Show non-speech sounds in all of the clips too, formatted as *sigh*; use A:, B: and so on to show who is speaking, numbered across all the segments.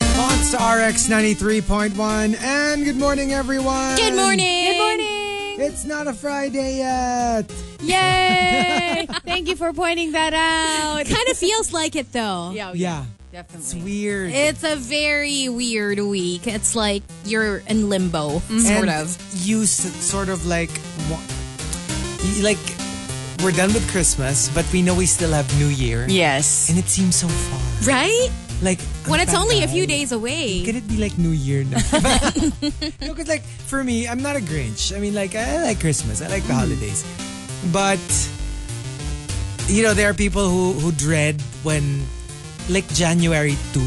A: On to RX 93.1. And good morning, everyone.
B: Good morning!
C: Good morning!
A: It's not a Friday yet.
C: Yay! *laughs* Thank you for pointing that out.
B: Kind of feels like it though.
C: Yeah,
A: Oh, Yeah. It's
C: definitely.
A: weird.
B: It's a very weird week. It's like you're in limbo,
C: Mm-hmm.
B: sort
A: and
B: of.
A: You s- sort of like, wa- y- like, we're done with Christmas, but we know we still have New Year.
C: Yes.
A: And it seems so far.
B: Right?
A: Like,
B: When it's only a few
A: days.
B: days away.
A: Could it be like New Year now? *laughs* no, because like for me, I'm not a Grinch. I mean, like I like Christmas. I like the
C: Mm.
A: holidays, but you know, there are people who who dread when like January two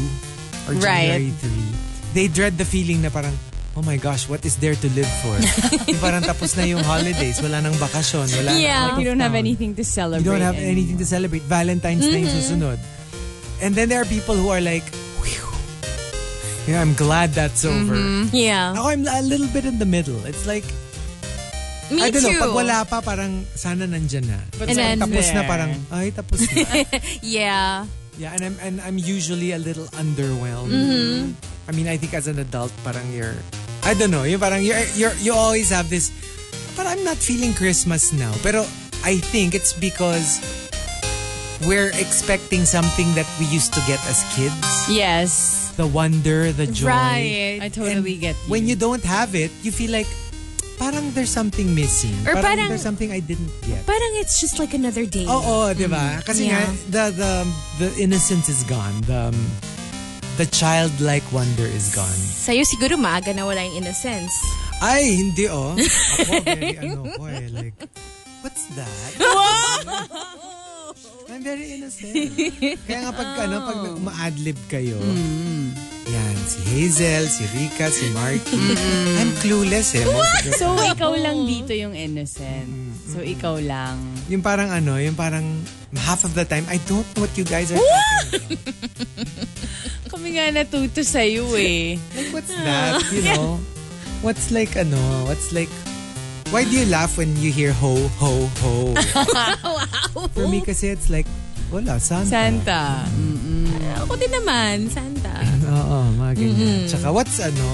A: or January three. They dread the feeling na parang. Oh my gosh, what is there to live
C: *laughs*
A: for? Yung parang tapos na yung holidays, wala nang bakasyon, wala nang
B: Yeah.
A: out of
C: You don't have
A: town.
C: anything to celebrate.
A: You don't have anything to celebrate. Valentine's Day yung susunod. And then there are people who are like, "Whew. yeah, I'm glad that's over.
B: Mm-hmm. Yeah.
A: Now I'm a little bit in the middle. It's like,
B: Me
A: I don't
B: too.
A: know, pag wala pa, parang sana nandyan na. But
B: And
A: pag
B: then-
A: tapos na, parang, ay, tapos na.
B: Yeah.
A: yeah, and I'm, and I'm usually a little underwhelmed.
B: Mm-hmm.
A: I mean, I think as an adult, parang you're, I don't know, yung parang you're, you're, you always have this, but I'm not feeling Christmas now. Pero I think it's because we're expecting something that we used to get as kids.
C: Yes.
A: The wonder, the joy.
B: Right.
C: I totally
A: And
C: get you.
A: When you don't have it, you feel like parang there's something missing.
B: Or parang-
A: there's something I didn't get.
B: Parang it's just like another day.
C: Oh,
A: Oo, di ba? Kasi nga,
B: Yeah.
A: the, the, the innocence is gone. The, um, the childlike wonder is gone.
B: Sa'yo siguro maaga na wala yung innocence.
A: Ay, hindi oh. Ako, very ano ko eh. Like, what's that? I'm very innocent. Kaya nga pag, ano, pag ma-adlib kayo, yan, si Hazel, si Rika, si Marky. I'm clueless eh. most of the *laughs*
C: So,
A: time.
C: ikaw lang dito yung innocent.
A: Mm-hmm.
C: So, ikaw lang.
A: Yung parang ano, yung parang half of the time, I don't know what you guys are talking about.
C: Kami nga natuto sa'yo eh.
A: Like, what's that? You
C: *laughs*
A: know? What's like, ano, what's like, why do you laugh when you hear ho, ho,
C: *laughs*
A: ho? For me kasi it's like, wala, Santa. *laughs*
C: Santa.
B: Ako din naman, Santa.
A: Oo, mga
C: Mm-hmm.
A: ganyan. Tsaka, what's ano,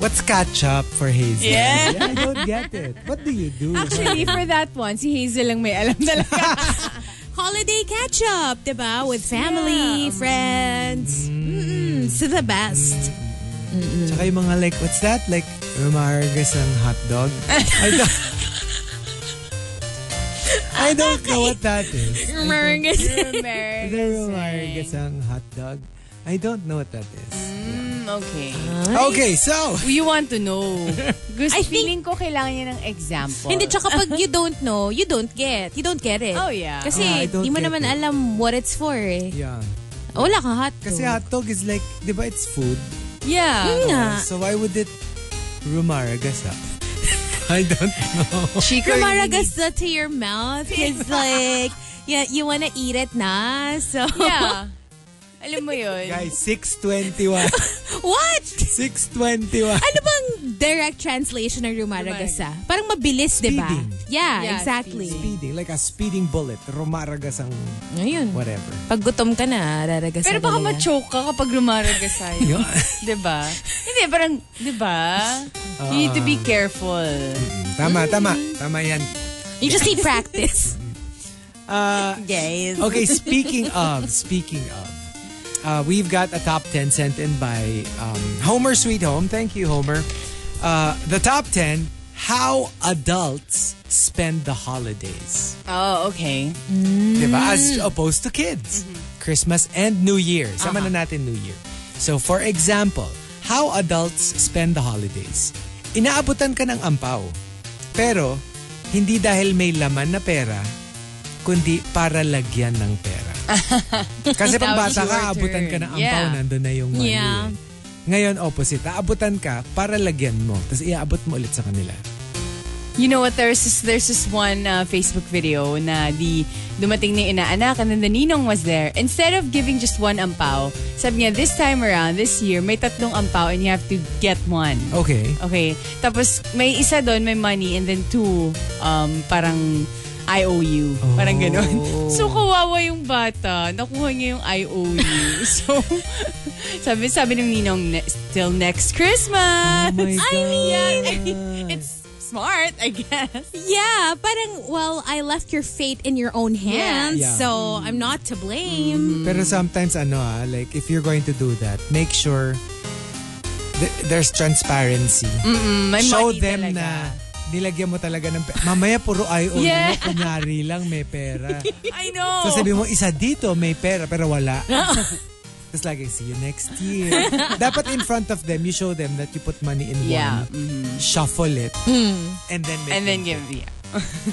A: what's catch up for Hazel?
C: Yeah.
A: I don't get it. What do you do?
C: Actually, for that one, si Hazel lang may alam talaga.
B: Holiday catch-up, diba? With family, friends. Mm-mm. It's the best.
A: Tsaka yung mga like, what's that? Like, umargas ng hotdog?
C: *laughs*
A: I don't, I don't know what that is.
B: Meringues.
C: Remember.
A: The umargas ng hotdog? I don't know what that is.
C: Mm, Okay.
A: Okay, so,
B: *laughs*
C: You want to know. Gusto,
B: I think-
C: feeling ko kailangan niya ng example.
B: Hindi, tsaka pag you don't know, you don't get. You don't get it.
C: Oh, yeah.
A: Ah, I
B: Kasi
A: don't
B: di mo
A: get
B: naman
A: it.
B: alam what it's for eh.
A: yeah.
B: Wala kang hotdog.
A: Kasi hotdog is like, di ba it's food? Uh,
C: Yeah.
B: Yun nga.
A: So why would it rumargas up? *laughs* I don't
B: *laughs*
A: know.
C: Chico,
B: Rumaragas na to your mouth. It's like, yeah, you wanna eat it na. So,
C: Yeah. Alam mo yun.
A: Guys,
B: *laughs*
A: 621.
B: *laughs* what?
A: 621.
B: Ano bang direct translation ng rumaragasa? Parang mabilis, di ba?
A: Speeding.
B: Yeah,
C: Diba? Yeah,
B: exactly.
A: Speeding, like a speeding bullet. Rumaragas ang
B: Ayun.
A: whatever.
B: Pag gutom ka na, raragasa
C: Pero
B: ka
C: baka
B: nila.
C: ma-choke ka kapag lumaragas
A: Yun.
C: sa'yo. *laughs* diba? Hindi, parang, diba? you need to be
A: Ah.
C: careful.
A: Tama, tama.
B: Mm.
A: Tama yan.
B: You just need
A: *laughs*
B: practice.
A: Uh,
B: Guys.
A: okay, speaking of, speaking of, uh, we've got a top 10 sent in by um, Homer Sweet Home. Thank you, Homer. Uh, the top 10, how adults spend the holidays.
C: Oh, okay.
A: Diba? As opposed to kids. Christmas and New Year. Sama na natin New Year. So, for example, how adults spend the holidays. Inaabutan ka ng ampaw. Pero, hindi dahil may laman na pera, kundi para lagyan ng pera. Kasi pang bata ka,
C: shorter.
A: aabutan ka ng ampaw,
C: Yeah.
A: nandun na yung money.
B: Yeah.
A: eh. Ngayon, opposite. Aabutan ka para lagyan mo. Tapos iaabot mo ulit sa kanila.
C: You know what, there's this, there's this one uh, Facebook video na di dumating na yung inaanak and then the ninong was there. Instead of giving just one ampaw, sabi niya, this time around, this year, may tatlong ampaw and you have to get one.
A: Okay.
C: Okay. Tapos, may isa doon, may money, and then two, um, parang IOU. Parang ganun.
A: Oh.
C: So, kawawa yung bata. Nakuha niya yung
A: *laughs*
C: IOU. so, sabi, sabi ng ninong, "Ne- till next
A: Oh
C: Christmas.
A: my
C: I mean,
A: God.
C: *laughs* it's smart, I guess.
B: Yeah, parang, well, I left your fate in your own hands,
A: Yeah.
B: so I'm not to blame.
A: Pero sometimes ano ah, like if you're going to do that, make sure th- there's transparency.
C: Mm, May
A: Show
C: money
A: them
C: talaga.
A: *laughs* na nilagyan mo talaga ng pera. Mamaya puro IOU,
C: *laughs* Yeah.
A: kunyari lang may
C: *laughs*
A: pera.
C: I know.
A: So sabi mo, isa dito may pera pero wala. *laughs* Tapos lagi, see you next
C: *laughs*
A: year. Dapat in front of them, you show them that you put money in
C: yeah. mm-hmm. Mm.
A: one, shuffle it, and then make
C: And then
A: it.
C: give, yeah.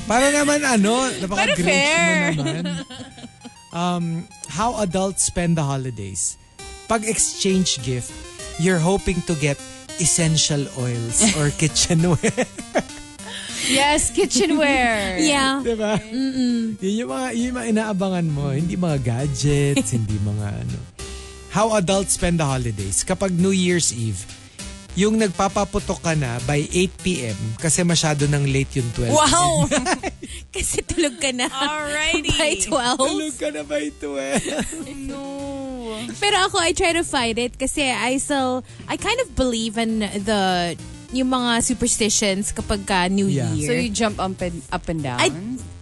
A: Para naman ano, napaka-grinch
C: Pero fair.
A: mo naman. Um, how adults spend the holidays. Pag exchange gift, you're hoping to get essential
C: *laughs*
A: oils or kitchenware.
C: Yes, kitchenware. *laughs*
A: Mm-hmm.
B: Yeah.
A: Diba? Yun yung mga, yun yung mga inaabangan mo. Hindi mga
C: *laughs*
A: gadgets, hindi mga ano. How adults spend the holidays. Kapag New Year's Eve, yung nagpapaputok ka na by 8 p.m. kasi masyado ng late yung 12.
B: Wow! *laughs* Kasi tulog ka na.
C: Alrighty.
B: By 12.
A: Tulog ka na by 12.
C: No.
B: Pero ako, I try to fight it kasi I still, I kind of believe in the, yung mga superstitions kapag ka New
A: Yeah.
B: Year.
C: So you jump up and, up and down?
B: I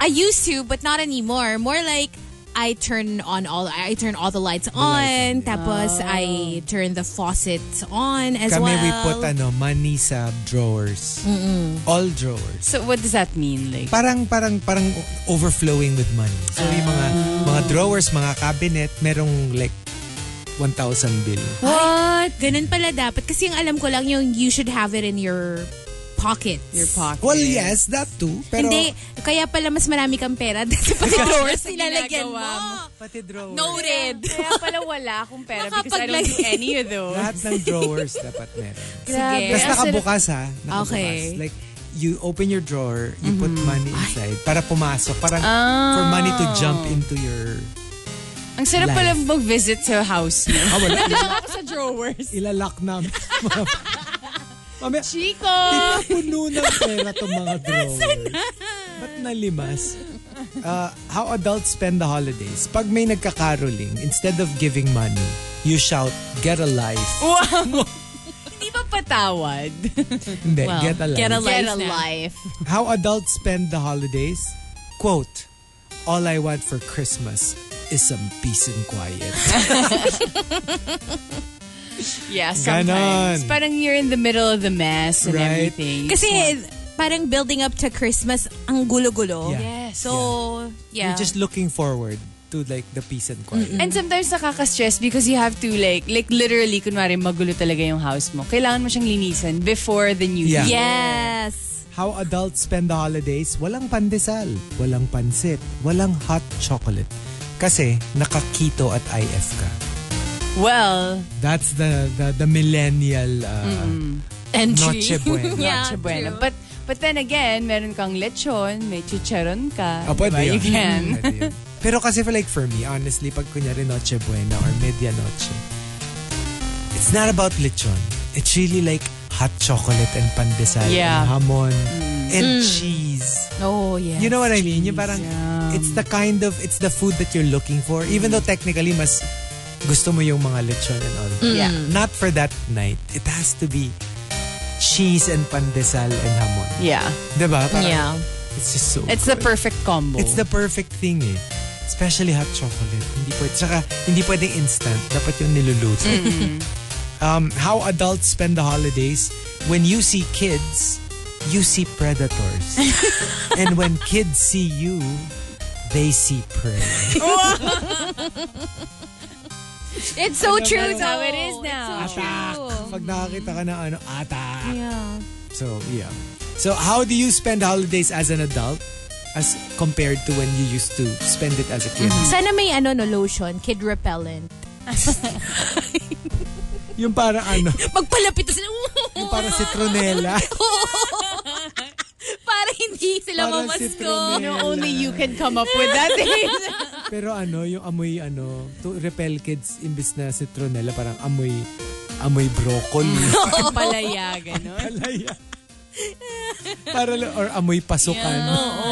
B: I used to, but not anymore. More like I turn on all I turn all the lights on. tapos I turn the faucet on as
A: Oh. Kami
B: well.
A: we put ano, money sa drawers. All drawers.
C: so what does that mean? Like,
A: parang parang parang overflowing with money. So yung mga
B: Ah.
A: mga drawers, mga cabinet, merong like 1,000 bill.
B: What? Ganun pala dapat. Kasi yung alam ko lang yung you should have it in your pockets.
C: your pocket.
A: Well, yes, that too. Pero
B: Hindi. Kaya pala mas marami kang pera. *laughs* Dahil pati drawers nilalagyan mo.
C: ginagawa
A: pati drawers.
C: *laughs*
B: Noted.
C: Kaya pala wala akong pera because I don't
B: Nakapaglagay.
C: do any of those.
A: Lahat ng drawers dapat
B: *laughs*
A: meron.
B: Sige.
A: Tapos nakabukas ha. Nakabukas.
B: Okay. Mm.
A: Like, you open your drawer, you put money inside para pumasok. Parang for
B: Oh.
A: money to jump into your...
C: Ang sarap
A: Life.
C: pala mag-visit sa house niyo.
A: Ah,
B: *laughs*
A: wala.
C: Naglang ako sa drawers.
A: Ilalock na. *laughs* Mamaya,
C: Chico!
A: Tingnan, puno
B: Ah.
A: ng pera tong
B: *laughs*
A: mga drawers. Ba't nalimas? Uh, how adults spend the holidays. Pag may nagkakaroling, instead of giving money, you shout, get a life.
C: Wow! Hindi ba patawad?
A: Hindi,
B: Well,
A: get a life.
B: get a life.
C: Get a
B: na.
C: life.
A: How adults spend the holidays? Quote, all I want for Christmas is some peace and
B: *laughs*
A: quiet.
C: Yeah, sometimes.
A: Ganon.
C: Parang you're in the middle of the mess and
A: Right.
C: everything.
B: Kasi parang building up to Christmas, ang gulo-gulo.
A: Yeah.
C: Yes.
B: So, yeah.
A: You're just looking forward to like the peace and quiet.
C: And sometimes nakaka-stress because you have to like, like literally, kunwari magulo talaga yung house mo. Kailangan mo siyang linisan before the new
A: Yeah.
C: year.
B: yes.
A: How adults spend the holidays, walang pandesal, walang pansit, walang hot chocolate. Kasi nakakito at IF ka.
C: Well,
A: That's the the, the millennial uh,
B: Entry.
A: Noche
B: *laughs*
A: Buena.
B: Yeah,
C: Noche Buena.
B: true.
C: But but then again, meron kang lechon, may chicharon ka.
A: Ah, pwede
C: diba? You
A: yun.
C: can.
A: *laughs* Pwede yun. Pero kasi for like for me, honestly, pag kunyari Noche Buena or Medianoche, it's not about lechon. It's really like hot chocolate and pandesal
C: Yeah. Mm.
A: and hamon and cheese.
B: Oh, yeah.
A: Mm. You know what I mean? Yung parang, it's the kind of, it's the food that you're looking for. Even though technically, mas gusto mo yung mga lechon and all.
C: Mm. Yeah.
A: Not for that night. It has to be cheese and pandesal and hamon.
C: Yeah.
A: Diba? Parang,
B: yeah.
A: It's just so
C: It's the
A: good.
C: perfect combo.
A: It's the perfect thing eh. Especially hot chocolate. Hindi pwede, tsaka, hindi pwedeng instant. Dapat yung niluluto. *laughs* um, how adults spend the holidays. When you see kids, you see predators. And when kids see you, they see prey.
B: It's so true.
C: that's how
B: though.
C: it is now.
B: It's so true.
A: Pag nakakita ka ng ano, atak.
B: Yeah.
A: So, yeah. So, how do you spend holidays as an adult as compared to when you used to spend it as a kid?
B: Sana may ano no lotion, kid repellent.
A: Yung para ano,
B: Magpalapit sila.
A: yung para citronella.
B: *laughs* para hindi sila
A: Para
B: mamasko.
A: citronella.
C: no, only you can come up
B: *laughs*
C: with that.
A: Pero ano, yung amoy ano, to repel kids imbis na citronella, parang amoy amoy broccoli.
C: Palaya, gano'n.
A: Alaya. Para, lo- or amoy pasukan.
B: Oo.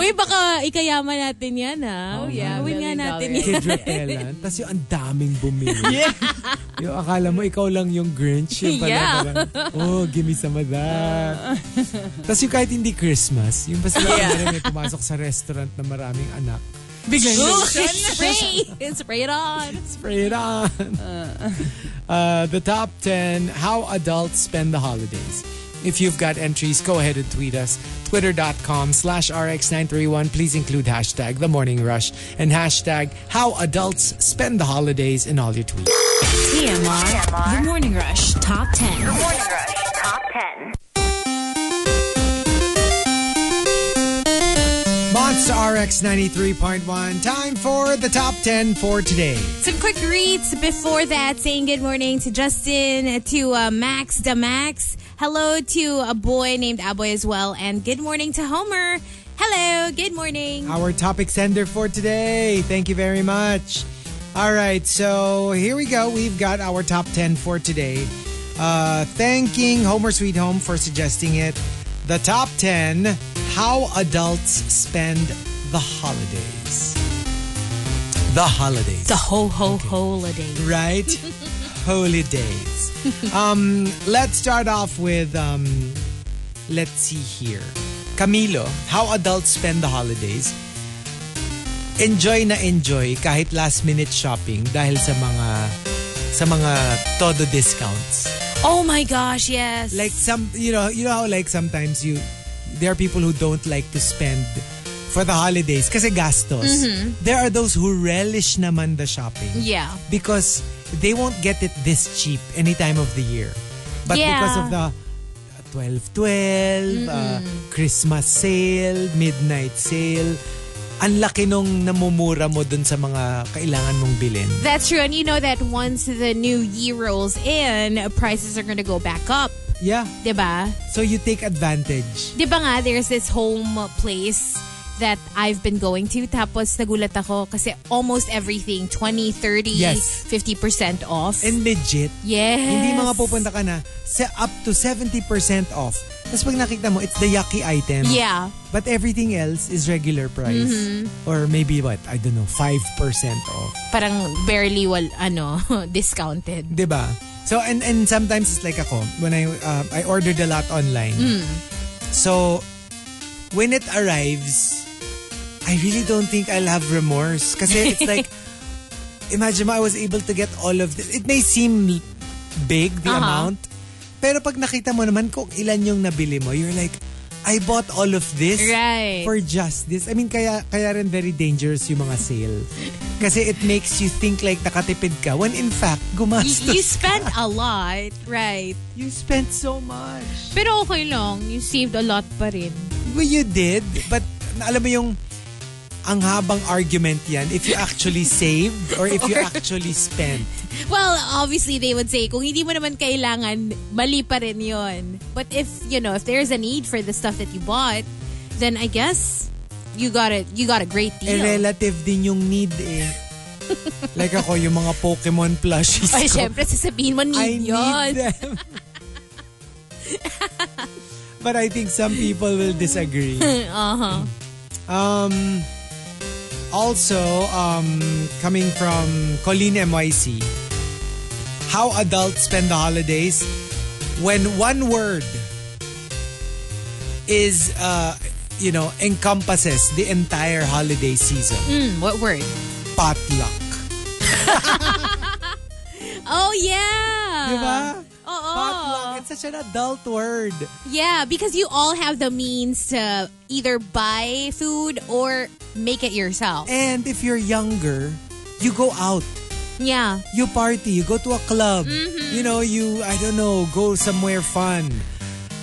B: Uy, baka ikayaman natin yan, ha?
C: Oh, yeah.
B: Gawin nga natin
C: Billy Dollar.
B: yan.
C: *laughs*
A: Kid Rotella. Tapos yung ang daming bumili. Yung akala mo ikaw lang yung Grinch. Yung pala,
B: Yeah.
A: parang, oh, give me some of that. Tapos yung kahit hindi Christmas, yung basta lang may pumasok sa restaurant na maraming anak.
C: Biglang
B: Ooh, spray! *laughs* Spray it on!
A: Spray it on. *laughs* Uh, the top 10 How Adults Spend the Holidays. If you've got entries, go ahead and tweet us. Twitter.com slash RX931. Please include hashtag The Morning Rush and hashtag How Adults Spend the Holidays in all your tweets.
D: TMR, The Morning Rush Top 10.
E: Morning Rush Top 10.
A: Monster RX 93.1. Time for the top 10 for today.
B: Some quick reads before that, saying good morning to Justin, to uh, Max the Max. Hello to a boy named Aboy as well, and good morning to Homer. Hello, good morning.
A: Our topic sender for today. Thank you very much. All right, so here we go. We've got our top 10 for today. Uh, thanking Homer Sweet Home for suggesting it. The top 10 How Adults Spend the Holidays. The Holidays.
B: The ho ho holiday.
A: right? Holy days. Um, let's start off with um, let's see here. Camilo, how adults spend the holidays. Enjoy na enjoy kahit last minute shopping dahil sa mga sa mga todo discounts.
B: Oh my gosh, yes.
A: Like some you know, you know how like sometimes you there are people who don't like to spend for the holidays kasi gastos. There are those who relish naman the shopping
B: yeah.
A: because they won't get it this cheap any time of the year. But
B: Yeah.
A: because of the 12-12, uh, Christmas sale, midnight sale, ang laki nung namumura mo dun sa mga kailangan mong bilhin.
B: That's true. And you know that once the new year rolls in, prices are going to go back up.
A: Yeah.
B: Diba?
A: So you take advantage.
B: Di ba nga, there's this home place that I've been going to. Tapos nagulat ako kasi almost everything, 20, 30,
A: Yes.
B: 50% off.
A: And legit,
B: yes.
A: hindi mga pupunta ka na sa up to 70% off. Tapos pag nakita mo, it's the yucky item.
B: Yeah.
A: But everything else is regular price.
B: Mm-hmm.
A: Or maybe what? I don't know, 5% off.
B: Parang barely, wal, ano, *laughs* discounted.
A: 'di ba? So and and sometimes it's like ako when I uh, I ordered a lot online. So when it arrives, I really don't think I'll have remorse kasi it's like imagine mo I was able to get all of this. It may seem big the
B: Aha.
A: amount, pero pag nakita mo naman kung ilan yung nabili mo, you're like I bought all of this
B: Right.
A: for just this. I mean, kaya, kaya rin very dangerous yung mga sale. Kasi it makes you think like nakatipid ka when in fact,
B: Y-
A: gumastos
B: you
A: ka.
B: spent a lot, right?
A: You spent so much.
B: Pero okay lang, you saved a lot pa rin.
A: Well, you did. But na- alam mo yung ang habang argument yan if you actually saved or if you actually spent.
B: Well, obviously they would say kung hindi mo naman kailangan, mali pa rin 'yon. But if, you know, if there's a need for the stuff that you bought, then I guess you got a you got a great
A: Eh,
B: deal.
A: relative din yung need eh. like ako, yung mga Pokemon plushies
B: Ay,
A: ko.
B: syempre, sasabihin mo,
A: I
B: need
A: need
B: yun.
A: them. But I think some people will disagree.
B: *laughs* Uh-huh.
A: Um, also, um, coming from Colleen MYC, how adults spend the holidays when one word is, uh, you know, encompasses the entire holiday season.
B: Hmm, what word?
A: Potluck.
B: Oh, yeah.
A: Diba?
B: Uh, Oo.
A: Potluck. It's such an adult word.
B: Yeah, because you all have the means to either buy food or make it yourself.
A: And if you're younger, you go out.
B: yeah.
A: you party, you go to a club, you know, you, I don't know, go somewhere fun.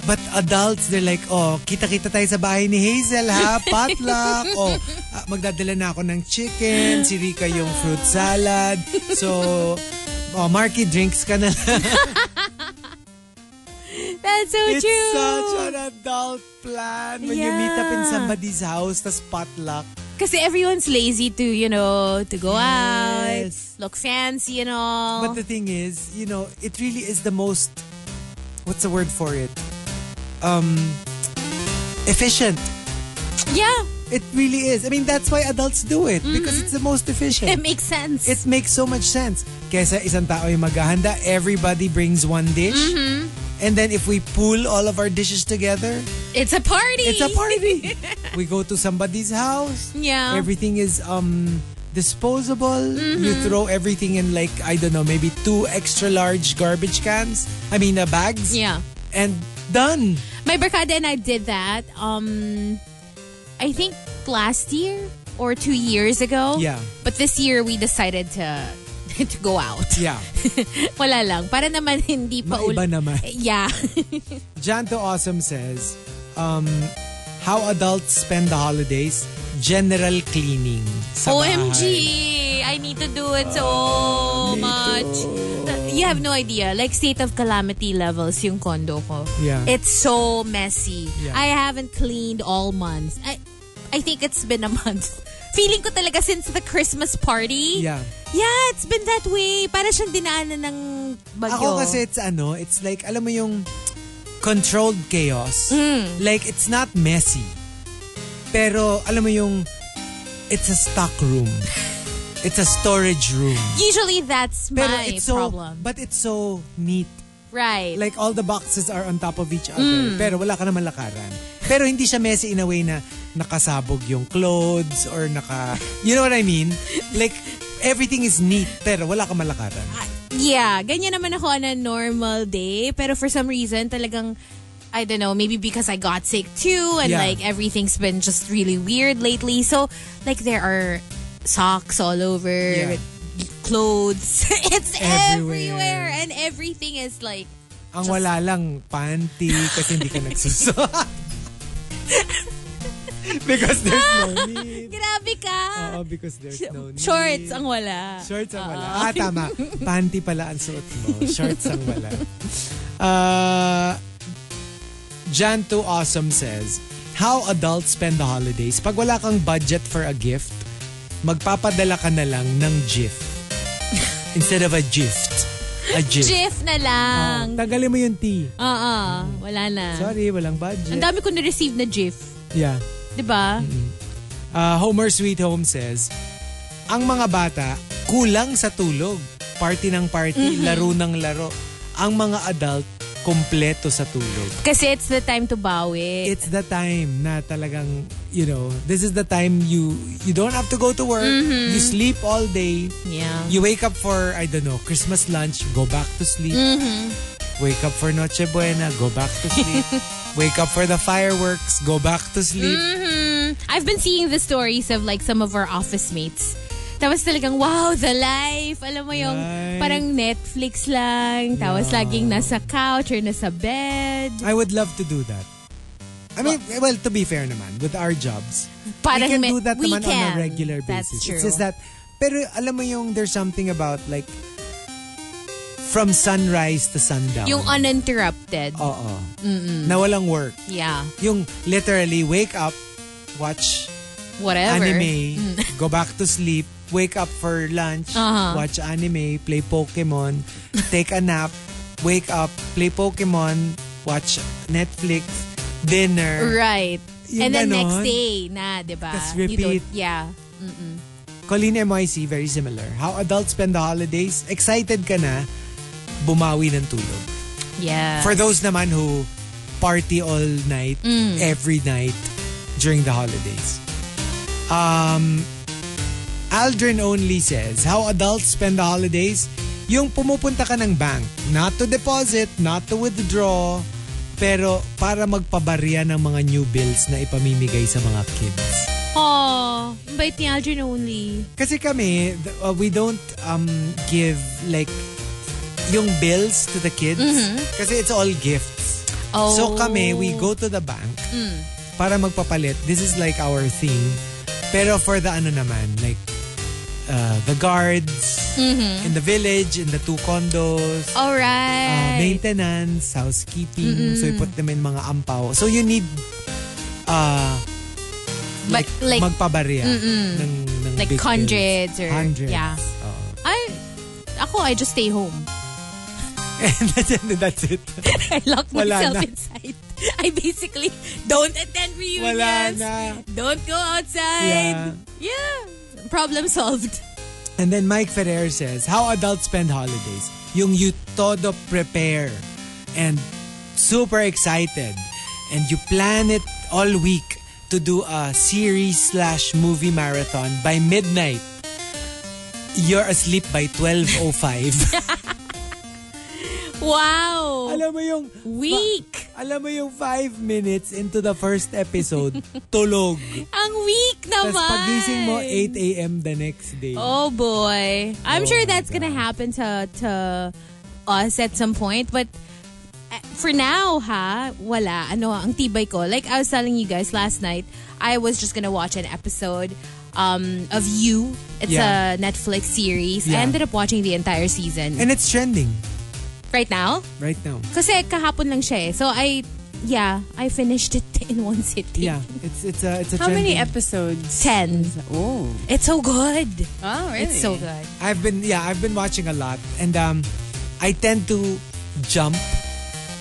A: But adults, they're like, oh, kita-kita tayo sa bahay ni Hazel ha, potluck. oh, ah, magdadala na ako ng chicken, si Rika yung fruit salad. So, oh, Marky, drinks ka na lang.
B: That's so
A: It's
B: true.
A: such an adult plan when you meet up in
B: Yeah.
A: somebody's house, tas potluck.
B: Kasi everyone's lazy to, you know, to go
A: Yes.
B: out, look fancy and all.
A: But the thing is, you know, it really is the most, what's the word for it? um, efficient.
B: Yeah,
A: It really is. I mean, that's why adults do it because it's the most efficient.
B: Mm-hmm. it makes sense.
A: It makes so much sense. Kesa isang tao yung maghahanda, everybody brings one dish.
B: Mm-hmm.
A: And then if we pool all of our dishes together,
B: It's a party. *laughs*
A: it's a party. we go to somebody's house.
B: Yeah.
A: Everything is um disposable. You
B: Mm-hmm.
A: throw everything in like I don't know, maybe two extra large garbage cans. I mean, uh, bags.
B: Yeah.
A: And done.
B: My barkada and I did that. Um, I think last year or two years ago.
A: Yeah.
B: But this year we decided to *laughs* to go out. *laughs*
A: Yeah.
B: Wala lang. Para naman hindi pa
A: Maiba
B: ul-
A: naman.
B: Yeah.
A: Janto Awesome says, um, how adults spend the holidays, general cleaning. Sa bahay.
B: OMG! I need to do it so
A: Ah,
B: much. You have no idea. Like, state of calamity levels yung condo ko.
A: Yeah.
B: It's so messy.
A: Yeah.
B: I haven't cleaned all month. I, I think it's been a month. *laughs* Feeling ko talaga since the Christmas party.
A: Yeah.
B: Yeah, it's been that way. Para siyang dinaanan ng bagyo.
A: Ako kasi it's ano, it's like, alam mo yung controlled chaos.
B: Hmm.
A: Like, it's not messy. Pero, alam mo yung, it's a stock room. It's a storage room.
B: Usually, that's
A: Pero
B: my
A: it's so,
B: problem.
A: but it's so neat.
B: right.
A: Like, all the boxes are on top of each
B: Hmm.
A: other. Pero wala ka naman lakaran. Pero hindi siya messy in a way na nakasabog yung clothes or naka... You know what I mean? Like, everything is neat pero wala ka malakaran.
B: Yeah, ganyan naman ako on a normal day. Pero for some reason, talagang, I don't know, maybe because I got sick too and
A: Yeah.
B: like everything's been just really weird lately. So, like there are socks all over,
A: Yeah.
B: clothes. *laughs* it's
A: Everywhere.
B: everywhere. and everything is like,
A: Ang wala lang, panty, kasi hindi ka nagsusot. because there's no need.
B: grabe ka.
A: Oo, because there's no need.
B: Shorts ang wala.
A: Shorts ang wala.
B: Oo.
A: Ah, tama. Panty pala ang suot mo. Shorts ang wala. Uh, Jan to Awesome says, How adults spend the holidays. Pag wala kang budget for a gift, magpapadala ka na lang ng GIF. Instead of a gift. A GIF.
B: Jiff na lang.
A: Tanggalin mo yung T.
B: Oo, wala na.
A: Oh. Sorry, walang budget.
B: Ang dami ko na-receive na Jiff.
A: Yeah.
B: Diba?
A: Uh, Homer Sweet Home says, ang mga bata kulang sa tulog. Party ng party, laro ng laro. Ang mga adult kompleto sa tulog.
B: Kasi it's the time to bawi.
A: It's the time na talagang, you know, this is the time you you don't have to go to work.
B: Mm-hmm.
A: You sleep all day.
B: yeah.
A: You wake up for, I don't know, Christmas lunch, go back to sleep.
B: Mm-hmm.
A: Wake up for Noche Buena, go back to
B: *laughs*
A: sleep. wake up for the fireworks, go back to sleep.
B: Mhm. I've been seeing the stories of like some of our office mates. Tapos talagang, wow, the life. Alam mo yung
A: Right.
B: parang Netflix lang. Tapos laging nasa couch or nasa bed.
A: I would love to do that. I mean, well, to be fair naman, with our jobs, we
B: Parang
A: can
B: may-
A: do that
B: we
A: naman on
B: can.
A: a regular
B: That's
A: basis.
B: true.
A: It's just that, pero alam mo yung there's something about like, from sunrise to sundown.
B: Yung uninterrupted.
A: Oo. Na walang work.
B: Yeah.
A: Yung literally wake up, watch
B: Whatever.
A: anime, go back to sleep, wake up for lunch,
B: Mm. Uh-huh.
A: watch anime, play Pokemon, take a nap, wake up, play Pokemon, watch Netflix, dinner,
B: Right.
A: Yung
B: And then
A: ganon.
B: next day na, di ba?
A: Tas
B: You
A: repeat.
B: don't- Yeah.
A: Colleen MYC, very similar. How adults spend the holidays, excited ka na, bumawi ng tulog.
B: Yeah.
A: For those naman who party all night, every night during the holidays. Um, Aldrin only says, how adults spend the holidays, yung pumupunta ka ng bank, not to deposit, not to withdraw, pero para magpabarya ng mga new bills na ipamimigay sa mga kids.
B: oh, bait ni Aldrin only.
A: Kasi kami, th- uh, we don't um, give like yung bills to the kids kasi it's all gifts.
B: Oh.
A: So kami, we go to the bank para magpapalit. This is like our thing. Pero for the ano naman, like uh, the guards in the village, in the two condos, uh,
B: Alright.
A: maintenance, housekeeping. So we put them in mga ampaw. So you need uh,
B: But like,
A: magpabarya ng, ng
B: Like
A: big bills.
B: hundreds or-
A: hundreds. Oh.
B: yeah.
A: Oo.
B: I, ako, I just stay home.
A: *laughs* And that's it. That's it.
B: *laughs* I lock
A: Wala
B: myself
A: na.
B: inside. I basically don't attend
A: Wala
B: reunions.
A: na.
B: Don't go outside. Yeah. Problem solved.
A: And then Mike Ferrer says, how adults spend holidays. Yung you todo prepare and super excited and you plan it all week to do a series slash movie marathon by midnight. You're asleep by *laughs* 12.05.
B: Wow.
A: alam mo yung...
B: Weak.
A: Alam mo yung five minutes into the first
C: *laughs*
A: episode, tulog.
B: Ang weak naman.
A: Tapos pagising mo, 8 a.m. the next day.
B: Oh boy. I'm
A: Oh
B: sure
A: my
B: that's gonna happen to to us at some point, but uh, for now, ha, wala. Ano, ang tibay ko. Like I was telling you guys last night, I was just gonna watch an episode um, of You. It's
A: Yeah.
B: a Netflix series. I
A: Yeah.
B: ended up watching the entire season.
A: And it's trending
B: right now?
A: right now.
B: Kasi kahapon lang siya eh. So I, yeah, I finished it *laughs* in one sitting.
A: Yeah, it's it's a it's a
C: How many
A: trending-
C: episodes?
B: Ten.
C: Oh.
B: It's so good.
C: Oh, really?
B: It's so good.
A: I've been yeah, I've been watching a lot and um I tend to jump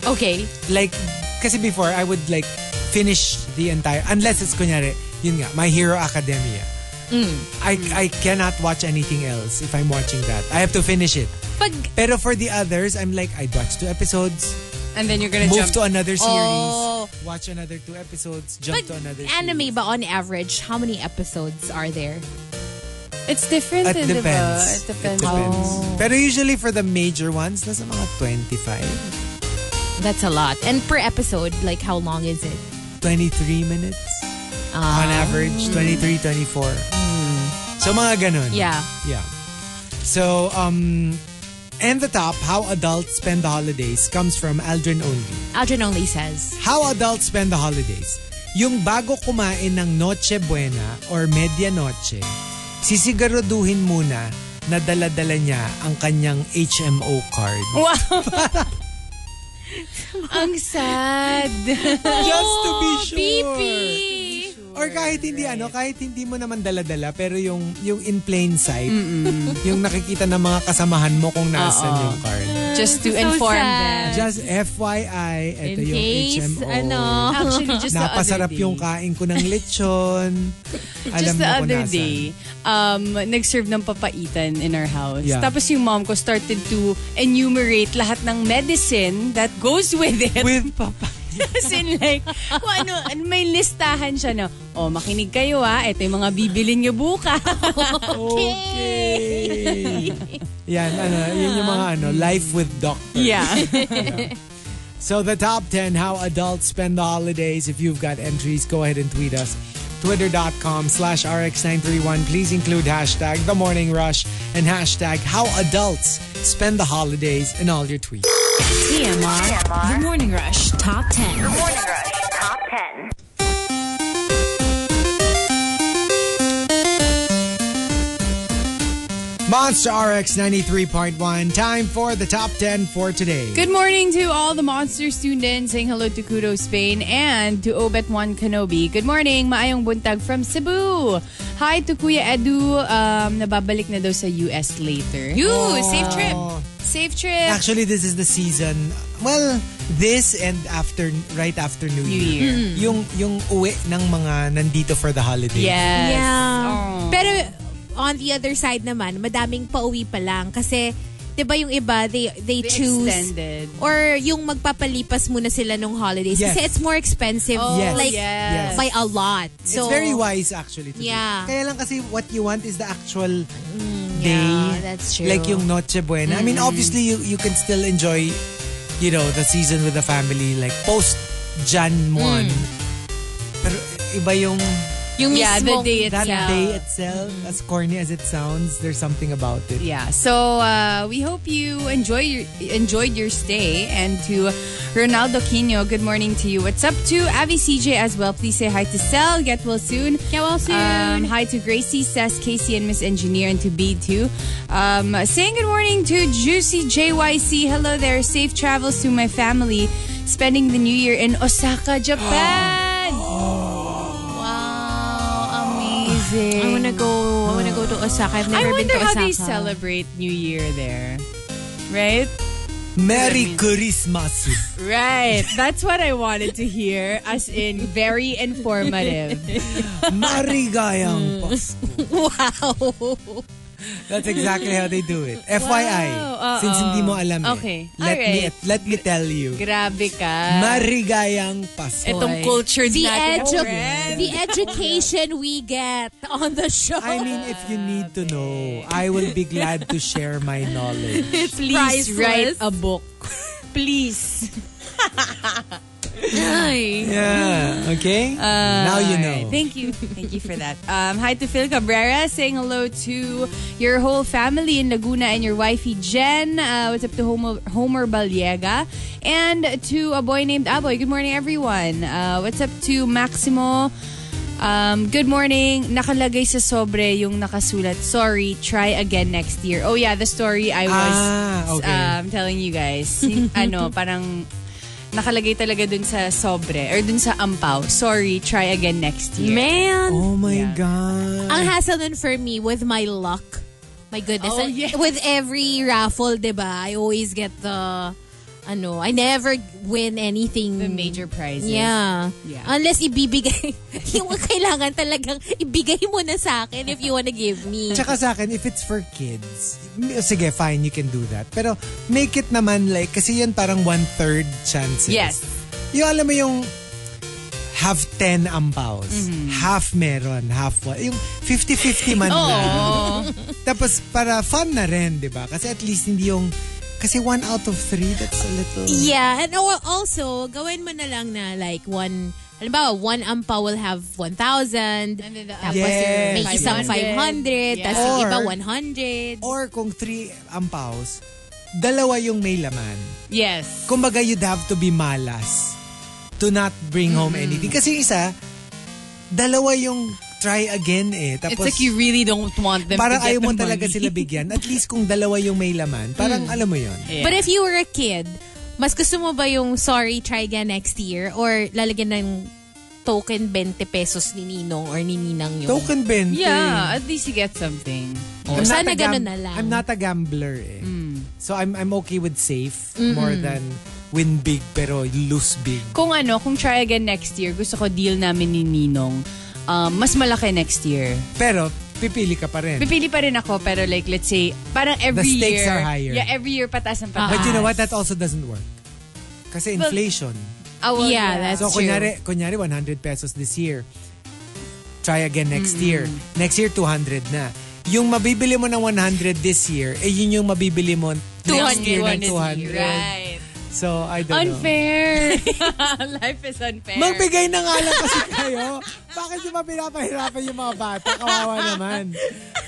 B: Okay.
A: like kasi before I would like finish the entire unless it's kunyari yun nga My Hero Academia.
C: Mm.
A: I I cannot watch anything else if I'm watching that. I have to finish it.
B: Pag,
A: Pero for the others, I'm like I'd watch two episodes,
C: And then you're gonna
A: move
C: jump.
A: to another series,
B: Oh.
A: watch another two episodes, jump
B: pag
A: to another
B: anime
A: series.
B: ba on average, how many episodes are there?
C: It's different,
A: It
C: eh, diba?
A: depends.
C: It depends.
A: It depends. Pero usually for the major ones, nasa mga 25.
B: That's a lot. And per episode, like how long is it? Um,
A: 23 minutes on
B: Ah.
A: average 23 24 so mga ganun
B: Yeah.
A: yeah so um and the top how adults spend the holidays comes from Aldrin only
B: Aldrin only says.
A: how adults spend the holidays yung bago kumain ng noche buena or medianoche sisigaruduhin muna na dala-dala niya ang kanyang HMO card
C: Oh, Ang sad.
A: *laughs* just to be
B: Oh,
A: sure
B: BP!
A: Or kahit hindi ano, kahit hindi mo naman dala-dala, pero yung yung in plain sight, yung nakikita ng mga kasamahan mo kung nasan yung card.
C: Just to
B: So
C: inform
B: sad. *laughs*
C: them.
A: Just FYI, ito
B: In
A: yung
B: case,
A: HMO.
B: ano. Oh,
C: Actually, just
A: Napasarap
C: the other day.
A: yung kain ko ng
C: *laughs*
A: lechon. Alam
C: Just the
A: mo kung
C: other
A: nasan.
C: day, um, nag-serve ng papaitan in our house.
A: Yeah.
C: Tapos yung mom ko started to enumerate lahat ng medicine that goes with it.
A: With papa.
C: *laughs* As in like, kung ano, ano, may listahan siya na, oh, makinig kayo ah, ito yung mga bibilin nyo bukas.
A: Okay. Yan, ano, yun yung mga ano, life with doctor. So the top 10 how adults spend the holidays. If you've got entries, go ahead and tweet us. Twitter.com slash RX931. Please include hashtag The Morning Rush and hashtag How Adults Spend the Holidays in all your tweets.
D: TMR. The Morning Rush Top 10.
E: Morning Rush Top 10.
A: Monster RX 93.1. Time for the top 10 for today.
C: Good morning to all the Monster students. Saying hello to Kudo Spain and to Obet One Kenobi. Good morning, maayong buntag from Cebu. Hi to Kuya Edu, um, nababalik na daw sa US later.
B: You, safe trip.
C: Safe trip!
A: Actually, this is the season. Well, this and after right after New,
C: New Year.
A: Yung yung uwi ng mga nandito for the holidays.
C: Yes.
B: Yeah.
C: Oh.
B: Pero on the other side naman, madaming pauwi pa lang kasi 'di ba yung iba they they,
C: They
B: choose
C: extended.
B: or yung magpapalipas muna sila nung holidays
A: Yes.
B: kasi it's more expensive
C: Oh,
A: Yes.
B: like
C: yes.
B: by a lot.
A: it's
B: So
A: very wise actually to do.
B: Yeah.
A: Kaya lang kasi what you want is the actual day.
B: yeah, that's true.
A: Like yung Noche Buena. I mean, obviously you you can still enjoy you know, the season with the family like post Jan 1. Pero iba yung
B: yung
C: Yeah, the
B: mismong-
C: day
A: that
C: itself.
A: day itself as corny as it sounds, there's something about it.
C: Yeah. So uh, we hope you enjoy your enjoyed your stay. And to Ronaldo Quino, good morning to you. What's up to Avi CJ as well? Please say hi to Sel. Get well soon.
B: Get well soon.
C: Um, hi to Gracie, Sess, Casey, and Miss Engineer, and to B2. Um, saying good morning to Juicy JYC. Hello there. Safe travels to my family. Spending the new year in
B: *gasps*
C: Osaka, Japan. wow. Amazing.
B: I wanna go. I wanna go to Osaka. I've
C: I
B: never been to
C: wonder how
B: Osaka.
C: they celebrate New Year there. Right?
A: Merry Christmas.
C: Right. That's what I wanted to hear, as in very informative.
B: *laughs*
C: Hmm.
A: Marigayang Pasko.
C: *laughs*
B: Wow.
A: That's exactly how they do it. FYI,
C: oo.
A: since hindi mo alam eh.
C: Okay,
A: Let me
C: alright.
A: let me tell you.
C: Grabe ka.
A: Marigayang Pasko.
C: Itong culture
B: The,
C: natin.
B: edu- the education we get on the show.
A: I mean, if you need to know, I will be glad to share my
C: *laughs*
A: knowledge.
C: Please write a book. *laughs* Please.
A: Yeah, okay? now you know.
C: Alright, Thank you. Thank you for that. Um, hi to Phil Cabrera, saying hello to your whole family in Laguna and your wifey Jen. Uh, what's up to Homer, Homer Baliega? And to a boy named Aboy. Good morning, everyone. Uh, what's up to Maximo? Um, good morning. Nakalagay sa sobre yung nakasulat. Sorry, try again next year. Oh yeah, the story I was
A: Ah, okay.
C: um, telling you guys.
A: *laughs*
C: ano, parang nakalagay talaga dun sa sobre or dun sa ampaw. Sorry, try again next year.
B: Man.
A: Oh my God.
B: Ang hassle nun for me with my luck. My goodness.
C: Oh, yes.
B: With every raffle, di ba? I always get the, ano, I never win anything.
C: The major prizes.
B: Yeah.
C: Yeah.
B: Unless ibibigay. *laughs* yung kailangan talagang ibigay mo na sa akin if you wanna give me.
A: Tsaka sa akin, if it's for kids, m- sige, fine, you can do that. Pero make it naman like, kasi yan parang one-third chances.
C: Yes.
A: Yung alam mo yung have 10 ambaws, half meron, half what. Yung 50-50
C: *laughs*
A: man lang. Tapos para fun na rin, di ba? Kasi at least hindi yung, kasi one out of three, that's a little...
B: Yeah, and al- also, gawin mo na lang na like one, halimbawa, one ampa will have 1,000,
C: And then the
B: *laughs* tapos
A: Yes.
B: may isang 500,
C: 500,
B: tapos yung iba
A: Or-
B: 100.
A: Or kung three ambaws, dalawa yung may laman.
C: Yes.
A: kumbaga you'd have to be malas to not bring home anything. Kasi yung isa, dalawa yung try again eh.
C: It's
A: Tapos,
C: like you really don't want them
A: parang
C: to get
A: ayaw mo
C: the
A: talaga
C: money. Mm.
A: sila bigyan. At least kung dalawa yung may laman, parang alam mo yun.
C: *laughs* Yeah.
B: But if you were a kid, mas gusto mo ba yung sorry, try again next year? Or lalagyan ng token 20 pesos ni Ninong or ni Ninang yung...
A: Token 20.
C: yeah, at least you get something.
A: I'm not a
B: Sana
A: gam-
B: ganun na lang.
A: I'm not a gambler eh.
C: Mm.
A: So I'm I'm okay with safe more than win big pero lose big.
C: Kung ano, kung try again next year, gusto ko deal namin ni Ninong. Um, mas malaki next year.
A: Pero pipili ka pa rin.
C: Pipili pa rin ako, pero like, let's say, parang every
A: The stakes
C: year.
A: are higher.
C: Yeah, every year pataas ang pataas.
A: But you know what? That also doesn't work. Kasi
C: Well,
A: inflation.
C: Ah, well,
B: Yeah, that's
A: So, kunyari, kunyari 100 pesos this year. Try again next year. Next year, 200 na. Yung mabibili mo ng 100 this year, eh yun yung mabibili mo next year ng 200.
C: Right.
A: So, I don't know.
C: Unfair. Life is unfair.
A: Magbigay na nga lang kasi kayo. Bakit yung mga pinapahirapan yung mga bata? Kawawa naman.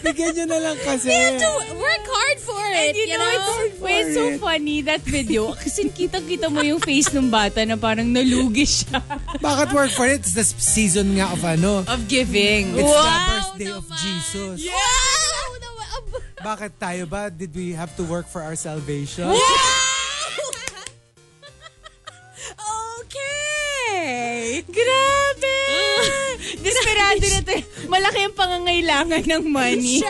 A: Bigyan nyo na lang kasi.
B: Work hard for it,
C: You know, it's,
A: for
C: wait, it's so
A: it.
C: funny that video. *laughs* Kasi kitang-kita mo yung face ng bata na parang nalugi siya.
A: Bakit work for it? It's the season nga of ano.
C: Of giving.
A: It's the
C: Wow.
A: birthday of Jesus. Bakit tayo ba? Did we have to work for our salvation?
C: *laughs* Okay. Grabe. Desperado na to. Malaki ang pangangailangan ng money. *laughs*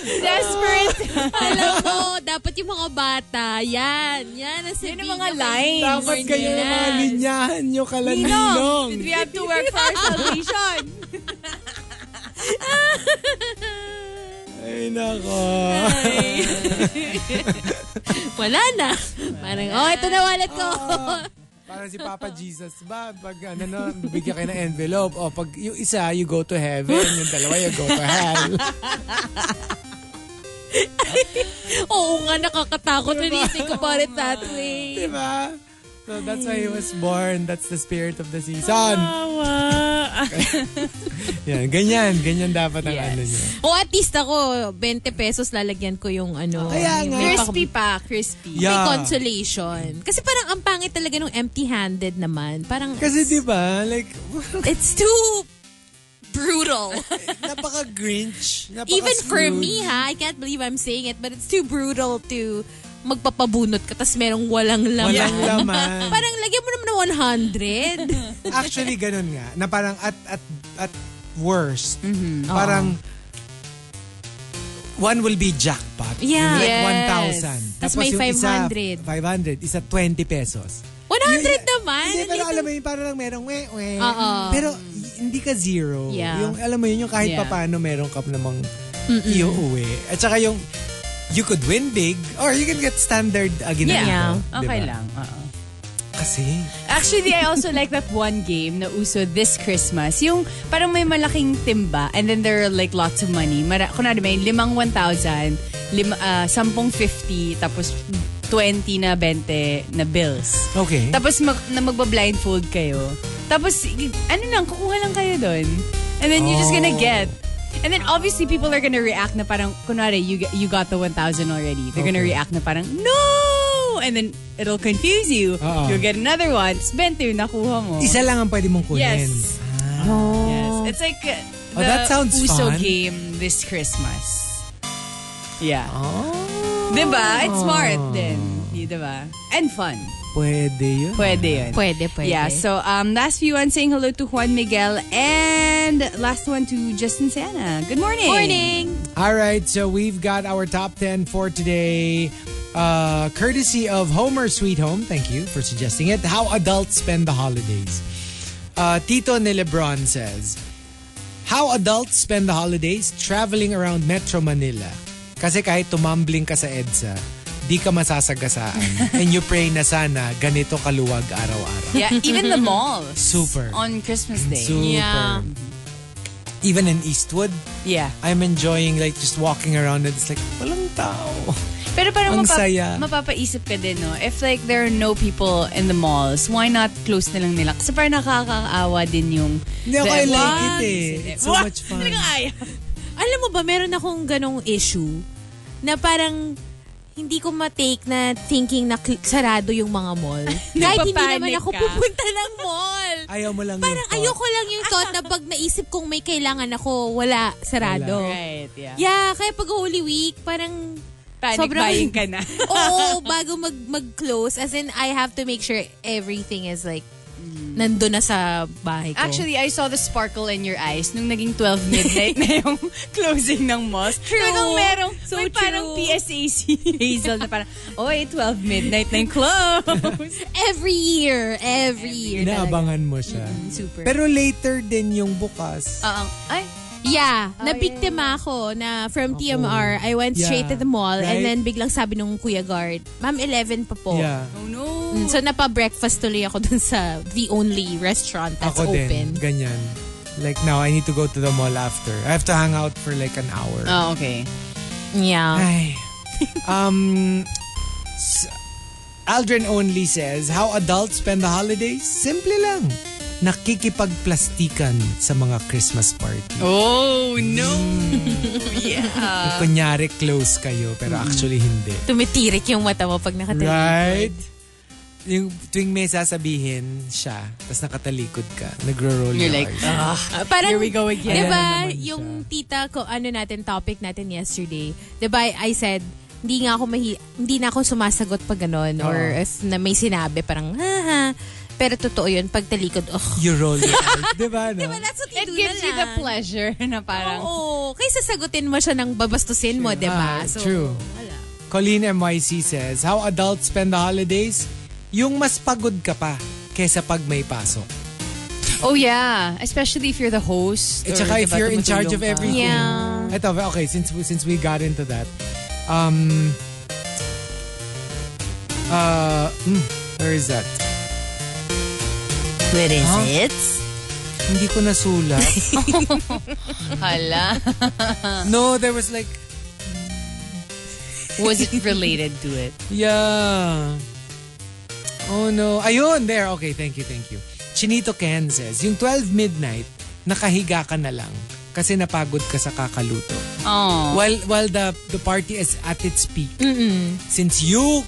C: Desperate.
B: Alam mo, dapat yung mga bata, yan, yan ang sabihin.
C: yung mga
B: nyo kay
C: lines.
B: Ninong
A: Dapat
B: or
A: kayo
B: Ninang.
A: mga linyahan nyo kala
C: Ninong,
A: Ninong.
C: did we have to work for our salvation?
A: Ay, nako.
B: Wala na. Parang, oh, ito na wallet ko.
A: Parang si Papa Jesus ba? Pag ano, no, bigyan kayo ng envelope. O pag yung isa, you go to heaven. Yung dalawa, you go to *laughs* hell.
B: Oo nga, nakakatakot.
C: Diba?
B: Nanisig ko pa rin that way.
A: diba? So that's why he was born. That's the spirit of the season. Yan, ganyan. Ganyan dapat ang ano niya.
B: O at least ako, 20 pesos lalagyan ko yung ano.
A: Kaya nga.
B: yung may
C: crispy pa, crispy.
B: may
A: Yeah.
B: consolation. Kasi parang ang pangit talaga nung empty-handed naman. Parang,
A: Kasi diba, like,
B: it's too brutal.
A: napaka-grinch. Napaka
B: Even for me, ha? I can't believe I'm saying it, but it's too brutal to magpapabunot ka tas merong walang laman.
A: Walang laman.
B: *laughs* parang lagyan mo naman ng
A: *laughs*
B: 100.
A: Actually, ganun nga. Na parang at at at worst, parang one will be jackpot. Yung
B: Yeah.
C: Yes.
A: Like 1,000.
B: Tas
A: Tapos
B: may
A: yung isa,
B: 500.
A: 500. Isa 20 pesos.
B: 100
A: Yun-
B: naman.
A: Hindi, pero
B: Little-
A: alam mo yun, parang lang merong we, we.
B: Oo.
A: Pero y- hindi ka zero.
C: Yeah.
A: Yung alam mo yun, yung kahit
C: Yeah.
A: papano meron ka namang iuuwi. At saka yung you could win big or you can get standard again.
C: Yeah.
B: Yeah.
C: Okay lang. Oo.
A: Kasi,
C: Actually, I also like that one game na uso this Christmas. Yung parang may malaking timba and then there are like lots of money. Mara, kunwari may limang 1,000, lim, ah, sampung 50, tapos 20 na 20 na bills.
A: okay.
C: Tapos mag, na magba-blindfold kayo. Tapos, i- ano lang, kukuha lang kayo doon. And then you're just gonna
A: Oh.
C: get. And then obviously people are gonna react na parang, kunwari, you, g- you got the 1,000 already. They're gonna
A: Okay.
C: react na parang, no! And then it'll confuse you.
A: Oo.
C: You'll get another one. It's 20 yung nakuha mo.
A: Oh. Isa lang ang pwede mong kunin.
C: Yes.
A: Ah.
C: Yes. It's like uh,
A: Oh,
C: the
A: that sounds
C: Uso
A: fun.
C: game this Christmas. Yeah. Diba? It's
A: Oh.
C: smart din. Di- Diba? And fun.
A: Pwede yun.
C: Pwede yun.
B: Pwede, pwede.
C: Yeah, so um, last few ones saying hello to Juan Miguel and last one to Justin Santa. Good morning.
B: Morning!
A: All right, so we've got our top 10 for today. Uh, courtesy of Homer Sweet Home, thank you for suggesting it. How adults spend the holidays. Uh, Tito Ne Lebron says, How adults spend the holidays traveling around Metro Manila. Kasi kahit tumambling ka sa EDSA, di ka
C: *laughs*
A: masasagasaan. And you pray na sana ganito kaluwag araw-araw.
C: Yeah, even
B: *laughs*
C: the mall.
A: Super.
C: On Christmas Day.
A: Super.
B: Yeah.
A: Even in Eastwood,
C: yeah.
A: I'm enjoying like just walking around and it's like, walang tao.
C: Pero parang
A: Ang
C: mapap-
A: saya.
C: mapapaisip ka din, no? If like there are no people in the malls, why not close na lang nila? Kasi parang nakakaawa din yung...
A: Hindi ako, I
C: the-
A: like
C: Wow.
A: it eh. It's so
C: Wow.
A: much fun.
C: Talagang ayaw.
B: Alam mo ba, meron akong ganong issue na parang hindi ko matake na thinking na cl- sarado yung mga
A: *laughs*
B: mall. Kahit hindi
C: Napapanik
B: naman ako
C: ka.
B: pupunta ng mall.
A: Ayaw mo lang
B: Parang
A: yung
B: ayoko lang yung thought na pag naisip kong may kailangan ako, wala, sarado.
C: Right, yeah.
B: Yeah, kaya pag Holy Week, parang
C: Panic
B: sobrang-
C: buying ka na.
B: Oo, bago mag, mag-close. As in, I have to make sure everything is like, nandun na sa bahay ko.
C: Actually, I saw the sparkle in your eyes nung naging 12 midnight na yung *laughs* closing ng malls.
B: True.
C: Talagang merong,
B: So
C: may parang
B: true.
C: PSAC *laughs* Hazel na parang, oy, 12 midnight na yung *laughs* close.
B: every year, every year. talaga.
A: Inaabangan mo siya.
C: Super.
A: Pero later din yung bukas.
C: Oo. ay,
B: Yeah, nabiktima ako na from TMR. I went
A: Yeah.
B: straight to the mall and
A: Right?
B: then biglang sabi nung kuya guard, Ma'am, 11 pa po.
A: yeah.
C: oh no.
B: So napa-breakfast tuloy ako dun sa the only restaurant that's
A: Ako din.
B: open.
A: Ganyan. Like now, I need to go to the mall after. I have to hang out for like an hour.
B: Uh-huh.
C: Oh, okay.
B: Yeah.
A: Ay. um, s- Aldrin only says, How adults spend the holidays? Simple lang. Nakikipagplastikan sa mga Christmas party.
C: Oh, *laughs* no. *laughs*
A: Yung Kunyari close kayo, pero actually hindi.
B: Tumitirik yung mata mo pag nakatalikod.
A: Right? Yung tuwing may sasabihin siya, tapos nakatalikod ka, nagro-roll
C: You're
A: your
C: like,
A: eyes.
C: ah,
B: Ah, parang,
C: Here we go again.
A: Ayan
B: Diba,
A: naman siya.
B: yung tita ko, ano natin, topic natin yesterday. Diba, I said, hindi nga ako mahi- hindi na ako sumasagot pag ganun or
A: Oo.
B: if na may sinabi parang ha ha pero totoo yun pag talikod oh
A: you roll your eyes. diba, no?
B: diba that's what you
C: *laughs* it
B: do
C: gives
B: na
C: you the
B: lang.
C: pleasure *laughs* na Oh, parang,
B: Oo. Kaysa sagutin mo siya ng babastusin mo, di ba?
A: Ah, true.
B: Diba? Wala.
A: Colleen MYC says, How adults spend the holidays? Yung mas pagod ka pa kesa pag may pasok.
C: oh yeah, especially if you're the host.
A: At
C: or,
A: saka if
C: diba,
A: you're in charge of
C: tumutulong ka.
A: everything.
B: Yeah.
A: Ito, okay, since we, since we got into that, um, uh, hmm, where is that?
D: Where is
A: Huh?
D: it?
A: Hindi ko nasulat.
C: Hala.
A: no, there was like,
C: *laughs* Was it related to it?
A: Yeah. Oh no. Ayun, there. Okay, thank you, thank you. Chinito Ken says, yung 12 midnight, nakahiga ka na lang kasi napagod ka sa kakaluto.
C: Oh.
A: While while the the party is at its peak. Since you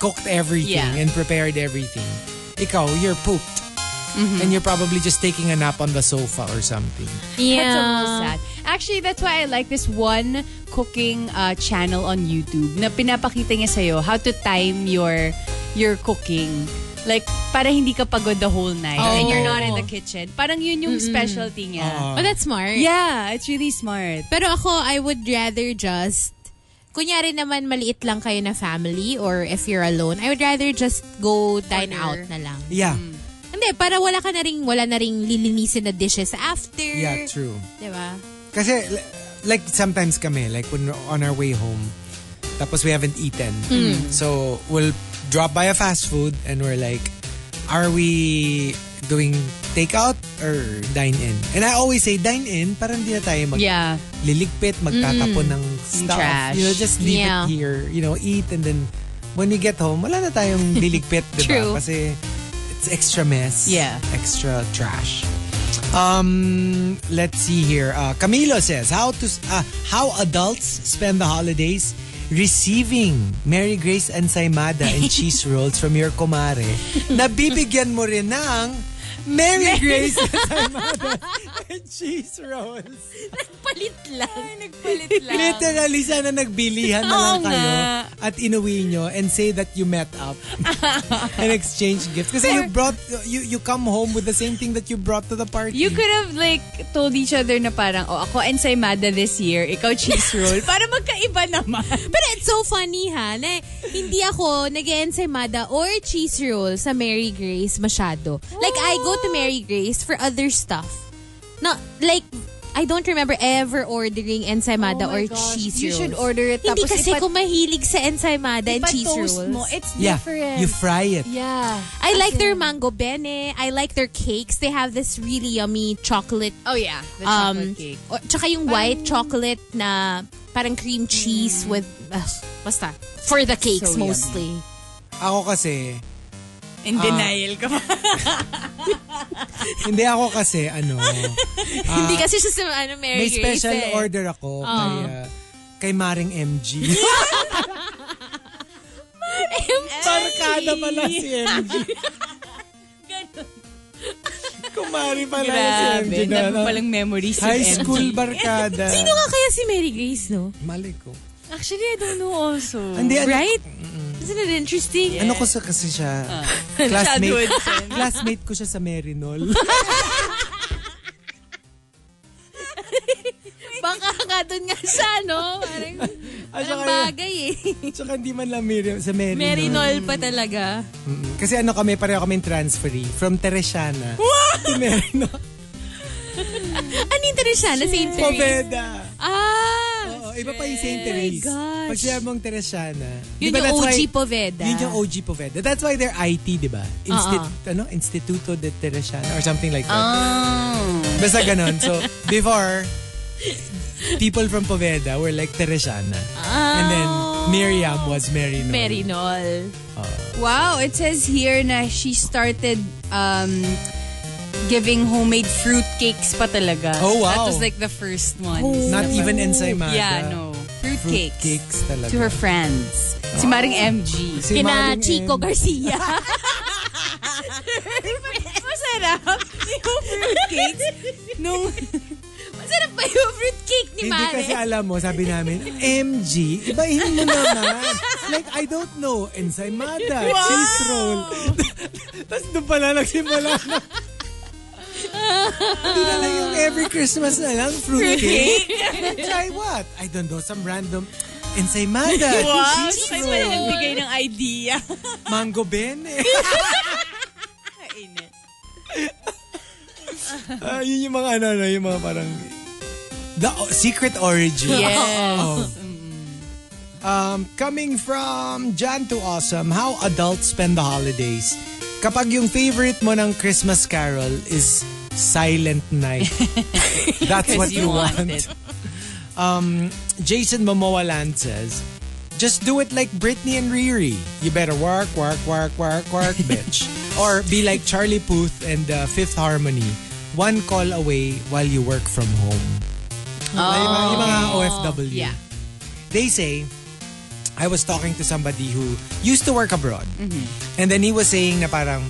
A: cooked everything
C: Yeah.
A: and prepared everything, ikaw, you're pooped. And you're probably just taking a nap on the sofa or something.
B: Yeah.
C: That's almost sad. Actually, that's why I like this one cooking uh, channel on YouTube na pinapakita niya sa'yo how to time your your cooking. Like, para hindi ka pagod the whole night
B: Oh. Ah.
C: and you're not in the kitchen. Parang yun yung specialty niya.
B: Oh, that's smart.
C: Yeah, it's really smart.
B: Pero ako, I would rather just kunyari naman maliit lang kayo na family or if you're alone, I would rather just go dine out na lang.
A: Yeah.
B: Hindi, para wala ka na rin, wala na rin lilinisin na dishes after.
A: Yeah, true.
B: Diba?
A: Kasi, l- like, sometimes kami, like, when we're on our way home, tapos we haven't eaten. So, we'll drop by a fast food and we're like, are we doing takeout or dine-in? And I always say dine-in, parang hindi na tayo mag-
C: Yeah.
A: liligpit, magtatapon ng stuff.
C: Trash.
A: You know, just leave
B: Yeah.
A: it here. You know, eat and then when you get home, wala na tayong liligpit, di
B: True.
A: ba? Kasi it's extra mess.
C: Yeah.
A: Extra trash. Um, let's see here. Uh, Camilo says, how to uh, how adults spend the holidays receiving Mary Grace and Saimada and cheese rolls from your kumare na bibigyan mo rin ng Mary Grace and Saimada and cheese rolls.
B: Palit lang.
C: Nagpalit
A: Literally, sana nagbilihan na lang
C: Oo nga.
A: kayo at inuwi nyo and say that you met
C: *laughs*
A: up and exchange gifts. Kasi you brought, you, you come home with the same thing that you brought to the party.
C: You could have like told each other na parang, oh, ako ensaymada this year, ikaw
B: *laughs*
C: cheese roll. Para magkaiba naman.
B: Pero it's so funny ha, na hindi ako nag ensaymada or cheese roll sa Mary Grace masyado. Like, I go to Mary Grace for other stuff. Not, like, I don't remember ever ordering ensaymada
C: Oh
B: or
C: my gosh.
B: cheese rolls.
C: You should order it,
B: Hindi
C: tapos
B: kasi
C: ipat-
B: ko mahilig sa ensaymada and cheese
C: Pa-toast
B: rolls.
C: mo, Eh, it's
A: yeah,
C: different.
A: you fry it.
C: yeah.
B: I like their mango bene. I like their cakes. They have this really yummy chocolate
C: Oh yeah, the
B: um
C: chocolate cake.
B: Or, tsaka yung white chocolate na parang cream cheese with ugh, basta for the cakes
C: So yummy.
B: mostly.
A: Ako kasi,
C: In denial ka pa.
A: hindi ako kasi,
C: *laughs*
A: ano,
B: Hindi kasi siya sa ano, Mary
A: may
B: Grace
A: special
B: eh.
A: order ako kay, uh, kay Maring
C: *laughs*
A: MG. Barkada pala si
C: *laughs*
A: MG. Kumari pala si MG.
C: Grabe,
A: na,
C: dami
A: na-
C: palang memories.
A: High
C: with
A: school
C: MG.
A: barkada.
B: Sino nga kaya si Mary Grace, no?
A: Mali ko.
C: Actually, I don't know also.
A: Hindi, ano,
B: Right? Isn't it interesting?
A: Ano ko sa kasi siya?
B: Ah. *laughs*
C: Childhood
A: classmate.
C: friend.
A: classmate ko siya sa Merinol.
B: *laughs* Baka nga doon nga siya, no? Parang,
A: At
B: parang
A: saka,
B: bagay eh.
A: saka hindi man lang Mer- sa Merinol.
B: Mary Noel pa talaga.
A: Mm-mm. Kasi ano kami, pareho kami transferee. From Teresiana. What? To
B: *laughs*
A: Merinol.
B: Ano yung Teresiana? Saint Teresa?
A: Poveda.
B: Ah!
A: Oo, iba pa yung St.
B: my
A: Therese.
B: gosh.
A: Pag sinabi mong Teresiana.
B: Yun
A: di ba
B: yung
A: that's
B: OG
A: why-
B: Poveda.
A: Yun yung OG Poveda. That's why they're IT, di ba?
C: Uh-uh.
A: Institute, ano? Instituto de Teresiana or something like that.
C: Oh.
A: Basta ganun. So, before, people from Poveda were like Teresiana. And then,
C: Oh.
A: Miriam was Mary Noel.
B: Mary Noel.
C: Uh. Wow, it says here na she started um, giving homemade fruit cakes pa talaga.
A: Oh, wow. Oh.
C: That was like the first one.
A: Not even ensaymada.
C: Yeah, no. Fruit,
A: Fruit cakes. talaga.
C: To her friends. Si Maring MG.
A: Si
B: Kina
A: Maring
B: Chico
A: M. *laughs*
B: Garcia.
C: Masarap. Yung fruitcakes. Nung...
B: Masarap ba yung fruitcake ni
A: Hindi kasi
B: Mare?
A: alam mo, sabi namin, MG, ibahin mo naman. like, I don't know, ensaymada, cheese *laughs* roll. Tapos doon pala nagsimula na. Doon na lang yung every Christmas na lang, fruit cake. Try what? I don't know, some random ensaymada,
C: Wow,
A: cheese
C: siya
A: roll,
C: nagbigay ng idea.
A: mango bene.
C: Kainis.
A: Ah, yun yung mga ano, ano, yung mga parang the o- secret origin.
C: Yes.
A: Of- Um, coming from Jan to Awesome, how adults spend the holidays. Kapag yung favorite mo ng Christmas Carol is Silent Night.
C: *laughs*
A: That's what you,
C: you
A: want.
C: want
A: *laughs* um, Jason Momoa Land says, just do it like Britney and Riri. You better work, work, work, work, work,
C: *laughs*
A: bitch. or be like Charlie Puth and uh, Fifth Harmony. One call away while you work from home. Ay, yung mga- yung mga OFW.
C: Oh. Yeah.
A: They say, I was talking to somebody who used to work abroad. And then he was saying na parang,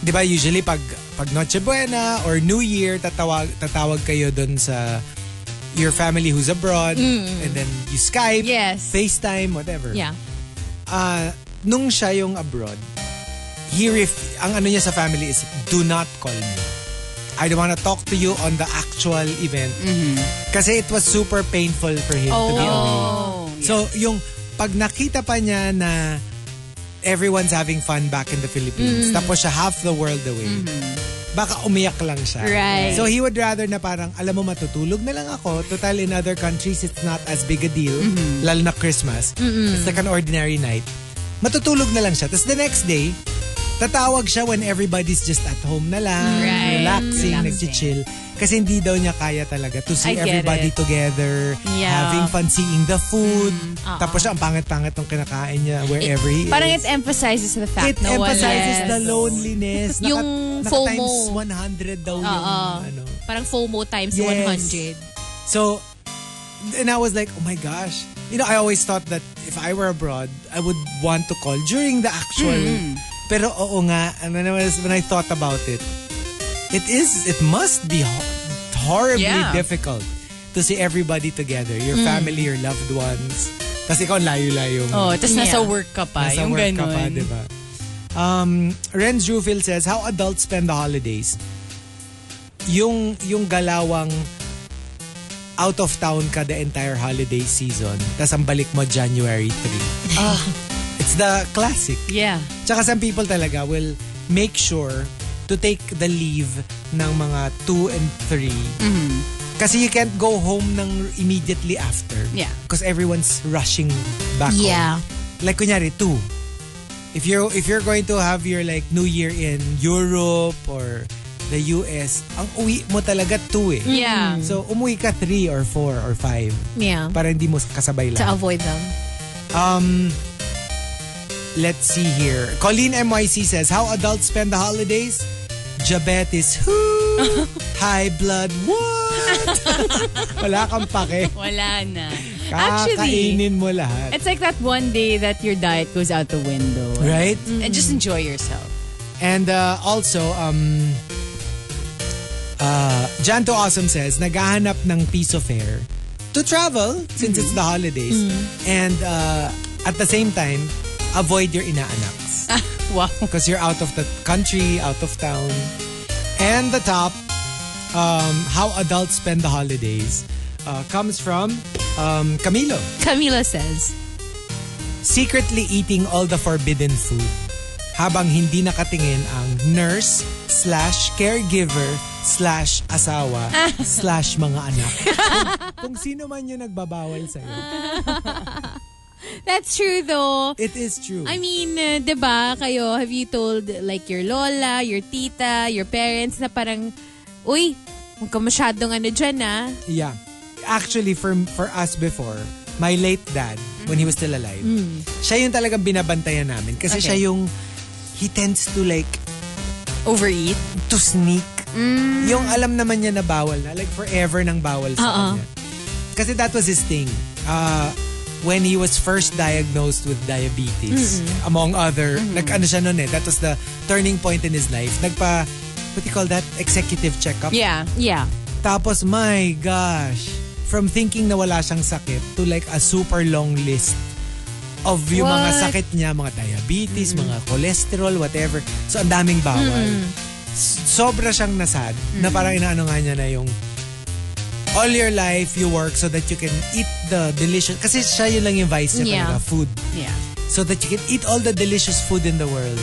A: di ba usually pag, pag Noche Buena or New Year, tatawag, tatawag kayo dun sa your family who's abroad. And then you Skype,
C: Yes.
A: FaceTime, whatever.
B: Yeah.
A: Ah, nung siya yung abroad, he ref- ang ano niya sa family is, do not call me. I don't wanna talk to you Oh.
C: Oh,
A: on the actual event. Kasi it was super painful for him to be away. So, yung pag nakita pa niya na everyone's having fun back in the Philippines, tapos siya half the world away, baka umiyak lang siya.
B: Right.
A: So, he would rather na parang, alam mo, matutulog na lang ako. Total, in other countries, it's not as big a deal. Lalo na Christmas. It's like an ordinary night. Matutulog na lang siya. Tapos the next day, tatawag siya when everybody's just at home na lang,
B: Right.
A: relaxing,
C: Relaxing.
A: nagchichill. Kasi hindi daw niya kaya talaga to see
C: I get
A: everybody
C: it.
A: together,
B: Yeah.
A: having fun seeing the food.
B: Mm, uh-uh.
A: Tapos siya, ang pangit-pangit ng kinakain niya wherever he
C: Parang
A: is.
C: it emphasizes the fact
A: It
C: na wala.
A: emphasizes the
C: Yes.
A: loneliness. Naka-
B: *laughs* Yung
A: naka
B: FOMO. Uh-uh.
A: times 100 daw yung
B: Oo.
A: ano.
B: Parang FOMO times
A: Yes.
B: 100.
A: So, and I was like, oh my gosh. You know, I always thought that if I were abroad, I would want to call during the actual.
C: Hmm.
A: Pero oo nga, and then I was, when I thought about it, it is, it must be ho- horribly
C: Yeah. Hmm.
A: difficult to see everybody together, your family, your loved ones. Kasi ikaw layo-layo. mo.
C: Oh, tapos nasa
B: Yeah.
C: work ka pa.
A: Nasa
C: yung
A: work ka
C: ganun.
A: pa, di ba? Um, Ren Jufil says, how adults spend the holidays. Yung, yung galawang out of town ka the entire holiday season, tas ang balik mo January 3.
C: Ah.
A: It's the classic.
C: Yeah.
A: Tsaka some people talaga will make sure to take the leave ng mga 2 and 3.
B: Mm-hmm.
A: Kasi you can't go home ng immediately after.
C: Yeah.
A: Because everyone's rushing back
B: Yeah.
A: home. Like kunyari, 2. If you're, if you're going to have your like New Year in Europe or the US, ang uwi mo talaga 2 eh.
C: Mm. Yeah.
B: Mm.
A: So umuwi ka 3 or 4 or 5
B: Yeah.
A: para hindi mo kasabay
B: To
A: lang.
B: avoid them.
A: Um, let's see here. Colleen MYC says, How adults spend the holidays? Diabetes, who? High blood, what? *laughs* Wala kang pake.
C: Wala na. Actually,
A: Kakainin mo lahat.
C: it's like that one day that your diet goes out the window.
A: Right?
C: And just enjoy yourself.
A: And uh, also, um, uh, Janto Awesome says, naghahanap ng piece of air to travel since it's the holidays. And uh, at the same time, avoid your inaanaks.
C: Wow.
A: because you're out of the country, out of town. And the top, um, how adults spend the holidays, uh, comes from um, Camilo.
B: Camila says,
A: Secretly eating all the forbidden food habang hindi nakatingin ang nurse slash caregiver slash asawa slash mga anak. Kung, kung sino man yung nagbabawal sa'yo.
B: That's true though.
A: It is true.
B: I mean, uh, 'di ba kayo, have you told like your lola, your tita, your parents na parang, uy, huwag ka masyadong ano dyan ah.
A: Yeah. Actually, for for us before, my late dad, when he was still alive, siya yung talagang binabantayan namin. Kasi
C: Mm. Okay.
A: siya yung, he tends to like,
C: Overeat.
A: to sneak.
C: Mm.
A: Yung alam naman niya na bawal na. Like forever nang bawal sa
C: Uh-uh.
A: kanya. Kasi that was his thing. Uh, when he was first diagnosed with diabetes, among other, nag-ano siya noon eh, that was the turning point in his life. Nagpa, what do you call that? Executive checkup.
C: Yeah.
B: Yeah.
A: Tapos, my gosh, from thinking na wala siyang sakit to like a super long list of yung mga
B: What? Mm-hmm.
A: sakit niya, mga diabetes, mga cholesterol, whatever. So, ang daming bawal. S- Sobra siyang nasad na
B: Mm-hmm.
A: parang inaano nga niya na yung all your life you work so that you can eat the delicious kasi siya yun lang yung vice niya
B: Yeah.
A: talaga, food.
C: Yeah.
A: So that you can eat all the delicious food in the world.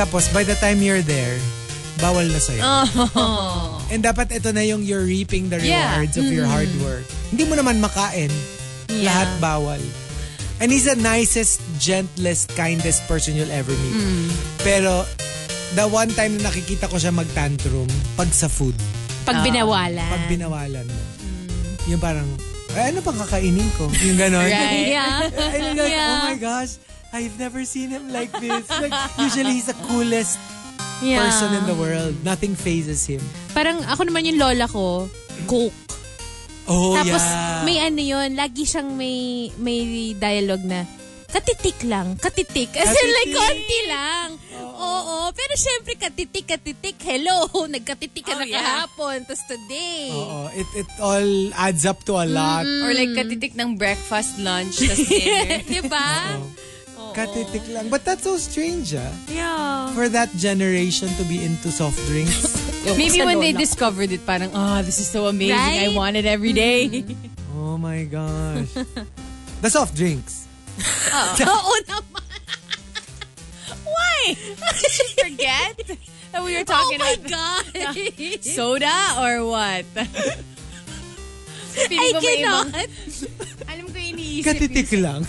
A: Tapos, by the time you're there, bawal na sa'yo. And dapat ito na yung you're reaping the
C: Oh. Yeah. Mm-hmm.
A: rewards of your hard work. Hindi mo naman makain. Lahat bawal. And he's the nicest, gentlest, kindest person you'll ever meet.
C: Mm.
A: Pero, the one time na nakikita ko siya mag-tantrum, pag sa food,
B: Pag binawalan.
A: Ah, pag binawalan mo,
C: Mm.
A: yung parang, "Ay, ano pang kakainin ko? Yung ganon.
C: Right.
A: *laughs*
B: Yeah.
A: I'm like,
B: Yeah.
A: oh my gosh, I've never seen him like this. Like, usually he's the coolest
B: yeah.
A: person in the world. Nothing phases him.
B: Parang ako naman yung lola ko, coke.
A: Oh,
B: Tapos
A: yeah.
B: may ano yun, lagi siyang may may dialogue na katitik lang, katitik. As in like
A: Katitik. Oh.
B: konti lang. Oo, pero syempre katitik, katitik. Hello, *laughs* nagkatitik
A: Oh,
B: ka na kahapon, tapos today.
A: Oo, it, it all adds up to a lot.
B: Mm-hmm.
C: Or like katitik ng breakfast, lunch, tas
B: *laughs*
C: dinner.
B: Di ba?
A: Katitik lang. But that's so strange, ah.
B: Yeah.
A: For that generation to be into soft drinks.
B: *laughs*
C: Maybe when they discovered it, "Ah, parang, oh, this is so amazing.
B: Right?
C: I *laughs* want it every day.
A: oh my gosh. The soft drinks. Oh.
B: Oo *laughs* naman.
C: Why? Did you forget that we were
B: Oh
C: talking
B: my
C: about
B: God. *laughs*
C: *laughs* soda or what? *laughs*
B: I
C: Feeling ko may
B: cannot.
C: ibang- Alam ko iniisip.
A: Katitik
B: *laughs*
A: lang.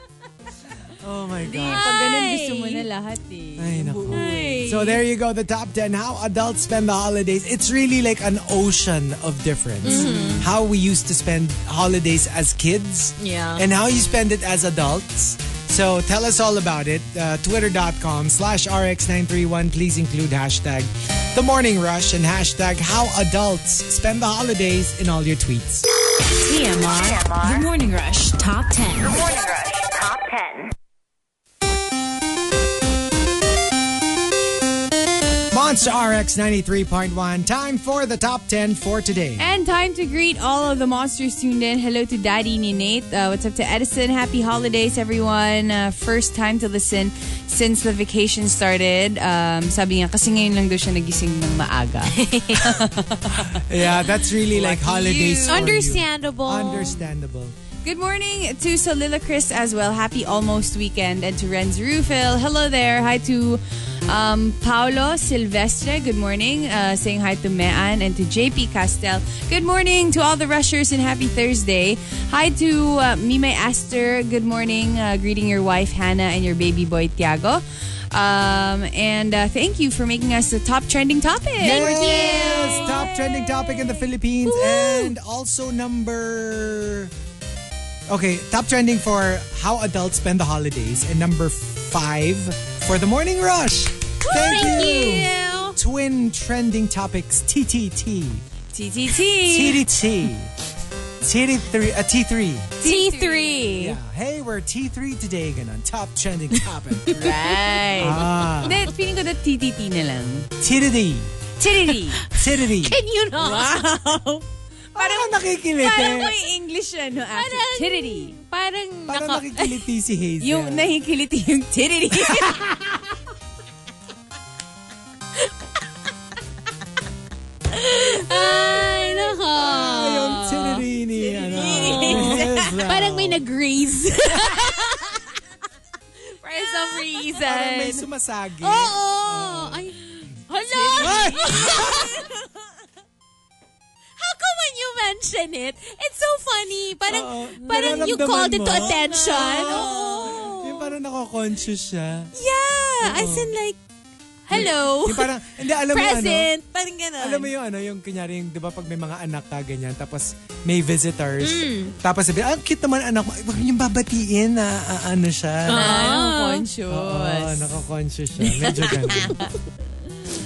A: *laughs* oh my
C: Eh,
A: God.
C: Pag ganun gusto mo na lahat eh.
A: Ay,
C: Yung
A: naku.
C: buo eh.
A: So there you go, the top 10 how adults spend the holidays. It's really like an ocean of difference. How we used to spend holidays as kids
B: Yeah.
A: and how you spend it as adults. So tell us all about it. Uh, Twitter.com slash RX931. Please include hashtag The Morning Rush and hashtag How Adults Spend the Holidays in all your tweets.
D: TMR. The Morning Rush Top 10.
E: Morning Rush Top 10.
A: Monster RX 93.1. Time for the top 10 for *laughs* today.
C: And time to greet all of the monsters tuned in. Hello to Daddy ni Nate. Uh, what's up to Edison? Happy holidays, everyone. Uh, first time to listen since the vacation started. Um, sabi niya, kasi ngayon lang daw siya nagising ng maaga.
A: Yeah, that's really like holidays. for you.
B: Understandable.
A: Understandable.
C: Good morning to Solila Chris as well. Happy almost weekend. And to Renz Rufil. Hello there. Hi to um, Paolo Silvestre. Good morning. Uh, saying hi to Mean and to JP Castel. Good morning to all the rushers and happy Thursday. Hi to uh, Mime Aster. Good morning. Uh, greeting your wife Hannah and your baby boy Tiago. Um, and uh, thank you for making us the top trending topic.
A: yes, top trending topic in the Philippines and also number Okay, top trending for how adults spend the holidays and number 5 for the morning rush. Thank, you.
B: you.
A: Twin trending topics TTT. *laughs*
C: TTT.
A: TTT. TT3 a T3.
B: T3.
A: uh, Yeah. Hey, we're T3 today again on top trending topic. *laughs*
C: Right.
A: ah,
C: Hindi, feeling ko na TTT na lang.
A: TTT.
C: Tiriri.
A: TTT.
B: Can you not?
A: Parang nakikilit
C: Parang
A: eh.
C: may English ano after
B: Parang-
C: tiriri.
B: Parang,
A: Parang
B: naka-
A: nakikiliti si Hazel. Ah.
C: Yung nahikiliti yung tiriri.
B: Ay, nako.
A: Yung
B: Ah.
A: tinirini,
B: *laughs*
A: ano.
B: Parang may nag-raise. For some reason.
A: Parang may sumasagi.
B: Oo. Ay, hala.
A: Ay!
B: How come when you mention it, it's so funny. Parang,
A: Oo.
B: parang you
A: Nararamdaman
B: called it to
A: mo?
B: attention. Oo.
A: Yung parang nako-conscious siya.
B: Yeah. As in like, hello.
A: Yung parang, hindi, alam mo yung ano,
B: Present. Parang gano'n.
A: alam mo yung ano, yung kunyari, yung, di ba, pag may mga anak ka, ganyan, tapos may visitors,
B: Mm.
A: tapos sabi, ah, cute naman anak mo. Ay, Huwag niyong babatiin na ah, ano siya. Oo,
C: conscious.
A: nako-conscious Oh, siya. Medyo ganun.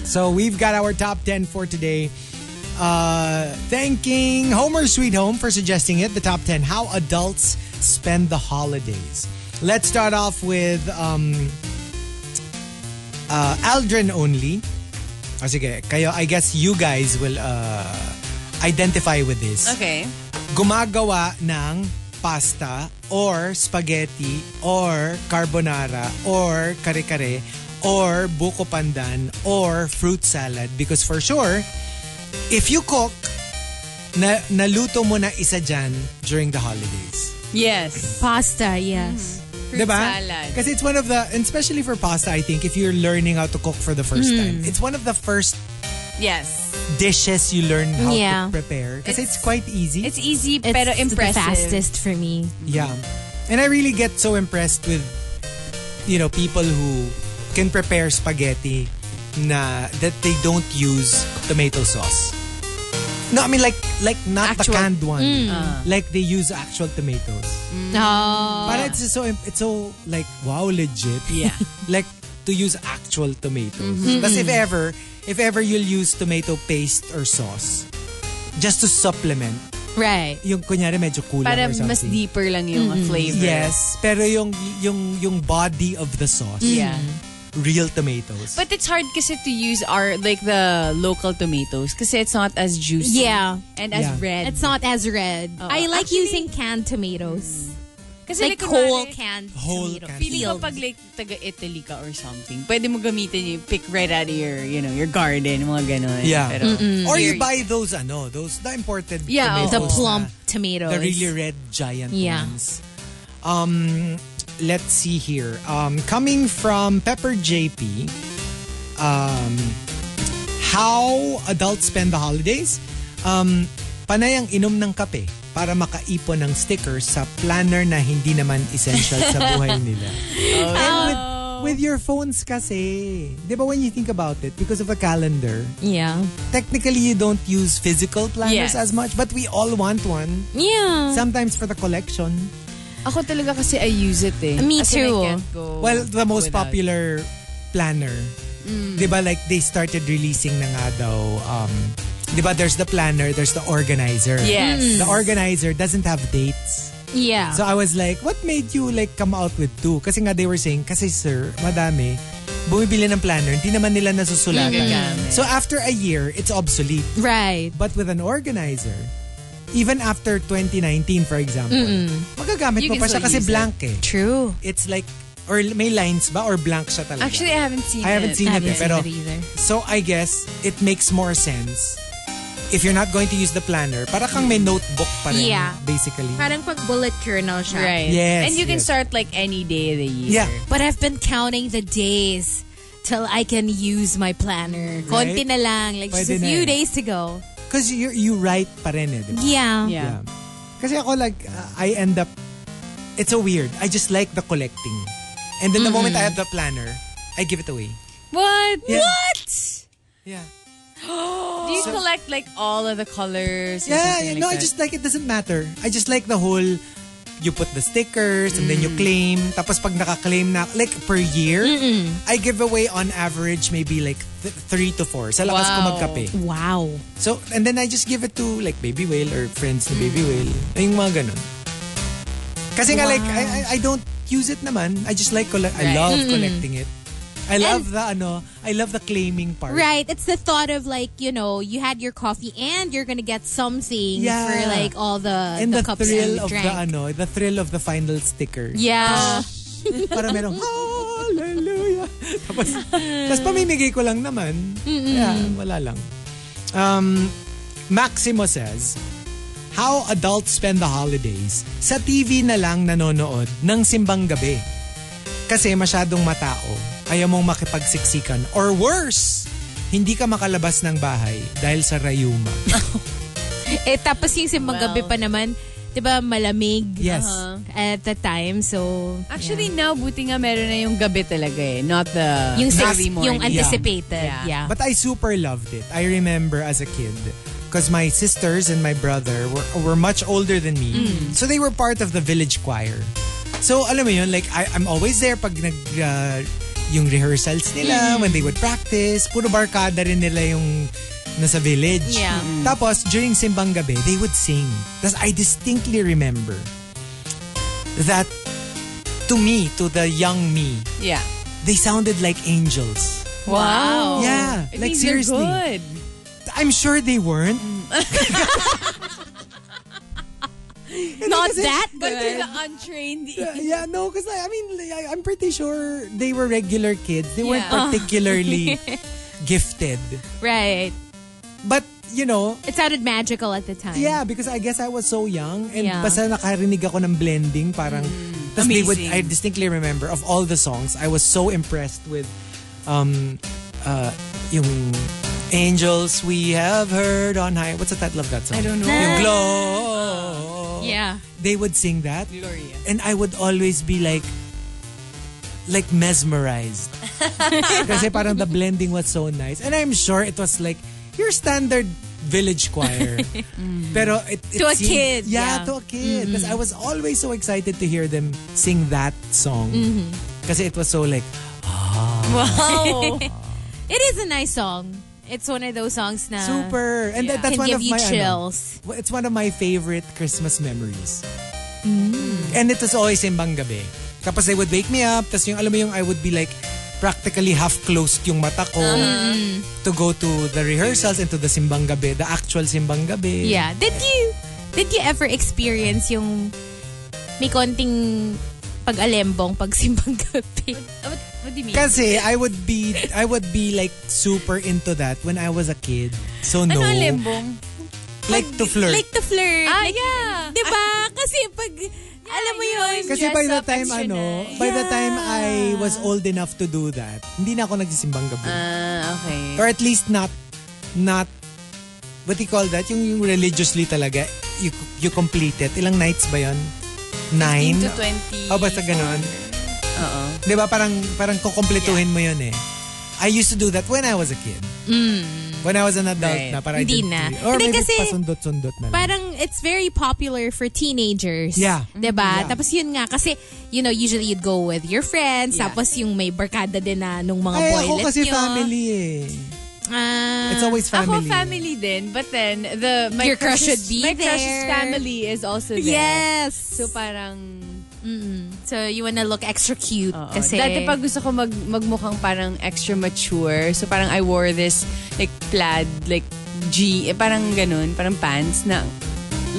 A: so, we've got our top 10 for today. Uh, thanking Homer Sweet Home for suggesting it, the top 10, how adults spend the holidays. Let's start off with um, uh, Aldrin only. O sige, kayo, I guess you guys will uh, identify with this
C: Okay.
A: gumagawa ng pasta or spaghetti or carbonara or kare-kare or buko pandan or fruit salad because for sure if you cook na naluto mo na isa dyan during the holidays.
C: Yes.
B: Pasta, yes.
C: Fruit
A: diba?
C: salad.
A: Kasi it's one of the, and especially for pasta, I think, if you're learning how to cook for the
C: Hmm.
A: first time, it's one of the first
C: Yes.
A: dishes you learn how
B: Yeah.
A: to prepare. Kasi it's, quite easy.
C: It's easy
B: It's
C: pero
B: the
C: impressive.
B: fastest for me.
A: Yeah. And I really get so impressed with you know people who can prepare spaghetti na that they don't use tomato sauce. No, I mean like like not the
C: Actual- Mm.
A: canned one. Like they use actual tomatoes.
B: No.
A: But it's just so im- it's so like wow legit.
C: Yeah.
A: *laughs*
C: Mm-hmm.
A: like to use actual tomatoes. Because if ever if ever you'll use tomato paste or sauce just to supplement
B: Right.
A: yung kunyari medyo kulang or
C: Para
A: something.
C: mas deeper lang yung flavor.
A: Yes, pero yung yung yung body of the sauce,
C: Mm. Yeah.
A: real tomatoes.
C: But it's hard kasi to use our like the local tomatoes kasi it's not as juicy.
B: Yeah.
C: And as
A: Yeah.
C: red.
B: It's not as red.
C: Oo.
B: I like
C: Actually-
B: using canned tomatoes. Like
C: kasi
B: whole
C: kunwari-
B: canned
A: Whole
B: tomato.
A: canned.
C: Feeling ko pag like taga-Italy ka or something, pwede mo gamitin yung pick right out of your, you know, your garden, mga ganun.
A: yeah.
C: Pero,
A: Or you
C: here-
A: buy those ano, those the imported
C: Yeah, oh,
A: tomatoes.
B: The
A: na-
B: plump tomatoes.
A: The really red giant
B: Yeah.
A: ones. Um, let's see here. Um, coming from Pepper JP, um, how adults spend the holidays? Um, panay ang inom ng kape para makaipon ng stickers sa planner na hindi naman essential sa buhay nila. And with, with your phones kasi, di ba when you think about it, because of a calendar,
B: Yeah.
A: technically you don't use physical planners
C: Yes.
A: as much, but we all want one.
C: Mm.
B: Yeah.
A: Sometimes for the collection.
C: Ako talaga kasi I use it eh.
B: Me
C: As in, I
B: too.
C: can't go
A: Well, the most
C: without.
A: popular planner.
C: Mm.
A: Di ba like they started releasing na nga daw, um, di ba there's the planner, there's the organizer.
C: Yes.
A: The organizer doesn't have dates.
B: yeah.
A: So I was like, what made you like come out with two? Kasi nga they were saying, kasi sir, madami, bumibili ng planner, hindi naman nila nasusulatan.
C: Nagagamit.
A: So after a year, it's obsolete.
B: right.
A: But with an organizer, even after 2019 for example, magagamit mo
C: You can
A: pa siya
C: still
A: kasi
C: use it.
A: blank eh.
B: True.
A: It's like, or may lines ba or blank siya talaga?
C: Actually, I haven't seen
A: I haven't
C: it.
A: seen
B: Haven't
A: it eh, pero
B: seen it either.
A: so I guess it makes more sense if you're not going to use the planner. Para kang may notebook pa rin,
B: Yeah.
A: basically.
B: Parang pag bullet journal siya.
C: Right.
A: Yes,
C: And you can
A: yes.
C: start like any day of the year.
A: yeah.
B: But I've been counting the days till I can use my planner. Konti
A: Right?
B: na lang. Like just
A: Pwede
B: a
A: na
B: few
A: eh.
B: days to go.
A: Because you, you write pa rin eh, di ba?
B: Yeah.
C: Yeah.
A: Yeah. Kasi ako like, uh, I end up, it's so weird. I just like the collecting. And then the moment I have the planner, I give it away.
C: What?
A: Yeah.
C: What?
A: Yeah.
C: Do you collect like all of the colors? or
A: Yeah,
C: something
A: yeah,
C: like
A: no, I
C: that?
A: just like it doesn't matter. I just like the whole you put the stickers and then you claim. Tapos pag nakaklaim na, like per year, I give away on average maybe like th- three to four. Sa lakas ko
C: Wow.
A: magkape.
B: Wow.
A: So, and then I just give it to like Baby Whale or friends ni Baby Whale. Yung mga ganun. Kasi nga like, I, I, I don't use it naman. I just like, collect I
C: Right.
A: love collecting it. I love the ano, I love the claiming part.
B: Right. It's the thought of like, you know, you had your coffee and you're gonna get something
A: Yeah.
B: for like all the,
A: And the,
B: cups that
A: thrill
B: we
A: of
B: drank.
A: the Ah. ano, the thrill of the final sticker.
B: yeah.
A: Para merong hallelujah. Tapos, tapos pamimigay ko lang naman. Yeah, wala lang. Um, Maximo says, How adults spend the holidays sa TV na lang nanonood ng simbang gabi. Kasi masyadong matao, kaya mong makipagsiksikan. Or worse, hindi ka makalabas ng bahay dahil sa rayuma.
B: Eh, tapos yung simbang
C: Well.
B: gabi pa naman, di ba, malamig Uh-huh.
A: Yes.
B: at the time. So,
C: Actually, now, buti nga meron na yung gabi talaga eh. Not the
B: yung,
C: early
B: six,
C: morning.
B: yung anticipated.
C: Yeah.
B: Yeah.
A: But I super loved it. I remember as a kid because my sisters and my brother were, were much older than me. So they were part of the village choir. So alam mo yun, like I, I'm always there pag nag uh, yung rehearsals nila, when they would practice, puro barkada rin nila yung nasa village.
B: Yeah.
A: Tapos during simbang gabi, they would sing. Tapos I distinctly remember that to me, to the young me,
C: Yeah.
A: they sounded like angels.
C: Wow.
A: Yeah,
C: It
A: like
C: means they're
A: seriously.
C: good.
A: I'm sure they weren't.
B: Mm.
A: *laughs*
B: *laughs* Not that
C: But to
B: good.
C: the untrained,
A: Yeah, no, because I, I mean, like, I, I'm pretty sure they were regular kids. They weren't
C: Yeah.
B: *laughs*
C: Oh.
A: particularly gifted.
B: Right.
A: But, you know,
B: It sounded magical at the time.
A: yeah, because I guess I was so young and
B: Yeah.
A: basta nakarinig ako ng blending, parang, tas they would,
C: Mm.
A: I
C: Amazing.
A: distinctly remember, of all the songs, I was so impressed with, um, uh, yung Angels We Have Heard on High. What's the title of that song?
C: I don't know. Ah.
A: Yung Glow.
B: Yeah.
A: They would sing that.
C: Gloria.
A: and I would always be like like mesmerized.
B: *laughs*
A: Kasi parang the blending was so nice. And I'm sure it was like your standard village choir. Pero it, it
B: Mm-hmm. To a
A: seemed-
B: kid,
A: Yeah,
B: yeah. Mm-hmm.
A: to a kid. Because I was always so excited to hear them sing that song.
B: Mm-hmm.
A: Kasi it was so like,
C: Wow.
B: It is a nice song. It's one of those songs na
A: super. And that-
C: yeah.
A: that's
B: Ah, can
A: one
B: give
A: of
B: you
A: my, ano,
B: chills.
A: Well, It's one of my favorite Christmas memories.
B: Mm.
A: And it was always simbang gabi. Tapos they would wake me up. Tapos yung, alam mo yung, I would be like, practically half-closed yung mata ko
B: Ah,
A: to go to the rehearsals and to the simbang gabi, the actual simbang gabi.
B: Yeah. Did you did you ever experience yung may konting pag-alembong pag simbang gabi?
C: what, what do you mean?
A: Kasi I would be, I would be like super into that when I was a kid. So no.
C: Ano ang limbong?
A: Like to flirt.
B: Like to flirt.
C: Ah,
B: like,
C: yeah.
B: Diba? Kasi pag, alam mo yun.
A: Kasi
C: dress
A: by the
C: up,
A: time
C: extra
A: ano,
C: nice.
A: by the time I was old enough to do that, hindi na ako nagsisimbang gabi.
C: Ah, okay.
A: Or at least not not what do you call that? Yung, yung religiously talaga you you complete it. Ilang nights ba 'yon? Nine?
C: 15 to 20.
A: Oh, basta ganun.
C: Oo.
A: 'Di ba parang parang kukumpletuhin mo 'yon eh. I used to do that when I was a kid. When I was an adult
C: Right.
A: na parang I
B: Mm. Hindi
A: didn't
B: na.
A: do it. Or
B: Hindi
A: maybe
B: kasi
A: pasundot-sundot na lang.
B: parang it's very popular for teenagers.
A: Yeah.
B: 'Di ba?
A: Yeah.
B: Tapos yun nga, kasi, you know, usually you'd go with your friends,
C: Yeah.
B: tapos yung may barkada din na nung mga
A: Ay,
B: boylet
A: ako kasi
B: nyo.
A: family eh.
B: Ah.
A: It's always family.
C: Ako family din, but then the my
B: Your crush should
C: crush's-
B: be
C: my crush's
B: there.
C: family is also there.
B: Yes. So,
C: So parang
B: so you wanna look extra cute.
C: Oo.
B: kasi,
C: Dati pag gusto ko mag, magmukhang parang extra mature, so parang I wore this like plaid, like G, eh, parang ganun, parang pants na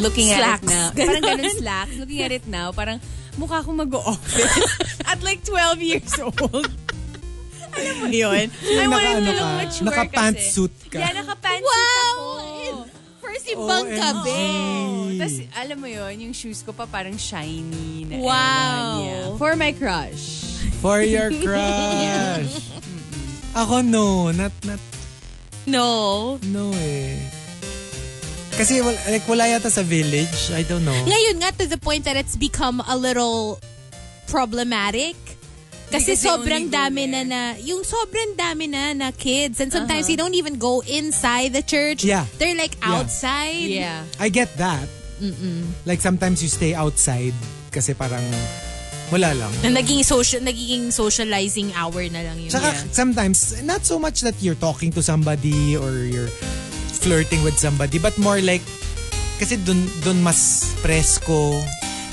C: looking
B: Slacks.
C: at it
B: *laughs*
C: now. Parang ganun slacks. Looking at it now, parang mukha akong mag-office *laughs* at like 12 years old. *laughs* Alam mo yun? I wanted
A: Naka-ano
C: to look
A: ka?
C: mature
A: Naka-pantsuit
C: kasi.
A: ka.
C: Yeah, naka-pantsuit
B: Wow!
C: ako.
B: First ibang
A: OMG.
B: gabi.
A: oh.
C: Tapos, alam mo yun, yung shoes ko pa parang shiny na.
B: Wow.
C: ewan, yeah. For my *laughs* crush.
A: For your
B: *laughs*
A: crush. Ako no, not not
B: No.
A: no eh. Kasi wala, like wala yata sa village, I don't know.
B: Ngayon nga, to the point that it's become a little problematic. Kasi
C: Because they
B: sobrang
C: only go
B: dami na
C: there.
B: na, yung sobrang dami na na kids. And sometimes they don't even go inside the church.
A: Yeah.
B: They're like
A: Yeah.
B: outside.
C: Yeah.
A: I get that. Like sometimes you stay outside kasi parang wala lang.
B: Na naging social, nagiging socializing hour na lang yun.
A: Tsaka sometimes, not so much that you're talking to somebody or you're flirting with somebody, but more like, kasi dun, dun mas presko.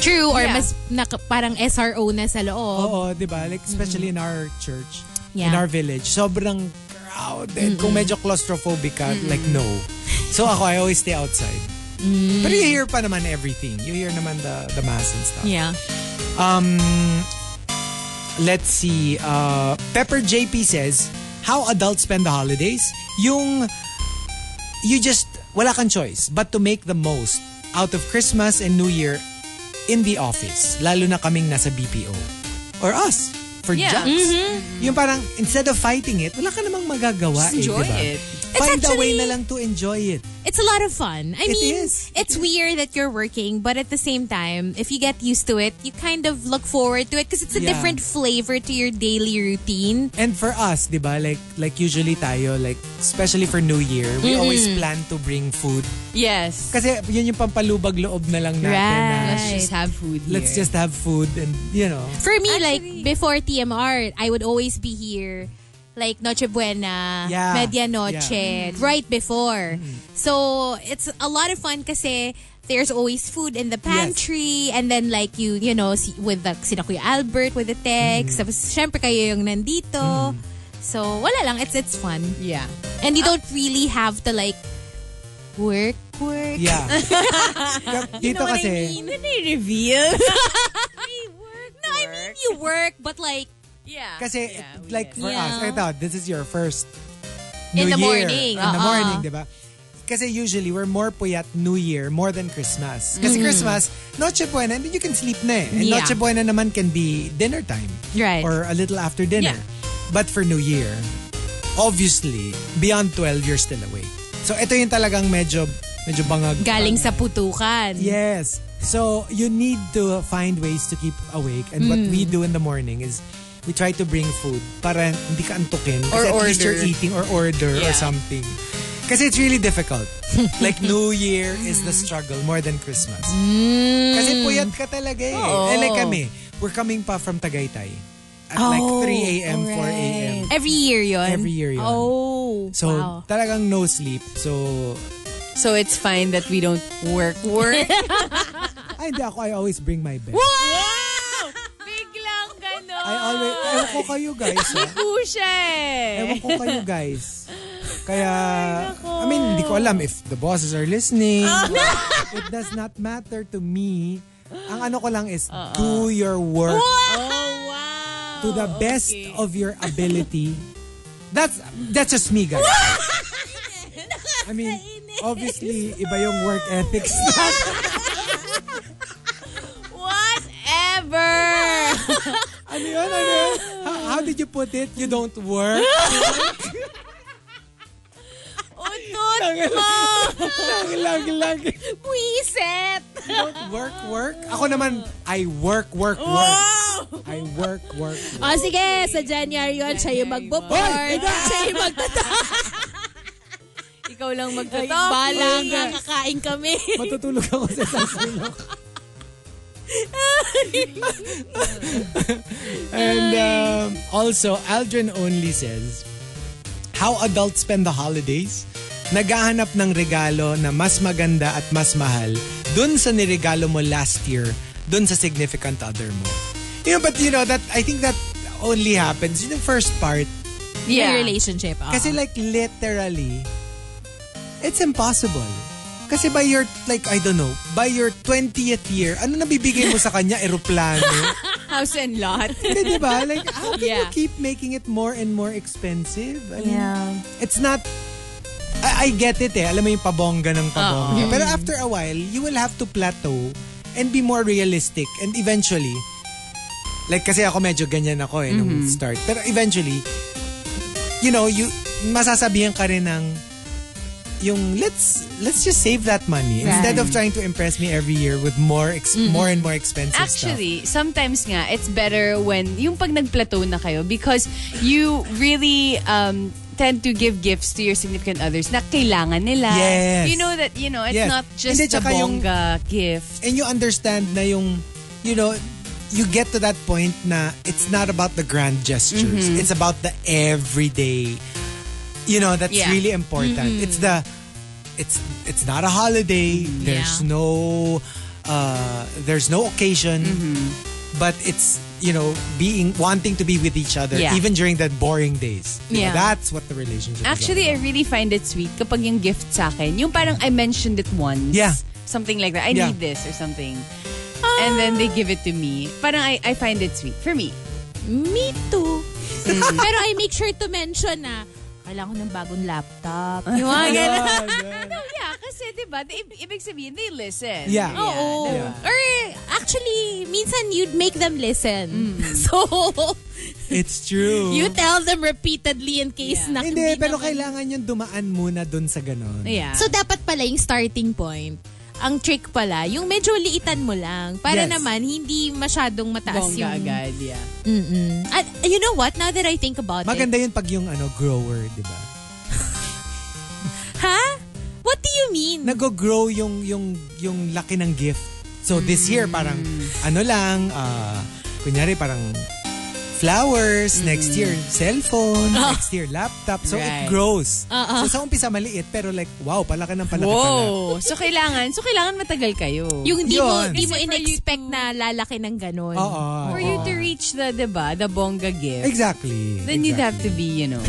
B: True, or
C: Yeah.
B: mas naka, parang SRO na sa loob.
A: Oo, di ba? Like, especially in our church, in
B: Yeah.
A: our village, sobrang crowded. Kung medyo claustrophobic ka, like, no. So ako, I always stay outside. But you hear pa naman everything. You hear naman the, the mass and stuff.
B: Yeah.
A: Let's see. Uh, Pepper JP says, how adults spend the holidays? Yung, you just, wala kang choice but to make the most out of Christmas and New Year in the office. Lalo na kaming nasa BPO. Or us. For
C: Yeah. Mm-hmm.
A: jobs. Yung parang, instead of fighting it, wala ka namang magagawa.
C: Just
A: eh,
C: enjoy
A: diba?
C: it.
B: It's
A: Find a way
B: actually-
A: na lang to enjoy it.
B: It's a lot of fun. I
A: It
B: mean,
A: is.
B: it's weird that you're working, but at the same time, if you get used to it, you kind of look forward to it because it's a
A: Yeah.
B: different flavor to your daily routine.
A: And for us, 'di ba? Like like usually tayo like especially for New Year, we
C: Mm-hmm.
A: always plan to bring food
C: Yes.
A: kasi 'yun yung pampalubag loob na lang natin. na,
B: Right.
C: Let's just have food here.
A: Let's just have food and you know.
B: For me, like before TMR, I would always be here. Like Noche Buena,
A: Yeah. Mm-hmm.
B: Medianoche, right before. So it's a lot of fun kasi there's always food in the pantry and then like you, you know, si- with the, sina Kuya Albert with the
A: Mm-hmm.
B: text. Tapos syempre kayo yung nandito. So wala lang, it's it's fun.
C: Yeah.
B: And
A: Ah.
B: you don't really have to like work, work. *laughs*
A: Yeah. Dito
B: Know what
A: kasi
B: I mean?
C: *laughs* reveal?
B: No, I mean you work but like
C: yeah.
A: kasi
C: Yeah, we
A: like
C: did.
A: for
B: Yeah.
A: us, I thought this is your first
B: In
A: New
B: the
A: Year.
B: morning. uh-uh.
A: In the
B: Oo.
A: morning, 'di ba? Kasi usually we're more puyat New Year more than Christmas. Kasi Christmas, Noche Buena, and then you can sleep na eh. And
B: Mm. Yeah.
A: Noche Buena naman can be dinner time.
B: Right.
A: Or a little after dinner.
C: Yeah.
A: But for New Year, obviously, beyond 12, you're still awake. So ito yung talagang medyo, medyo bangag.
B: galing sa putukan.
A: Yes. So you need to find ways to keep awake. And what we
C: Mm.
A: do in the morning is we try to bring food para hindi ka antukin. Kasi
C: Or
A: at least you're
C: order.
A: eating or order or
C: Yeah.
A: something. Kasi it's really difficult.
C: *laughs*
A: like New Year is the struggle more than Christmas. Kasi puyat ka talaga eh.
C: Mm. Oo.
A: Eh, like kami, we're coming pa from Tagaytay. At like
C: Oh,
A: 3 a.m., 4 a.m.
B: Every year yon.
A: Every year yun.
B: Oh.
A: So
B: wow.
A: talagang no sleep. So
C: So it's fine that we don't work work.
A: ay, hindi ako. I always bring my bed.
C: wow! *laughs* Biglang ganon.
A: I always, ewan ko kayo guys. ah.
C: Pusha eh.
A: Ewan ko kayo guys. Kaya, I mean, hindi ko alam if the bosses are listening. it does not matter to me. Ang ano ko lang is, do your work
C: Oh, wow.
A: to the best of your ability. That's that's just me, guys. I mean, obviously, iba yung work ethics natin.
C: Whatever!
A: Ano yun? Ano yun? How, how did you put it? You don't work? *laughs*
C: Utot
A: Ang
C: mo!
A: lang, lang, lang. You
B: Wiset!
A: don't work, work? Ako naman, I work, work, work. I work, work, work.
B: O Ah, sige, sa January yun, siya yung
A: Hoy,
B: magpo-port.
A: ina!
B: *laughs* Siya yung magtatalk.
C: Ikaw lang magtotalk.
B: Balang,
C: Uy.
B: kakain kami. *laughs*
A: Matutulog ako sa sasunok. And um, also, Aldrin Only says, How adults spend the holidays? Naghahanap ng regalo na mas maganda at mas mahal dun sa niregalo mo last year, dun sa significant other mo. You know, but you know, that I think that only happens in the first part.
C: Yeah.
B: Yung relationship. ah. oo.
A: Kasi like literally, it's impossible. Kasi by your, like, I don't know, by your 20th year, ano nabibigay mo sa kanya? Eroplano?
C: House and lot.
A: Hindi, di ba? Like, how can you
C: Yeah.
A: keep making it more and more expensive? I mean, It's not... I, I get it eh. Alam mo yung pabongga ng pabongga. Pero after a while, you will have to plateau and be more realistic. And eventually, like kasi ako medyo ganyan ako eh nung
C: Mm-hmm.
A: start. Pero eventually, you know, you masasabihan ka rin ng yung let's let's just save that money instead of trying to impress me every year with more ex- more and more expensive stuff.
C: Actually, sometimes nga, it's better when, yung pag nag-plateau na kayo, because you really um, tend to give gifts to your significant others na kailangan nila.
A: Yes.
C: You know that, you know, it's
A: Yes.
C: not just
A: Hindi,
C: the
A: tsaka yung-
C: bongga gift.
A: and you understand na yung you know you get to that point na it's not about the grand gestures
C: Mm-hmm.
A: it's about the everyday you know that's
C: Yeah. Mm-hmm.
A: really important it's the it's it's not a holiday there's no uh there's no occasion
C: Mm-hmm.
A: but it's you know being wanting to be with each other
C: Yeah.
A: even during that boring days You know,
C: Yeah.
A: that's what the relationship
C: Actually,
A: is
C: I
A: all about.
C: really find it sweet kapag yung gift sa akin, yung parang I mentioned it once.
A: Yeah.
C: Something like that. I
A: Yeah.
C: need this or something.
B: Ah,
C: And then they give it to me. Parang I, I find it sweet. For me.
B: Me too.
A: Hmm.
B: Pero I make sure to mention na, kailangan ko ng bagong laptop. Yung mga ganun.
C: No, yeah. Kasi, di ba? they- Ibig sabihin, they listen. Oh,
A: Yeah.
B: *laughs* Oo.
A: Yeah.
B: Or actually, minsan you'd make them
A: Hmm.
B: listen. *laughs* So,
A: it's true
B: you tell them repeatedly in case na
A: hindi pero
B: naman-
A: kailangan yung dumaan muna dun sa ganon
C: Yeah.
B: So, dapat pala yung starting point. Ang trick pala, yung medyo liitan mo lang. Para
A: Yes.
B: naman, hindi masyadong mataas
C: Bongga
B: yung...
C: agad, yeah.
B: Mm-mm. At you know what? Now that I think about
A: Maganda yun pag yung ano, grower, di ba?
B: it. Ha? What do you mean?
A: Nag-grow yung, yung, yung laki ng gift. So this year,
C: Mm.
A: parang ano lang, ah, kunyari parang
C: Mm.
A: flowers, next year
C: *laughs*
A: cellphone, next year laptop. So it
C: Right. Uh-uh.
A: grows. So sa umpisa maliit, pero like, wow, palaki ng palaki pala.
C: Wow. so kailangan, so kailangan matagal kayo.
B: yung di mo,
A: Yun.
B: di mo
C: Kasi for you
B: in-expect
C: to-
B: na lalaki ng ganun.
A: Oo.
C: for you to reach the, 'di ba, the bongga gift,
A: Exactly.
C: then you'd have to
A: exactly.
C: be, you know.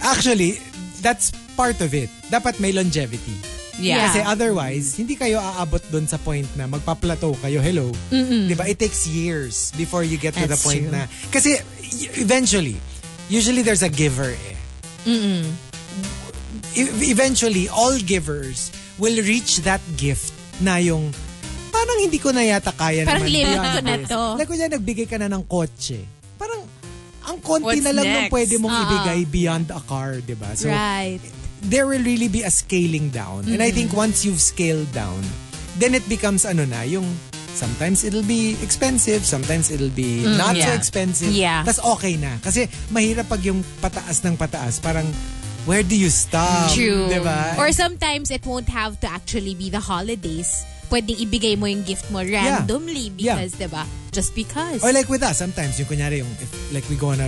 A: Actually, that's part of it. Dapat may longevity.
C: Yeah. uh,
A: Kasi otherwise, hindi kayo aabot doon sa point na magpa-plateau kayo. Hello. 'Di ba? It takes years before you get to the
B: That's
A: point
B: true.
A: na kasi y- eventually, usually there's a giver eh. E- Eventually, all givers will reach that gift na yung parang hindi ko na yata kaya
B: Parang
A: naman.
B: limit
A: beyond
B: ko na
A: this.
B: to.
A: Like kunya nagbigay ka na ng kotse. Parang ang konti
C: What's
A: na lang nung
C: next?
A: pwede mong
B: Oo.
A: ibigay beyond a car, 'di ba? So
B: Ah. right.
A: there will really be a scaling down. And I think once you've scaled down, then it becomes ano na, yung sometimes it'll be expensive, sometimes it'll be not so
C: yeah.
A: expensive.
B: Yeah.
A: Tapos okay na. Kasi mahirap pag yung pataas ng pataas, parang where do you stop?
C: True.
A: Diba?
B: Or sometimes it won't have to actually be the holidays. Pwedeng ibigay mo yung gift mo
A: Yeah.
B: randomly
A: Yeah.
B: because, di ba? Just because.
A: Or like with us, sometimes yung kunyari yung, if, like we go on a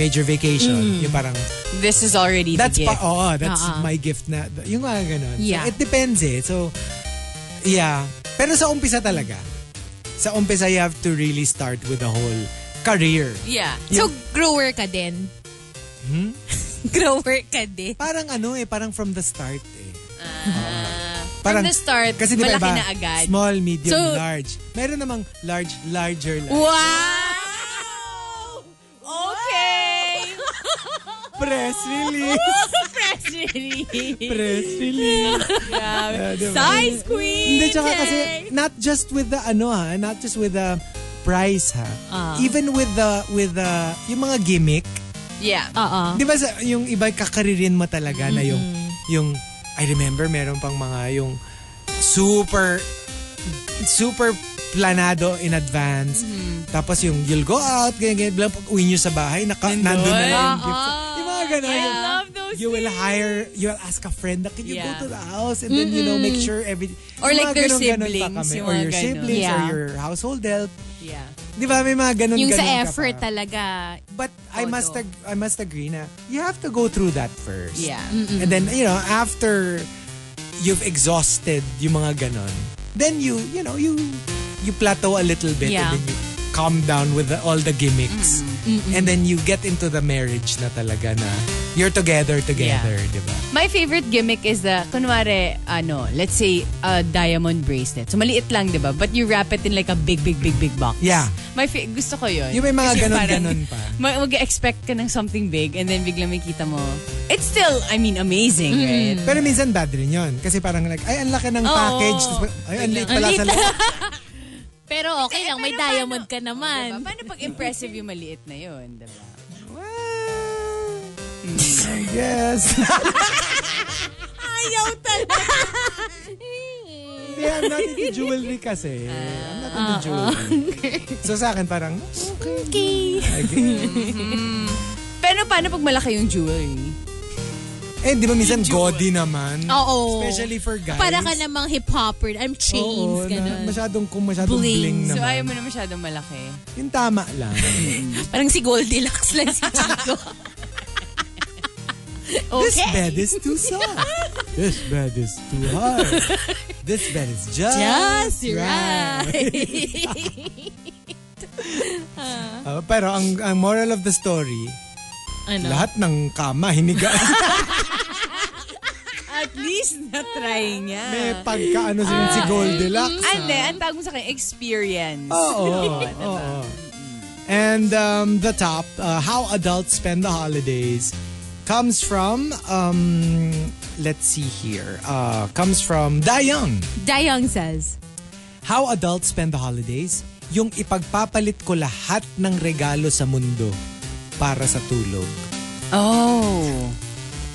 A: major vacation, yung parang,
C: This is already
A: that's
C: the
A: pa,
C: gift.
A: oo, that's
B: Oo.
A: my gift na, yung mga ganun. So,
B: Yeah.
A: it depends eh. So, yeah. Pero sa umpisa talaga, sa umpisa you have to really start with the whole career.
C: yeah.
B: so, grower ka din.
A: Hmm?
B: *laughs* grower ka din.
A: Parang ano eh, parang from the start eh.
C: Ah, From the start,
A: kasi di ba
C: malaki
A: iba,
C: na agad.
A: Small, medium,
C: So-
A: large. Meron namang large, larger, large.
C: Wow! Okay!
A: Press release.
C: *laughs* Press Press release.
A: Press
C: *laughs*
A: release.
C: Grabe.
A: Ah, diba?
C: Size queen!
A: Hindi, tsaka
C: Jay!
A: kasi not just with the ano ha, not just with the price ha. Even with the with the yung mga gimmick,
C: Yeah.
B: Oo.
A: 'di ba sa- yung iba kakaririn mo talaga na yung
C: Mm-hmm.
A: yung I remember meron pang mga yung super super planado in advance.
C: Mm-hmm.
A: Tapos yung you'll go out, ganyan, ganyan. Biglang pag uwi nyo sa bahay, naka, nandun, na lang yung gift. Yung mga ganun.
C: Ah, I
A: Yung-
C: love those
A: You will hire, you will ask a friend na, can you
C: Yeah.
A: go to the house? And then, you know, make sure every...
C: Or
A: Yung
C: like
A: mga
C: their
A: ganun-ganun pa
C: siblings,
A: kami.
C: yung
A: Or
C: mga
A: your
C: ganun.
A: siblings, or
B: Yeah.
A: your household help.
C: Yeah.
A: Di ba? May mga ganun-ganun
B: Yung sa
A: ka pa.
B: effort talaga.
A: But I
C: Todo.
A: must ag- I must agree na you have to go through that first.
C: Yeah.
A: And then, you know, after you've exhausted yung mga ganon, then you, you know, you you plateau a little bit
B: Yeah.
A: and then you calm down with the, all the gimmicks. And then you get into the marriage na talaga na you're together together, di ba?
C: My favorite gimmick is the, kunwari, ano, let's say, a diamond bracelet. So, maliit lang, di ba? But you wrap it in like a big, big, big, big box.
A: Yeah.
C: My fa- gusto ko yun.
A: Yung may mga
C: Kasi
A: ganon-ganon
C: parang
A: pa.
C: *laughs* ma- Mag-expect ka ng something big and then biglang may kita mo. It's still, I mean, amazing, right?
A: Pero minsan bad rin yun. Kasi parang like, ay, ang laki ng package. Tapos, Ay, ang liit pala sa loob.
B: Pero okay lang, may diamond ka naman.
C: Paano pag impressive yung maliit na yun, di ba?
A: I guess.
B: *laughs* Ayaw talaga.
A: Yeah, I'm not into jewelry kasi. I'm not
B: Ah,
A: into jewelry. So sa akin parang,
B: okay.
A: okay.
C: Pero paano pag malaki yung jewelry?
A: Eh, di ba minsan gaudy naman?
B: Oo.
A: Especially for guys.
B: Para ka namang hip-hopper. I'm chains.
A: Oo, na,
B: ganun.
A: masyadong kung masyadong
B: Bling.
A: bling,
C: So, ayaw
A: naman.
C: mo na masyadong malaki.
A: yung tama lang.
B: Parang si Goldilocks lang si
A: *laughs*
B: Chico.
A: This
B: okay.
A: bed is too
B: *laughs*
A: soft. This bed is too hard. This bed is just,
B: Just right.
A: Ah, pero ang, ang moral of the story,
B: ano?
A: lahat ng kama hinigaan.
C: At least na-try niya.
A: May pagka ano si, si Goldilocks.
C: Ande, ang tawag mo sa akin, experience.
A: Oo. oo. And um, the top, uh, how adults spend the holidays, comes from, um, let's see here, uh, comes from Dayang.
B: Dayang says,
A: How adults spend the holidays, yung ipagpapalit ko lahat ng regalo sa mundo para sa tulog.
C: Oh.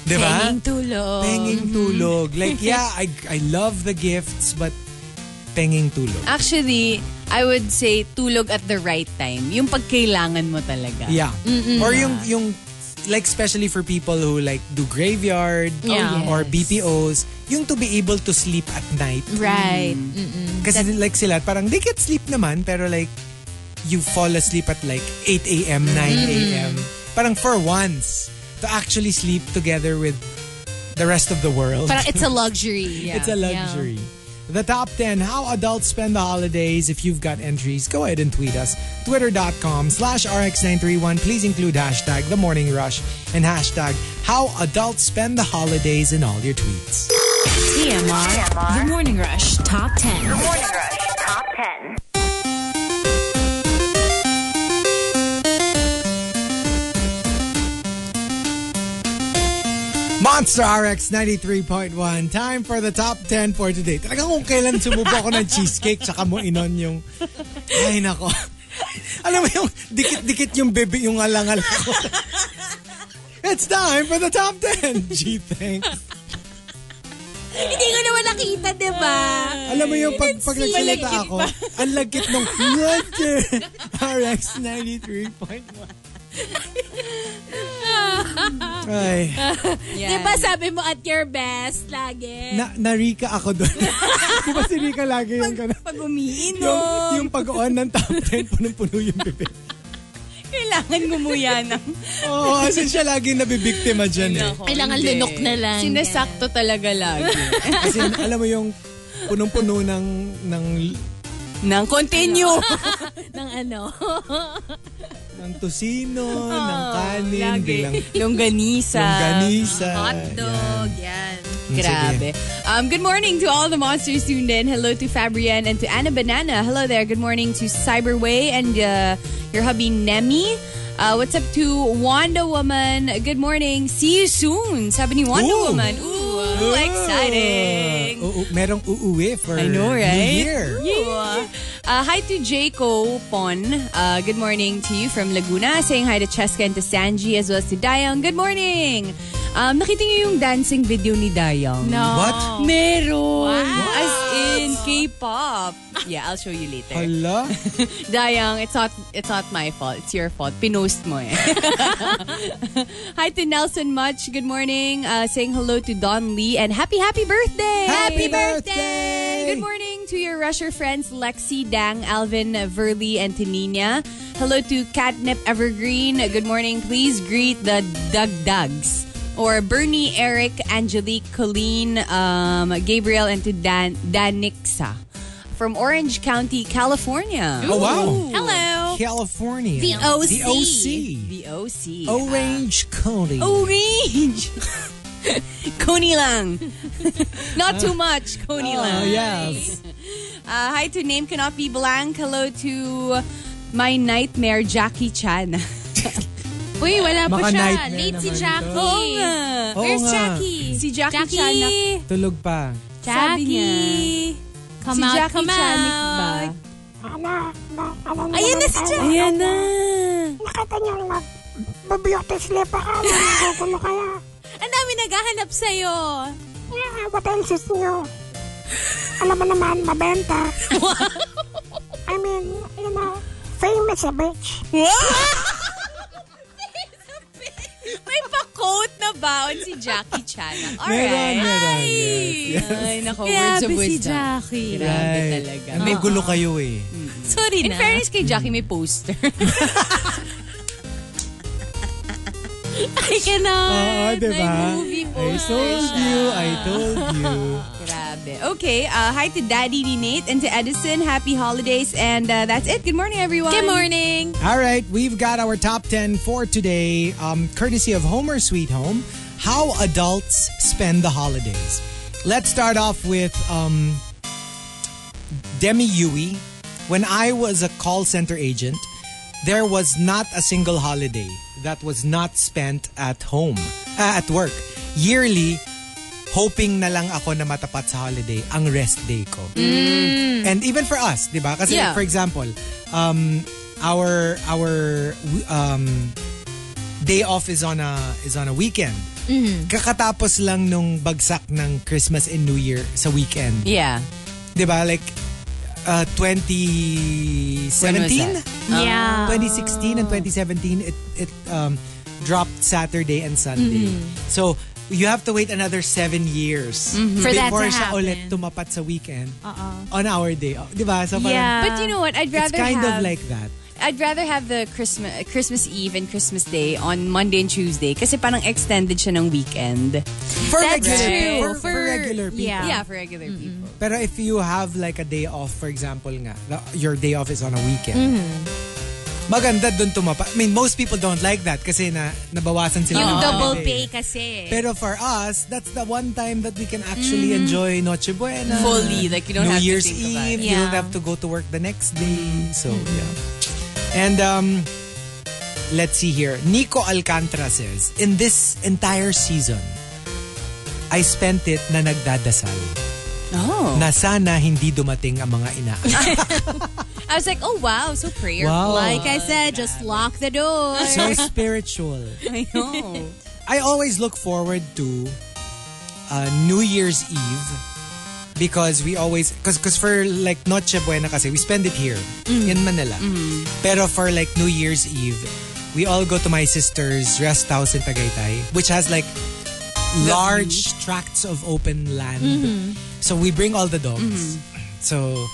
A: Di ba?
B: Penging tulog.
A: Penging tulog. Like, yeah, I, I love the gifts, but penging tulog.
C: Actually, I would say tulog at the right time. Yung pagkailangan mo talaga.
A: Yeah. Or yung yung like especially for people who like do graveyard
B: Yeah.
A: or BPOs, yung to be able to sleep at night.
B: Right.
A: Mm. Kasi like sila parang they get sleep naman pero like you fall asleep at like 8 a.m., 9 a.m. Parang for once to actually sleep together with the rest of the world.
B: Parang it's a luxury.
A: It's a luxury. The top 10 how adults spend the holidays. If you've got entries, go ahead and tweet us. Twitter.com slash RX931. Please include hashtag the morning rush and hashtag how adults spend the holidays in all your tweets.
B: E
D: TMR. The Morning Rush Top
E: *laughs*
D: 10.
E: Morning Rush Top 10.
A: Monster RX 93.1. Time for the top 10 for today. Talagang kung kailan sumubo ako ng cheesecake tsaka mo inon yung... Ay, nako. *laughs* Alam mo yung dikit-dikit yung bebe, yung alangal ko. *laughs* It's time for the top 10. Gee, thanks.
B: Hindi ko naman nakita, di ba?
A: Alam mo yung pag, pag nagsalita ako, *laughs* ang lagkit nung *laughs* Roger RX 93.1. Ay,
B: Di ba sabi mo at your best lagi?
A: na, na Rika ako doon. *laughs* Di ba si Rika lagi yung ganun?
C: Pag umiinom,
A: Yung, yung pag-on ng top *laughs* 10, punong-puno yung bibig.
C: kailangan gumuya ng...
A: Oo, oh, kasi siya lagi nabibiktima dyan eh.
B: Kailangan
C: Hindi.
B: lunok na lang.
C: Sinasakto talaga
B: *laughs*
C: lagi.
A: Kasi alam mo yung punong-puno ng, ng,
C: Nang continue.
B: ng
A: *laughs*
B: ano.
A: ng tusino, ng kanin, bilang
C: Longganisa.
A: yung ganisa.
B: yan.
A: Sige.
C: Grabe. Um, good morning to all the monsters tuned in. Hello to Fabrienne and to Anna Banana. Hello there. Good morning to Cyberway and uh, your hubby Nemi. Uh, what's up to Wanda Woman? Good morning. See you soon. Sabi ni Wanda
A: Ooh.
C: Woman. Ooh, exciting.
A: Oo, merong uuwi for
C: I know,
A: New
C: right?
A: Year.
C: Yeah. Uh, hi to Jaco Pon. Uh, good morning to you from Laguna. Saying hi to Cheska and to Sanji as well as to Dayang. Good morning! Um, nakita niyo yung dancing video ni Dayang?
B: No.
A: What?
C: Meron! As in K-pop. Yeah, I'll show you later.
A: Hala?
C: Dayang, it's not it's not my fault. It's your fault. Pinost mo eh. *laughs* Hi to Nelson Much. Good morning. Uh, saying hello to Don Lee and happy happy birthday.
A: Happy birthday!
C: Good morning to your rusher friends Lexi, Dang, Alvin, Verly, and Tanina. Hello to Catnip Evergreen. Good morning. Please greet the Dug Dugs. Or Bernie, Eric, Angelique, Colleen, um, Gabriel, and to Dan Danixa from Orange County, California.
A: Oh, wow.
B: Hello.
A: California.
B: The OC.
A: The OC.
C: The OC.
A: Orange County.
C: Orange. *laughs* Coney lang. *laughs* Not too much, Coney
A: Oh,
C: lang.
A: yes.
C: Uh, hi to Name Cannot Be Blank. Hello to my nightmare, Jackie *laughs* Chan.
B: Uy, wala pa
A: Maka
B: siya.
A: nightmare
B: Late si
A: naman
B: Jackie.
A: Oo
B: Where's
A: nga.
B: Jackie?
C: Si Jackie
B: Jackie.
C: Chan na-
A: Tulog pa.
C: Sabi niya.
B: Come
C: si
B: out,
C: Jackie
B: come
C: Chan ba? *laughs*
B: out. Ayan na si Jackie.
C: Ayan na.
E: Nakita niyo yung mag... Babiyote sila pa ka. Nanggugulo kaya.
B: Ang dami naghahanap sa'yo.
E: Yeah, what else is new? Alam mo naman,
B: *laughs*
E: mabenta. I mean, you know, fame is a bitch.
C: May pa-quote na baon si Jackie *laughs* Chan.
A: Meron,
C: Alright.
A: meron. Yes.
C: Ay, nako, Oh, words
B: Grabe
C: of
B: si
C: wisdom.
B: Jackie.
C: Grabe
A: Right.
C: talaga.
A: May gulo kayo eh.
B: Sorry na.
C: In fairness kay Jackie, may poster.
B: I cannot.
A: Oo, diba?
B: May movie po.
A: I told you, I told you.
C: *laughs* Grabe. Okay, uh, hi to Daddy ni Nate and to Edison. Happy holidays. And uh, that's it. Good morning, everyone.
B: Good morning.
A: All right, we've got our top 10 for today, um, courtesy of Homer Sweet Home How Adults Spend the Holidays. Let's start off with um, Demi Yui. When I was a call center agent, there was not a single holiday that was not spent at home, ah, at work. Yearly, hoping na lang ako na matapat sa holiday ang rest day ko. And even for us, 'di ba? Kasi
C: Yeah.
A: for example, um our our um day off is on a is on a weekend. Kakatapos lang nung bagsak ng Christmas and New Year sa weekend.
C: Yeah.
A: 'Di ba? Like uh, 2017
C: that?
B: Yeah.
A: 2016 and 2017 it it um, dropped Saturday and Sunday.
B: Mm-hmm.
A: So you have to wait another seven years
B: For that
A: before
B: to
A: siya
B: happen. Uh-uh.
A: ulit tumapat sa weekend on our day. off. Di ba? So
B: Yeah.
A: parang,
C: But you know what? I'd
A: it's
C: rather
A: kind
C: have,
A: of like that.
C: I'd rather have the Christmas Christmas Eve and Christmas Day on Monday and Tuesday kasi parang extended siya ng weekend.
A: For
B: That's
A: regular,
B: true.
A: For, for
B: For-
A: regular people.
B: yeah.
C: Yeah, for regular people.
A: Pero if you have like a day off, for example nga, the- your day off is on a weekend.
C: Mm-hmm.
A: Maganda dun tumapa. I mean, most people don't like that kasi na nabawasan sila.
B: Yung
A: ng
B: double
A: holiday.
B: pay kasi.
A: Pero for us, that's the one time that we can actually enjoy Noche Buena.
C: Mm-hmm. Fully, like, you don't
A: New
C: have to
A: Year's
C: think about
A: Eve.
C: it. Mm-hmm.
A: You
B: Yeah.
A: don't have to go to work the next day. So, yeah. And um, let's see here. Nico Alcantara says, In this entire season, I spent it na nagdadasal.
C: Oh.
A: Na sana hindi dumating ang mga ina.
C: I was like, oh wow, so prayerful.
A: Wow.
B: like I said, just lock the door.
A: so spiritual.
C: I know.
A: I always look forward to uh, New Year's Eve because we always because because for like Noche Buena kasi we spend it here
C: Mm-hmm.
A: in Manila. Pero for like New Year's Eve, we all go to my sister's rest house in Tagaytay, which has like
C: Mm-hmm.
A: large tracts of open land. So we bring all the dogs.
C: Mm-hmm.
A: So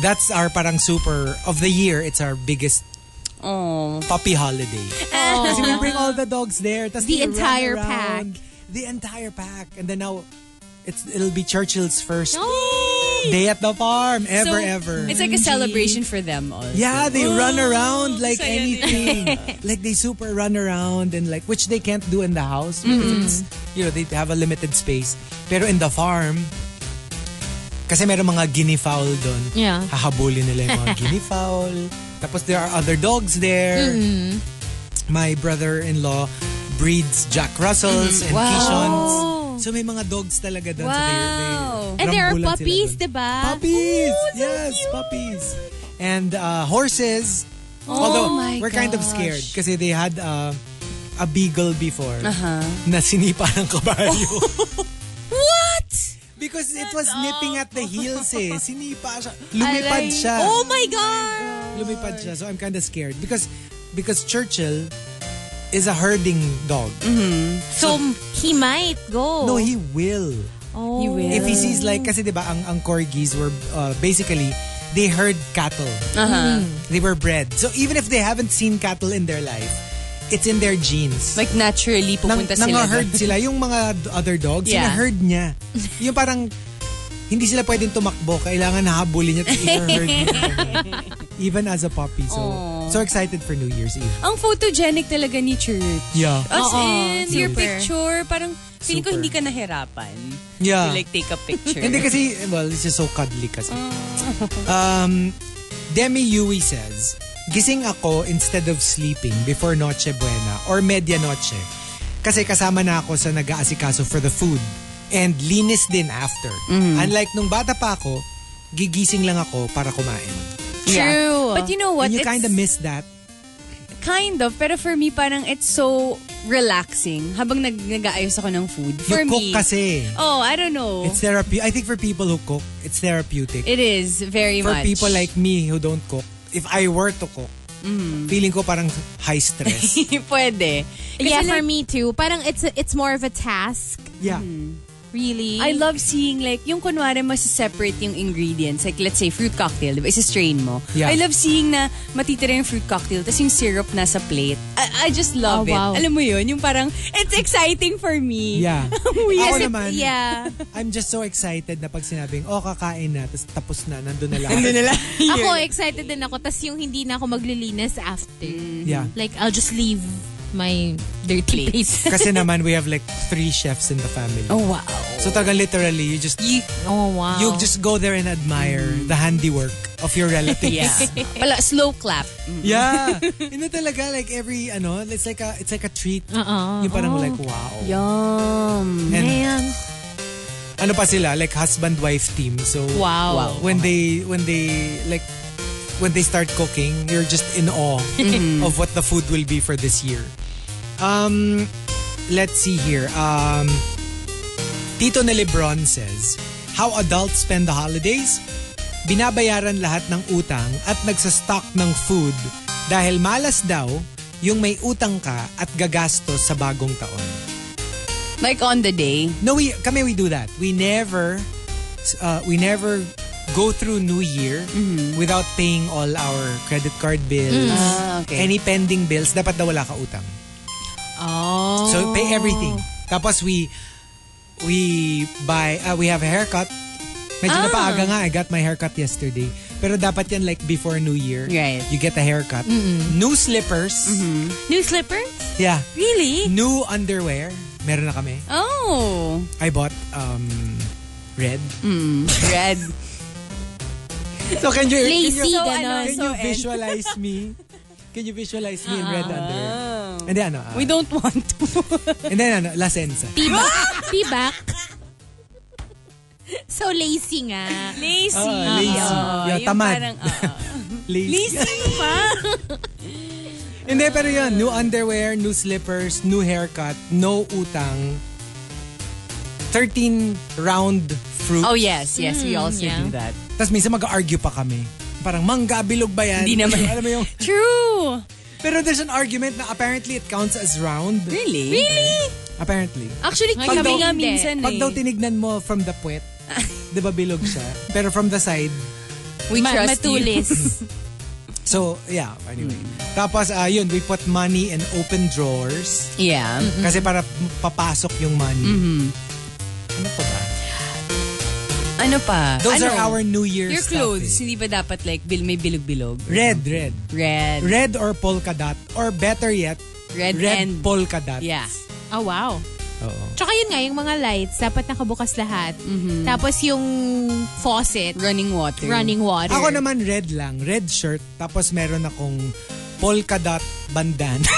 A: that's our parang super of the year. It's our biggest
C: Oh.
A: puppy holiday. Kasi we bring all the dogs there. tas they
B: The
A: run
B: entire
A: around.
B: pack.
A: The entire pack. And then now, it's it'll be Churchill's first
B: Oh.
A: day at the farm. Ever,
C: So,
A: ever.
C: It's like a celebration for them also.
A: yeah, they run around like
C: saya *laughs*
A: anything. like they super run around and like, which they can't do in the house because it's, you know, they have a limited space. Pero in the farm, kasi meron mga guinea fowl doon.
B: Yeah.
C: *laughs* Mm-hmm.
A: Hahabulin nila yung mga guinea fowl. Tapos there are other dogs there. my brother-in-law breeds Jack Russells and
C: Mm-hmm. Wow.
A: Kishons. So may mga dogs talaga doon. So they- they,
C: Wow.
B: And there are
A: rambulan sila
B: puppies, diba?
A: dun.
B: di ba?
A: Puppies! yes, puppies. And uh, horses.
B: Oh
A: Although,
C: my
A: we're kind of
C: gosh.
A: scared kasi they had uh, a beagle before
B: Uh-huh.
A: na sinipa ng kabayo.
B: Oh, What?
A: *laughs* Because it was nipping at the heels eh. Sinipa
B: *laughs*
A: siya. Lumipad
C: Aray.
A: siya.
B: Oh my God!
A: Lumipad siya. So I'm kind of scared. Because because Churchill is a herding dog.
B: Mm. So, he might go.
A: No, he will.
B: oh.
C: He will.
A: If he sees like, kasi diba ang, ang corgis were uh, basically, they herd cattle.
C: Uh-huh.
A: They were bred. So even if they haven't seen cattle in their life, it's in their genes.
C: Like naturally pupunta sila.
A: herd
C: doon.
A: sila. Yung mga d- other dogs,
C: Yeah.
A: herd
C: *laughs*
A: niya. Yung parang, hindi sila pwedeng tumakbo. Kailangan nahabulin
C: *laughs*
A: niya at i-herd niya. Even as a puppy. So, so excited for New Year's Eve.
C: Ang photogenic talaga ni Church. *laughs*
A: Yeah.
C: As
B: Oo,
C: in, your
B: super.
C: picture, parang feeling ko
A: Super.
C: hindi ka nahirapan
A: Yeah.
C: to like take a picture.
A: Hindi kasi, *laughs* well, it's just so cuddly kasi.
C: Mm. *laughs*
A: Um, Demi Yui says, Gising ako instead of sleeping before Noche Buena or Medianoche. Kasi kasama na ako sa nag-aasikaso for the food. And linis din after.
C: Mm.
A: Unlike nung bata pa ako, gigising lang ako para kumain.
B: True.
C: But you know what?
A: And you
C: It's
A: kind of miss that.
C: kind of, pero for me parang it's so relaxing habang nag nag-aayos ako ng food. For
A: you cook
C: me.
A: kasi.
C: Oh, I don't know.
A: It's therapy. I think for people who cook, it's therapeutic.
C: It is very
A: for
C: much.
A: people like me who don't cook, if I were to cook,
C: Mm.
A: feeling ko parang high stress.
C: *laughs* Pwede. Kasi
B: yeah, for
C: like,
B: me too. Parang it's it's more of a task,
A: yeah.
C: Mm-hmm.
B: really.
C: I love seeing like, yung kunwari masiseparate yung ingredients. Like, let's say, fruit cocktail, diba? Isa-strain mo.
A: Yeah.
C: I love seeing na matitira yung fruit cocktail tapos yung syrup nasa plate. I, I just
B: Oh,
C: love it.
B: wow.
C: Alam mo yun? Yung parang, it's exciting for me. *laughs*
A: Yeah. Ako
B: Kasi-
A: naman,
B: Yeah.
A: I'm just so excited na pag sinabing, oh, kakain na, tapos tapos na, nandun na lahat.
C: Nandun na lang.
B: ako,
A: *laughs*
B: excited din ako. Tapos yung hindi na ako maglilinis after.
C: Mm.
A: Yeah.
B: Like, I'll just leave my dirty place.
A: Kasi naman, we have like three chefs in the family.
C: Oh, wow.
A: So talagang literally, you just, you,
B: oh, wow.
A: just go there and admire the handiwork of your relatives.
C: Mm. Yeah. *laughs* Pala, slow clap.
A: *laughs* Yeah. Yun na talaga, like every, ano, it's like a, it's like a treat.
B: Uh-uh.
A: Yung
C: Oh.
A: parang like, wow.
C: Yum.
A: And
B: Man.
A: ano pa sila, like husband-wife team. So,
B: Wow. Wow.
A: When they, when they, like, when they start cooking, you're just in awe of what the food will be for this year. Um, let's see here. Um, Tito na Lebron says, How adults spend the holidays? Binabayaran lahat ng utang at nagsastock ng food dahil malas daw yung may utang ka at gagastos sa bagong taon.
C: Like on the day.
A: No, we kami we do that. We never uh, we never go through New Year
C: Mm-hmm.
A: without paying all our credit card bills.
C: Ah, okay.
A: Any pending bills, dapat na wala ka utang.
B: Oh.
A: So pay everything. Tapos we we buy uh, we have a haircut. Medyo
C: Ah.
A: napaaga nga, I got my haircut yesterday. Pero dapat yan like before New Year.
C: Right. Mm-hmm.
A: You get a haircut. New slippers.
B: New slippers?
A: Yeah.
B: Really?
A: New underwear. Meron na kami.
C: Oh.
A: I bought um red.
C: Red.
A: So can you, can
B: Lazy,
A: you,
C: So, ano,
B: ganon.
A: can
C: So,
A: you
C: and- Ah.
A: visualize
C: *laughs*
A: me? Can you visualize me in red underwear? And then ano? ah,
C: We don't want to.
A: and then ano? La Senza.
C: *laughs*
B: P-back? P-back? So lazy nga.
C: Oh, Lazy.
A: Oo, lazy. Yeah,
C: yung
A: tamad.
C: Parang, oh. oo.
A: Lazy. *laughs*
C: *laughs* lazy pa.
A: Hindi, pero yun. New underwear, new slippers, new haircut, no utang. 13 round fruit.
C: oh yes, yes. We also
B: yeah.
C: do that.
A: Tapos minsan mag-argue pa kami. Parang, mangga, bilog ba yan?
C: Hindi naman.
A: *laughs* Alam mo yung,
C: True.
A: pero there's an argument na apparently it counts as round.
C: Really? Really?
A: Apparently.
C: Actually,
B: Pag
C: kami
B: daw-
C: nga
B: hindi.
C: minsan
A: Pag
C: eh.
A: daw tinignan mo from the
C: *laughs*
A: puwet, di ba bilog siya? Pero from the side,
C: we
B: Ma-
C: trust you. *laughs*
B: matulis.
A: So, yeah, anyway. Tapos, uh, yun, we put money in open drawers.
C: Yeah.
A: Kasi para papasok yung money.
C: Mm-hmm.
A: Ano pa ba?
C: Mm-hmm. Ano pa?
A: Those
C: ano?
A: are our New Year's
C: Your clothes, hindi ba dapat like bil may bilog-bilog?
A: Red, red.
C: Red.
A: Red or polka dot. Or better yet,
C: Red and-
A: polka dot.
C: Yeah.
B: oh, wow.
A: Oo.
B: Tsaka yun nga, yung mga lights, dapat nakabukas lahat. Tapos yung faucet,
C: Mm-hmm. Running water.
B: running water.
A: Ako naman red lang. Red shirt. Tapos meron akong polka dot bandana. *laughs*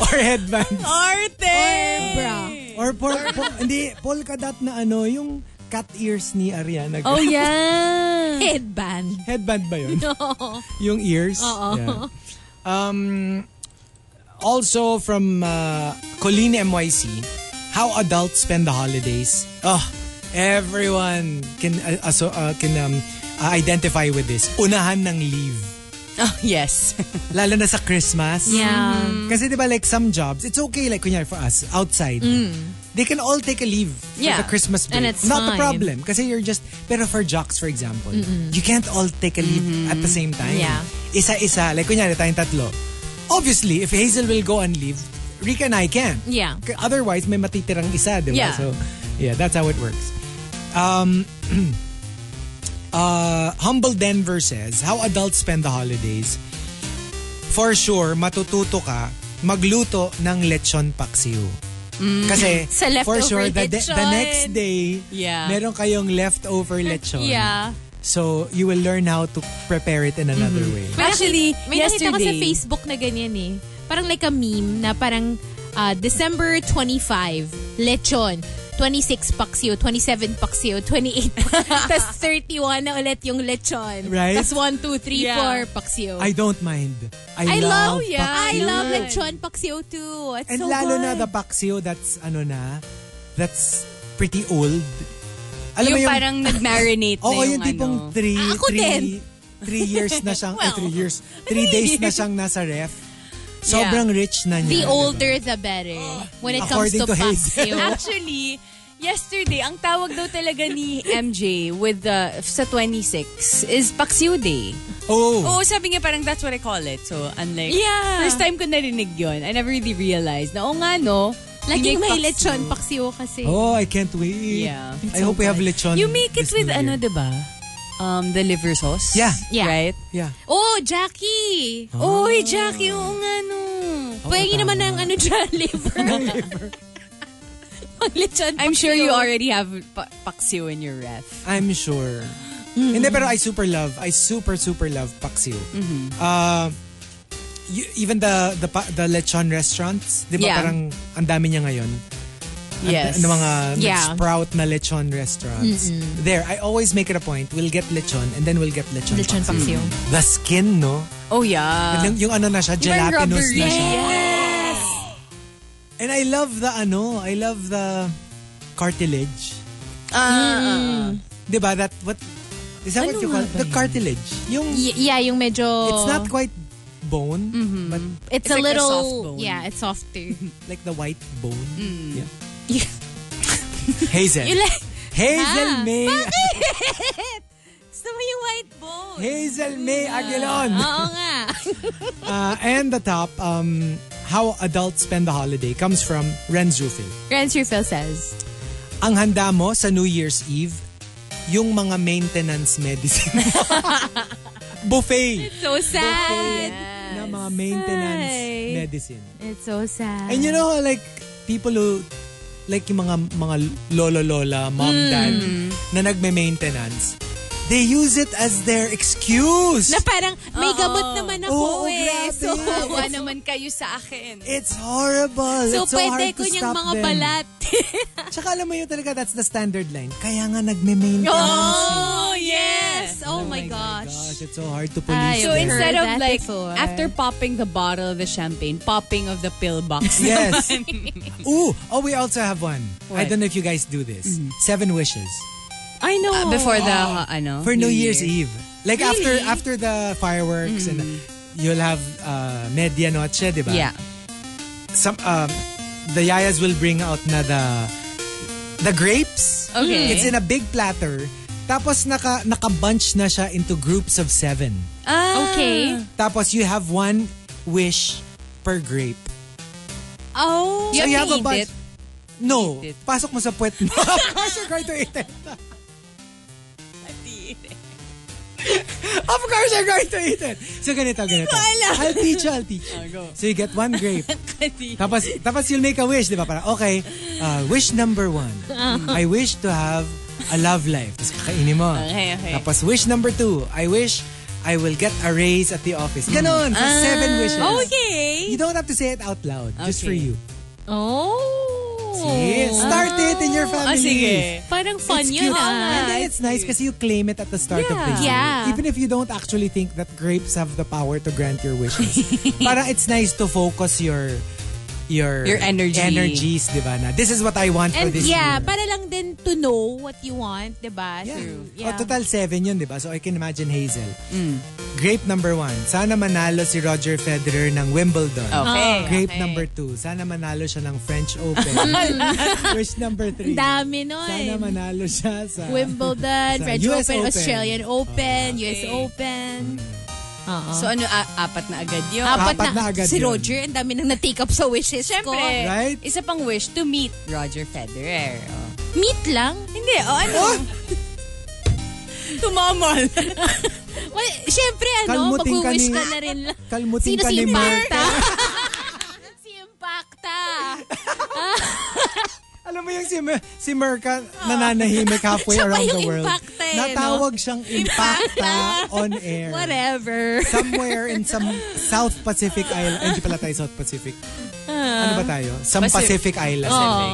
A: or headbands.
C: Arte!
B: Bra.
A: Or pol, pol- hindi, polka dot na ano, yung cat ears ni Ariana
C: Oh,
A: Grande.
C: yeah.
B: *laughs* Headband.
A: Headband ba yun?
B: Oo.
A: Yung ears? Yeah. Um, also from uh, Colleen MYC, how adults spend the holidays. Oh, everyone can uh, aso- uh, can um, uh, identify with this. Unahan ng leave.
C: Oh, yes.
A: Lalo na sa Christmas.
B: Yeah.
A: Kasi di ba like some jobs, it's okay like kunyari for us, outside. They can all take a leave for
C: Yeah.
A: the Christmas break.
B: Mm. And it's
A: Not a
B: fine.
A: problem. Kasi you're just, pero for jocks for example, you can't all take a leave at the same time.
B: Yeah.
A: Isa-isa, like kunyari tayong tatlo. Obviously, if Hazel will go on leave, Rika and I can.
B: Yeah.
A: K- Otherwise, may matitirang isa, di ba?
C: Yeah.
A: So, yeah, that's how it works. Um, *clears throat* uh, Humble Denver says, how adults spend the holidays. For sure, matututo ka magluto ng lechon paksiw. Kasi,
B: Mm. *laughs* Sa
A: for
B: leftover
A: sure, the, de- the
B: lechon.
A: next day,
C: Yeah.
A: meron kayong
B: *laughs*
A: leftover
C: Mm-hmm.
A: lechon.
B: Yeah.
A: So, you will learn how to prepare it in another way.
B: May
C: Actually,
B: nakita- may nakita ko sa
C: yesterday-
B: Facebook na ganyan eh. Parang like a meme na parang ah, December 25, lechon. 26 paksiw, 27 paksiw, 28
A: *laughs*
B: Tapos 31 na ulit yung lechon.
A: Right?
B: Tapos 1, 2, 3,
C: Yeah.
B: 4 paksiw.
A: I don't mind. I,
B: I love,
A: love
C: yeah.
B: I
A: paksiw.
B: love lechon paksiw too. It's
A: And
B: so
A: lalo
B: good.
A: na the Paxio, that's ano na, that's pretty old. Alam
C: yung,
A: mo yung,
C: parang *laughs* nag-marinate na
A: oo,
C: yung,
A: yung, tipong
C: ano.
A: three,
B: Ah, ako
A: three,
B: din.
A: three years na siyang, ay,
B: Well,
A: three years, three days na siyang nasa ref. Sobrang rich na
B: The
A: niya. diba?
B: older the
A: *gasps*
B: better when it comes
A: According to
B: to,
A: Hazel.
B: paksiw.
C: *laughs*
A: *laughs*
C: Actually, yesterday, ang tawag daw talaga ni MJ with the, sa 26 is Paksiw Day.
A: Oh,
C: Oo, sabi niya parang that's what I call it. So, unlike,
B: Yeah.
C: first time ko narinig yun. I never really realized na, oo nga no,
B: Laging
C: you
B: may
C: make paksiw.
B: lechon paksiw kasi.
A: oh, I can't wait.
C: Yeah.
A: I hope we have lechon.
C: You make
A: this
C: it with
A: New
C: ano,
A: Year.
C: di ba? Um, the liver sauce.
A: Yeah.
B: Yeah.
C: Right?
A: Yeah.
B: Oh, Jackie!
C: Oh, Uy, Jackie, oo nga no.
B: Pwede naman ng ano *laughs* dyan, liver. Pag lechon
C: I'm sure you
B: paksiw.
C: already have pa- paksiw in your ref.
A: I'm sure.
C: Mm-hmm.
A: Hindi, pero I super love, I super, super love Paksiw. Uh, y- even the, the pa- the lechon restaurants, di ba
C: Yeah.
A: parang ang dami niya ngayon. Ang-
C: Yes.
A: Ng mga
B: Yeah.
A: sprout na lechon restaurants. There, I always make it a point, we'll get lechon and then we'll get lechon,
B: Lechon paksiw.
A: The skin, no?
C: Oh, yeah.
A: yung, yung ano na siya, gelatinous na siya.
C: Yes!
A: And I love the ano, I love the cartilage.
C: Ah.
A: Mm. Di ba? That, what, is that
C: Ano
A: what you
C: nga
A: call it?
C: ba
A: The cartilage. Yung,
B: Y- yeah, yung medyo...
A: it's not quite bone, but
B: It's,
C: It's
B: a
C: like a
B: little...
C: soft bone.
B: Yeah, it's *laughs* softer.
A: like the white bone. Yeah.
B: You-
A: Hazel.
B: you like...
A: Hazel
B: Ha?
A: May.
B: Bakit? Gusto mo yung white bone?
A: Hazel May Aguilon.
B: Oo *laughs* nga.
A: Uh, and the top, um, how adults spend the holiday comes from Renz Rufil.
B: Renz Rufil says,
A: Ang handa mo sa New Year's Eve, yung mga maintenance medicine.
B: *laughs*
A: Buffet.
B: So sad.
A: Na mga maintenance
B: Ay.
A: medicine.
B: It's so sad.
A: And you know, like, people who, like yung mga, mga lolo-lola, mom,
B: Hmm.
A: dad, na nagme-maintenance, they use it as their excuse.
B: na parang, may gamot naman ako
A: Oo,
B: eh.
A: grabe.
B: So,
C: Kawawa naman kayo sa akin.
A: It's horrible. It's
B: so
A: so
B: pwede
A: hard
B: ko
A: to
B: niyang
A: stop
B: mga
A: them.
B: balat. *laughs*
A: Tsaka alam mo yun talaga, that's the standard line. Kaya nga nagme-maintenance.
B: oh, yes. Oh, my gosh.
A: Gosh, it's so hard to police.
B: Ay,
A: them.
B: I've
C: So
B: instead-
C: instead
B: heard
C: of
B: that
C: like
B: before.
C: after popping the bottle of the champagne, popping of the pill
A: *laughs*
C: box. *laughs*
A: Yes. Ooh, oh, we also have one. I
C: What? Mm-hmm.
A: don't know if you guys do this. Seven wishes.
B: I know.
C: Uh, Before the uh, ano
A: For New,
C: Year.
A: Year's Eve. Like after after the fireworks and you'll have uh, medianoche, di ba?
C: Mm-hmm.
A: *laughs*
C: Yeah.
A: Some, um, the yayas will bring out na the, the grapes.
C: Okay.
A: It's in a big platter. Tapos naka, naka-bunch na siya into groups of seven.
C: Ah,
B: Okay.
A: Tapos you have one wish per grape.
B: Oh.
A: So
C: You
A: you
C: have
A: have
C: to
A: a bunch.
C: eat it.
A: No.
C: Eat it.
A: Pasok mo sa puwet
C: *laughs*
A: mo. of course you're going to eat it. of course you're going to eat it. So ganito, ganito. I'll teach you, I'll teach
C: Ah,
A: you. So you get one grape. tapos, tapos you'll make a wish, di ba? Para, okay, uh, wish number one.
C: Uh-huh.
A: I wish to have a love life. Tapos kakainin mo.
C: Okay, okay.
A: Tapos wish number two, I wish I will get a raise at the office. Ganon, for
C: Ah.
A: seven wishes.
B: Okay.
A: You don't have to say it out loud. Just for
C: Okay.
A: you.
B: Oh.
A: See? Start it in your
C: Ah,
A: family.
C: sige.
B: Parang fun
A: It's
B: yun
A: cute. And
B: ah.
A: then it's nice because you claim it at the start of the
C: Yeah.
A: year.
B: Yeah.
A: Even if you don't actually think that grapes have the power to grant your wishes. Para it's nice to focus your your
C: Your energy.
A: energies, di ba? Na, this is what I want
B: And
A: for this
B: yeah,
A: year.
B: para lang din to know what you want, di ba?
A: Yeah.
B: Through-
A: Oh, total seven yun, di ba? So I can imagine Hazel. Grape number one. Sana manalo si Roger Federer ng Wimbledon.
C: Okay.
A: Grape
C: okay.
A: number two. Sana manalo siya ng French Open. Wish number three.
B: Ang dami nun.
A: Sana manalo siya sa...
B: Wimbledon,
A: Sa
B: French
A: US
B: Open,
A: Open. Ah, Hmm.
B: Australian Open, US Open. Oo.
C: So ano, a- apat na agad yun.
B: apat,
A: apat na
B: na,
A: agad
B: si
A: yun.
B: Roger, ang dami nang na-take up sa wishes ko.
C: Siyempre,
A: Right?
C: isa pang wish to meet Roger Federer. Oh.
B: Meet lang.
C: Hindi, o ano? Tumamol.
B: Well, syempre, ano,
A: Kalmutin ka
B: mag-wish
A: ni-
B: ka na rin lang.
A: Kalmutin
B: Sino
A: ka
B: si
A: ni Mark. *laughs*
B: Impacta? si Impacta.
A: Alam mo yung si, Mer- si Merka nananahimik halfway
B: Oh. Siya pa
A: around
B: yung
A: the world.
B: impacta eh, no?
A: Natawag siyang impacta on air.
B: Whatever.
A: Somewhere in some South Pacific Island. Ay, Hindi pala tayo South Pacific. Ano ba tayo? Some
C: Pacific.
A: Pacific Island.
B: Ah. Oo.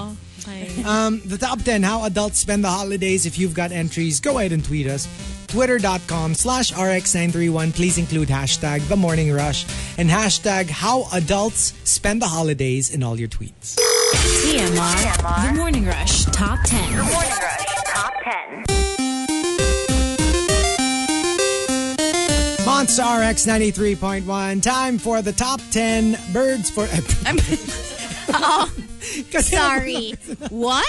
B: Okay.
A: Um, the top 10 how adults spend the holidays. If you've got entries, go ahead and tweet us. Twitter.com slash RX931. Please include hashtag the morning rush and hashtag how adults spend the holidays in all your tweets.
D: TMR. The Morning Rush Top 10.
F: Morning Rush Top 10.
A: Monster RX 93.1. Time for the top 10 birds for. *laughs* Um, Kasi-
B: Sorry. *laughs* What?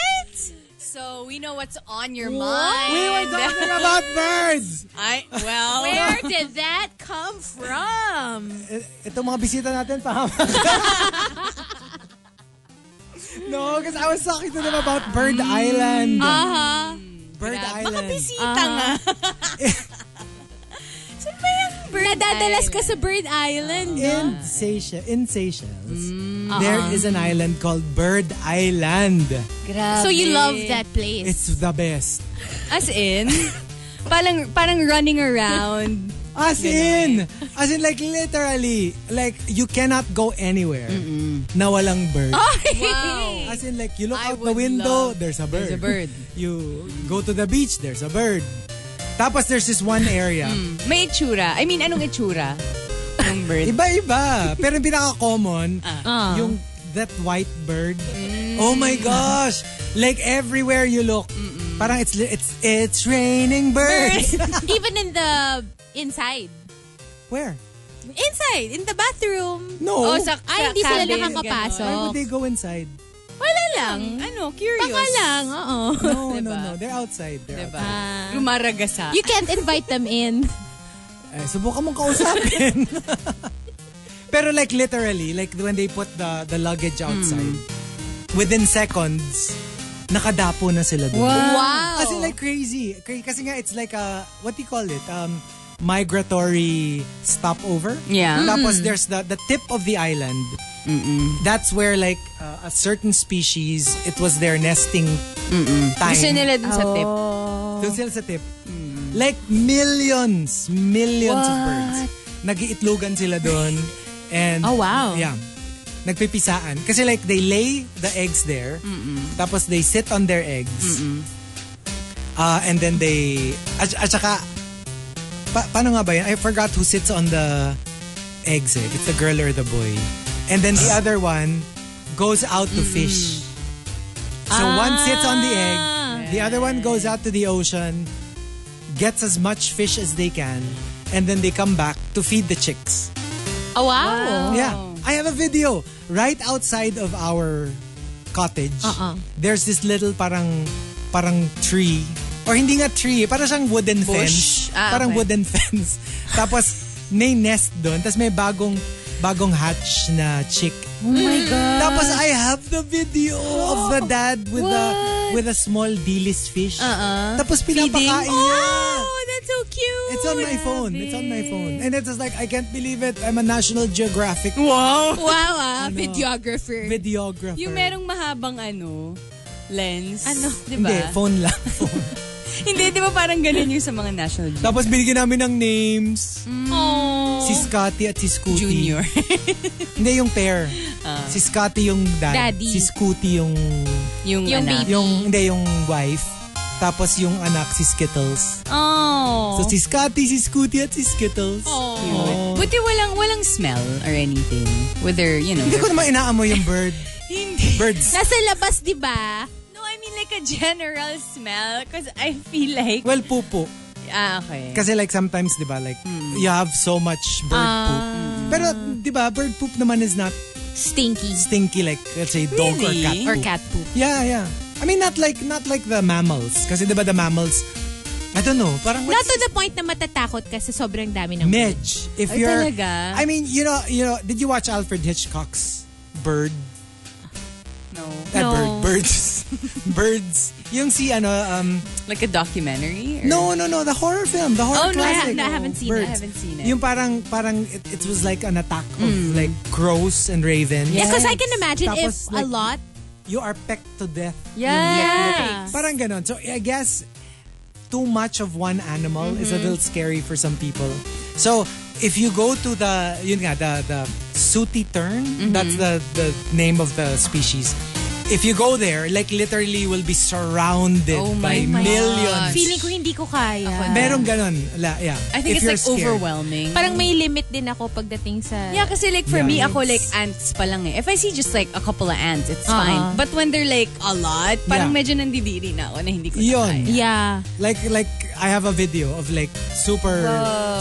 C: *laughs* so, we know what's on your
B: What?
C: mind.
A: We were talking about birds!
C: I, well,
B: Where did that come from?
A: Itong mga bisita natin, pahamak. *laughs* no, because I was talking to them about Bird Island.
B: Ah, Aha.
A: Bird Island.
C: bisita nga.
B: Nadadalas ka sa Bird Island.
A: In, Seychelles, in Seychelles, there is an island called Bird Island.
C: Grabe.
B: So you love that place.
A: It's the best.
C: As *laughs* in, parang, parang running around.
A: As in, as in like literally, like you cannot go anywhere na walang bird.
C: Wow.
A: As in like you look
C: I
A: out the
C: would
A: window,
C: love-
A: there's a bird.
C: there's a bird.
A: *laughs* You go to the beach, there's a bird. Tapos there's this one area.
C: May itsura. I mean, anong itsura? Ng bird.
A: Iba-iba. Pero yung pinaka-common,
C: Ah.
A: yung that white bird.
C: Hmm.
A: Oh my gosh! Like everywhere you look, parang it's li- it's it's raining birds.
B: *laughs*
C: *laughs*
B: Even in the inside.
A: Where?
B: Inside, in the bathroom.
A: No.
B: Ay, hindi sila
C: cabin,
B: nakakapasok.
A: Why
C: ganon.
A: would they go
C: *laughs*
A: inside?
B: Wala lang.
C: Ano, curious.
B: Baka lang, oo.
A: No, no,
C: Diba?
A: no. They're outside. They're
C: Diba? Lumaragasa.
B: You can't invite them in. *laughs*
A: Eh, subukan mong kausapin. *laughs* Pero like literally, like when they put the the luggage outside, within seconds, nakadapo na sila doon.
B: Wow.
A: Kasi like crazy. Cra- Kasi nga it's like a, what do you call it? Um, migratory stopover.
C: Yeah.
A: Tapos there's the, the tip of the island. That's where like uh, a certain species, it was their nesting time.
C: Gusto nila dun sa tip.
A: Doon sila sa tip. Like millions, millions of birds. Nag-iitlogan sila doon. And,
B: Oh, wow.
A: Yeah. Nagpipisaan. Kasi like, they lay the eggs there. Tapos they sit on their eggs. Uh, and then they... At, at saka... Pa, paano nga ba yun? I forgot who sits on the eggs eh. If it's the girl or the boy. And then
B: *gasps*
A: the other one goes out to fish. So one sits on the egg, the other one goes out to the ocean, gets as much fish as they can, and then they come back to feed the chicks.
B: Oh, wow.
A: Yeah. I have a video right outside of our cottage.
B: Uh-uh.
A: There's this little parang parang tree or hindi nga tree, para siyang wooden fence.
C: Bush? Ah,
A: parang
C: okay.
A: wooden *laughs* fence. Tapos may nest doon, tapos may bagong bagong hatch na chick. Oh my god. Tapos I have the video of the dad with the with a small dilis fish. Uh-uh. Tapos pinapakain niya.
B: Oh, that's so cute.
A: It's on my phone. It's on my phone. And it's just like, I can't believe it. I'm a National Geographic
C: Wow.
B: Wow, ah. Videographer.
A: videographer.
C: Yung merong mahabang ano, lens.
B: Ano?
C: Di
A: Hindi,
C: ba? *laughs*
A: phone lang. Phone.
C: Hindi, di ba parang ganun yung sa mga national League?
A: Tapos binigyan namin ng names.
B: Oh.
A: Si Scotty at si Scooty.
C: Mm. Junior. Ah.
A: Hindi, yung pair. si Scotty yung dad.
B: Daddy.
A: Si Scooty yung...
C: *laughs* yung
B: Yung
C: anak.
B: baby.
A: Yung, hindi, yung wife. Tapos yung anak, si Skittles.
B: Oh.
A: So si Scotty, si Scooty at si Skittles.
C: Oh. Yun. Buti walang walang smell or anything. Whether, you know.
A: Hindi *laughs* ko naman inaamoy yung bird.
C: Hindi.
A: Birds.
B: Nasa labas, di ba?
C: No, I mean like a general smell. Because I feel like...
A: Well, pupo.
C: ah, okay.
A: Kasi like sometimes, di ba, like, you have so much bird
B: Ah.
A: poop. Pero, di ba, bird poop naman is not
B: Stinky.
A: stinky like, let's say, dog or
C: Really?
A: cat
B: Or
A: poop.
B: cat poop.
A: Yeah, yeah. I mean, not like not like the mammals. Kasi di ba the mammals, I don't know, parang
B: Not
A: what's...
B: to the point na matatakot ka sa sobrang dami ng...
A: Medj. If
C: Ay,
A: you're,
C: talaga?
A: I mean, you know, you know, did you watch Alfred Hitchcock's Bird?
C: no.
A: Ah,
B: No.
A: bird, *laughs* birds. birds. Yung si ano, um,
C: Like a documentary? Or...
A: no, no, no, the horror film, the horror
C: Oh, no, I ha-
A: classic.
B: no, I haven't seen it.
A: Birds.
C: I haven't seen it. Mm.
A: Yung parang, parang, it, it was like an attack of like crows and ravens.
B: Yeah, because I can imagine
A: Tapos,
B: if
A: like,
B: a lot.
A: You are pecked to death.
B: Yeah.
A: Parang ganon. So I guess too much of one animal is a
C: Mm-hmm.
A: little scary for some people. So if you go to the yun nga the the sooty tern,
C: Mm-hmm.
A: that's the the name of the species. If you go there, like literally you will be surrounded
C: Oh
A: by
C: my gosh.
A: millions.
B: Feeling ko hindi ko kaya.
A: Merong ganon. La, yeah.
C: I think
A: If
C: it's
A: you're
C: like
A: scared.
C: overwhelming.
B: Parang may limit din ako pagdating sa...
C: Yeah, kasi like for
A: Yeah.
C: me, ako like ants pa lang eh. If I see just like a couple of ants, it's
B: Uh-uh.
C: fine. But when they're like a lot, parang
A: Uh-huh. Yeah.
C: medyo nandidiri na ako na hindi ko na
A: Yun.
C: kaya.
B: Yeah.
A: Like like I have a video of like super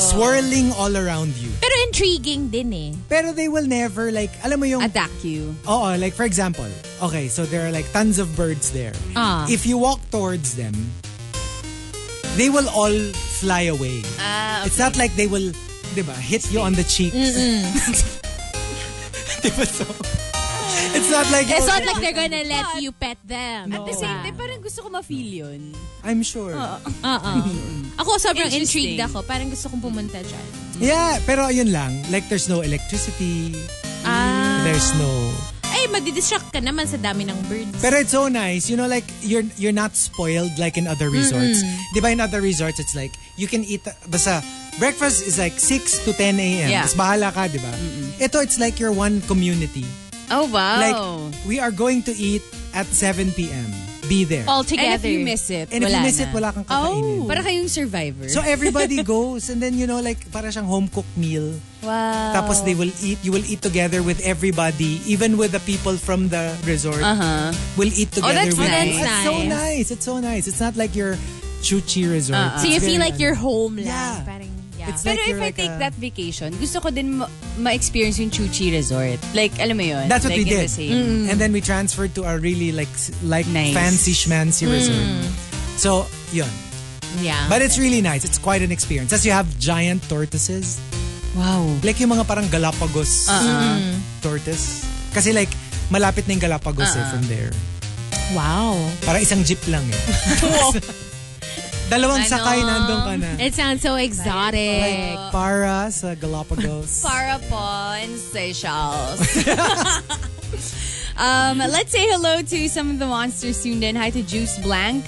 A: swirling all around you.
B: Pero intriguing din eh.
A: Pero they will never like alam mo yung
C: Attack you.
A: Oo, like for example, okay, so there are like tons of birds there.
B: Ah.
A: If you walk towards them, they will all fly away.
C: Ah,
A: It's not like they will, di ba, hit you on the cheeks. *laughs* Di ba, so? It's not like,
B: It's
A: oh,
B: not like they're gonna let you pet them. Diba?
C: At the same time, parang gusto ko ma-feel yun.
A: I'm sure.
C: Oh.
B: Oo. Uh-uh.
C: *laughs*
B: Ako sobrang
C: Interesting.
B: intrigued ako. Parang gusto kong pumunta dyan.
A: Yeah, pero yun lang. Like there's no electricity.
C: Ah.
A: There's no...
B: Ay, madidistract ka naman sa dami ng birds.
A: Pero it's so nice. You know, like, you're you're not spoiled like in other resorts. Di ba in other resorts, it's like, you can eat, basta, breakfast is like 6 to 10 a.m.
C: Yeah.
A: Mas bahala ka, di ba? Ito, it's like your one community.
C: Oh, wow.
A: Like, we are going to eat at 7 p.m. Be there.
B: All
C: And if
B: together.
C: you miss it,
A: And if
C: wala
A: you miss
C: na.
A: it, wala kang
B: Oh.
A: kakainin.
C: Para kayong survivor.
A: So everybody *laughs* goes and then, you know, like, para siyang home-cooked meal.
C: wow.
A: Tapos they
B: Oh.
A: will eat, you will eat together with everybody, even with the people from the resort.
C: Uh-huh.
A: We'll eat together
C: that's
A: with you.
C: nice.
B: Oh, that's
A: It's so
B: nice.
A: nice. It's so nice. It's not like your chuchi resort.
B: Uh-uh. so you
A: It's
B: feel
A: very
B: like
A: nice.
B: you're home lang.
A: Yeah.
B: Parang, yeah.
A: It's
C: Pero
A: like
C: if
A: you're
C: I
A: like
C: take
A: a-
C: that vacation, gusto ko din ma- ma-experience yung Chuchi Resort. Like, alam mo yun?
A: That's what
C: like
A: we
C: in
A: did. Mm.
C: the same-
B: Mm-hmm.
A: And then we transferred to a really like s- like
C: Nice.
A: fancy schmancy resort. So, yun.
B: Mm. yeah.
A: But it's really nice. It's quite an experience. As you have giant tortoises.
C: Wow.
A: Like yung mga parang Galapagos
B: Uh-uh.
A: tortoise. Kasi like, malapit na yung Galapagos
B: Uh-uh.
A: eh from there.
B: wow.
A: Parang isang jeep lang eh. *laughs* Dalawang
C: Ano?
A: sakay, nandun ka na.
B: It sounds so exotic.
A: Like, para sa Galapagos.
C: *laughs* Para Pon
A: *laughs*
C: Seychelles. *laughs* um, let's say hello to some of the monsters tuned in. Hi to Juice Blank.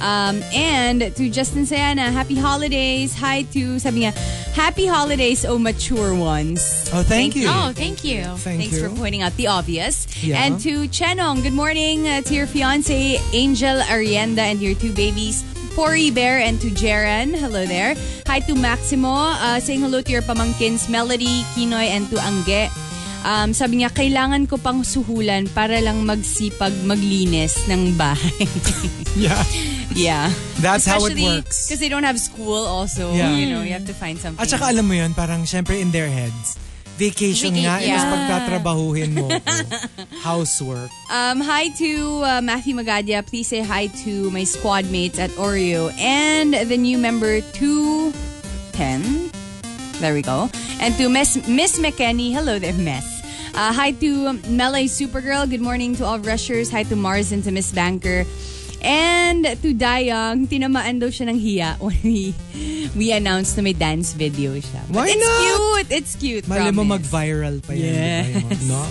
C: Um, and to Justin Sayana, happy holidays. Hi to, sabi niya, happy holidays, oh mature ones.
A: Oh, thank, you.
B: Oh, thank you.
A: Thank
C: Thanks
A: you.
C: for pointing out the obvious.
A: Yeah.
C: And to Chenong, good morning uh, to your fiance, Angel Arienda, and your two babies, Pori Bear, and to Jaren. Hello there. Hi to Maximo, uh, saying hello to your pamangkins, Melody, Kinoy, and to Angge. Um, sabi niya, kailangan ko pang suhulan para lang magsipag maglinis ng bahay.
A: *laughs* Yeah.
C: yeah.
A: That's how it
C: Especially
A: works.
C: Because they don't have school also.
A: Yeah.
C: You know, you have to find something.
A: At saka alam mo yun, parang syempre in their heads, vacation
B: Vaca-
A: nga, eh, mas
B: yeah.
A: pagtatrabahuhin
C: *laughs*
A: mo ako. Housework.
C: Um, hi to uh, Matthew Magadia. Please say hi to my squad mates at Oreo and the new member 210. There we go. And to Miss Miss McKenny. Hello there, Miss. Uh, hi to Melay Supergirl. Good morning to all rushers. Hi to Mars and to Miss Banker. And to Dayang, tinamaan daw siya ng hiya when we, we announced na may dance video siya. But
A: Why
C: it's
A: not?
C: cute. It's cute.
A: Malay mo
C: promise.
A: mag-viral pa yan. di
C: Yes.
A: ba yun? No?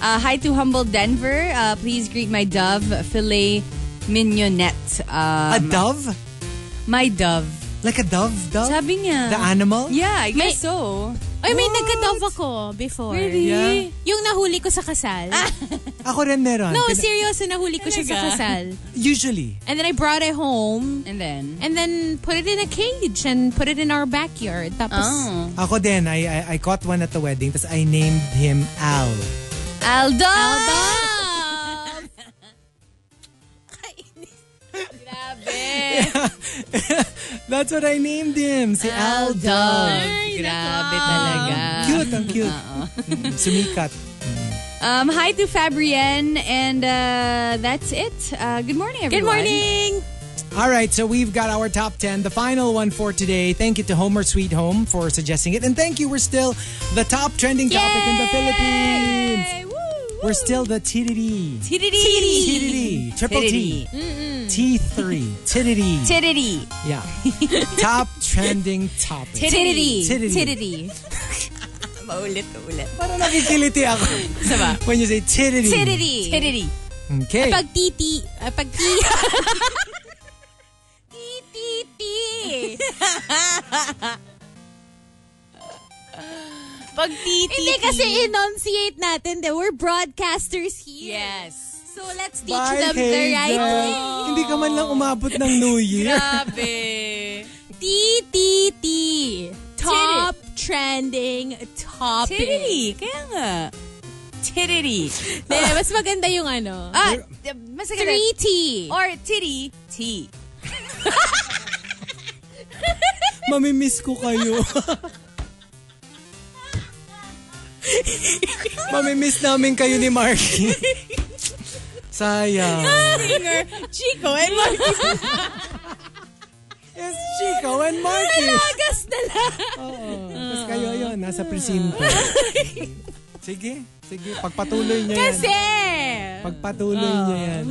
C: Uh, hi to Humble Denver. Uh, please greet my dove, filet mignonette.
A: A
C: Um,
A: dove?
C: my dove.
A: Like a dove, dove?
C: Sabi niya.
A: The animal?
C: Yeah, I
B: May-
C: guess so.
B: Ay, may nagka-dove ako before.
C: Really?
A: Yeah.
B: Yung nahuli ko sa kasal.
A: Ako rin meron.
B: No,
A: Pina-
B: seryoso, nahuli ko siya sa
C: Talaga?
B: kasal.
A: Usually.
B: And then I brought it home.
C: And then?
B: And then put it in a cage and put it in our backyard. Tapos,
C: Oh.
A: Ako din, I, I, I caught one at the wedding, tapos I named him Al.
C: Aldo!
B: Aldab!
A: That's what I named him, si Al Dove.
C: Grabe talaga.
A: Cute, ang
B: *laughs*
A: cute.
B: Uh-uh.
A: Mm, Sumikat.
C: Um, hi to Fabrienne. And uh, that's it. Uh, good morning,
B: Good
C: everyone.
B: morning!
A: All right, so we've got our top 10, the final one for today. Thank you to Homer Sweet Home for suggesting it. And thank you, we're still the top trending topic in the Philippines. We're still the TDD. TDD. Triple T. T3. TDD.
C: Tiddity.
A: Yeah. top trending topic.
C: Tiddity.
A: Tiddity.
C: Maulit-ulit.
A: Parang nakikiliti ako.
C: Saba.
A: When you say TDD.
B: Titty!
C: Tiddity.
A: Okay.
B: Pag titi, ah, pag ti... Titi, ti.
C: Pag titi.
B: Hindi kasi enunciate natin that we're broadcasters here.
C: *laughs* Yes.
B: So let's teach
A: Bye,
B: them the
A: Hazel.
B: right way.
A: Hindi ka man lang umabot ng New Year.
C: Grabe.
B: T T T. Top trending topic.
C: Tiddity. Kaya nga. Tiddity. *laughs*
B: Hindi, mas maganda yung ano.
C: Ah, d- masagana.
B: 3T.
C: Or titty. T.
A: Mamimiss ko kayo. Mamimiss namin kayo ni Marky. Sayang.
C: Singer. Chico and Marky.
A: Yes, Chico and Marky.
B: Agas na lang.
A: Tapos kayo yun, nasa presinto. Sige, sige. Pagpatuloy niya yan.
B: Kasi.
A: Pagpatuloy niya yan.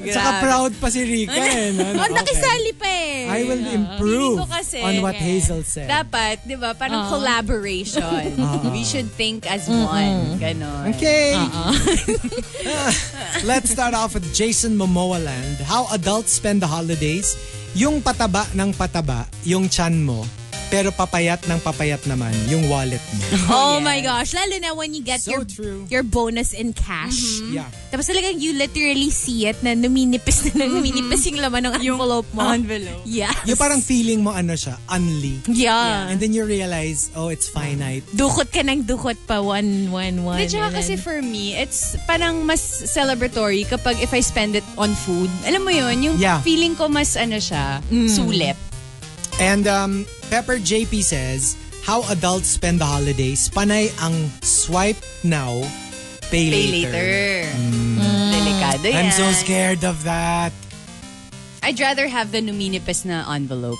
A: At saka
C: Ah. Grabe.
A: proud pa si Rika eh. no? Okay.
B: Oh, nakisali pa eh.
A: I will
C: Ah, Feeling ko
A: improve
C: kasi,
A: on what Hazel said.
C: Dapat, di ba, parang
A: Ah. *laughs*
C: collaboration. We should think as one. Ganon.
A: Okay. *laughs* Ah, Let's start off with Jason Momoa Land. How adults spend the holidays. Yung pataba ng pataba, yung chan mo, pero papayat ng papayat naman, yung wallet
B: *laughs*
A: mo.
B: Oh my gosh. Lalo na when you get
A: So
B: your
A: true.
B: your bonus in cash.
C: Mm-hmm.
A: Yeah.
B: Tapos talagang you literally see it na numinipis na lang, numinipis yung laman ng envelope mo.
C: Mm-hmm. Envelope.
B: yes.
A: Yung parang feeling mo ano siya, unli.
B: Yeah.
A: And then you realize, oh, it's finite.
B: Dukot ka ng dukot pa. One, one, one.
C: Hindi, tsaka
B: and
C: kasi
B: then-
C: for me, it's parang mas celebratory kapag if I spend it on food. Alam mo yun, yung
A: Yeah. Mm.
C: feeling ko mas ano siya, sulit.
A: And um, Pepper JP says, how adults spend the holidays. Panay ang swipe now, pay,
C: Pay
A: later. Mm.
C: later. Delikado yan.
A: I'm so scared of that.
C: I'd rather have the numinipis na envelope.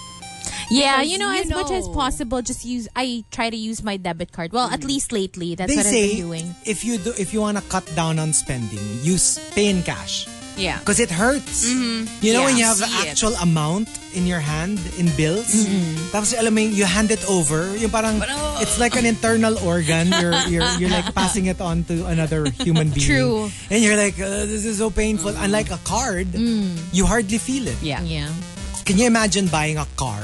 B: Yeah,
C: Because
B: you know,
C: you
B: as much as
C: know. Mm.
B: possible, just use. I try to use my debit card. Well, at least lately, that's
A: they
B: what
A: say
B: I've been doing.
A: if you do if you want to cut down on spending use pay in cash
C: Yeah.
A: because it hurts you know
C: Mm-hmm. Yeah,
A: when you have the
C: see it.
A: actual amount in your hand in bills
C: Mm-hmm.
A: tapos alam mo yung- you hand it over yung parang
C: Parang,
A: it's like an internal
C: *laughs*
A: organ you're you're you're like passing it on to another human being
B: True.
A: and you're like uh, this is so painful unlike a card you hardly feel it
C: Mm-hmm. Mm. Yeah.
B: Yeah.
A: can you imagine buying a car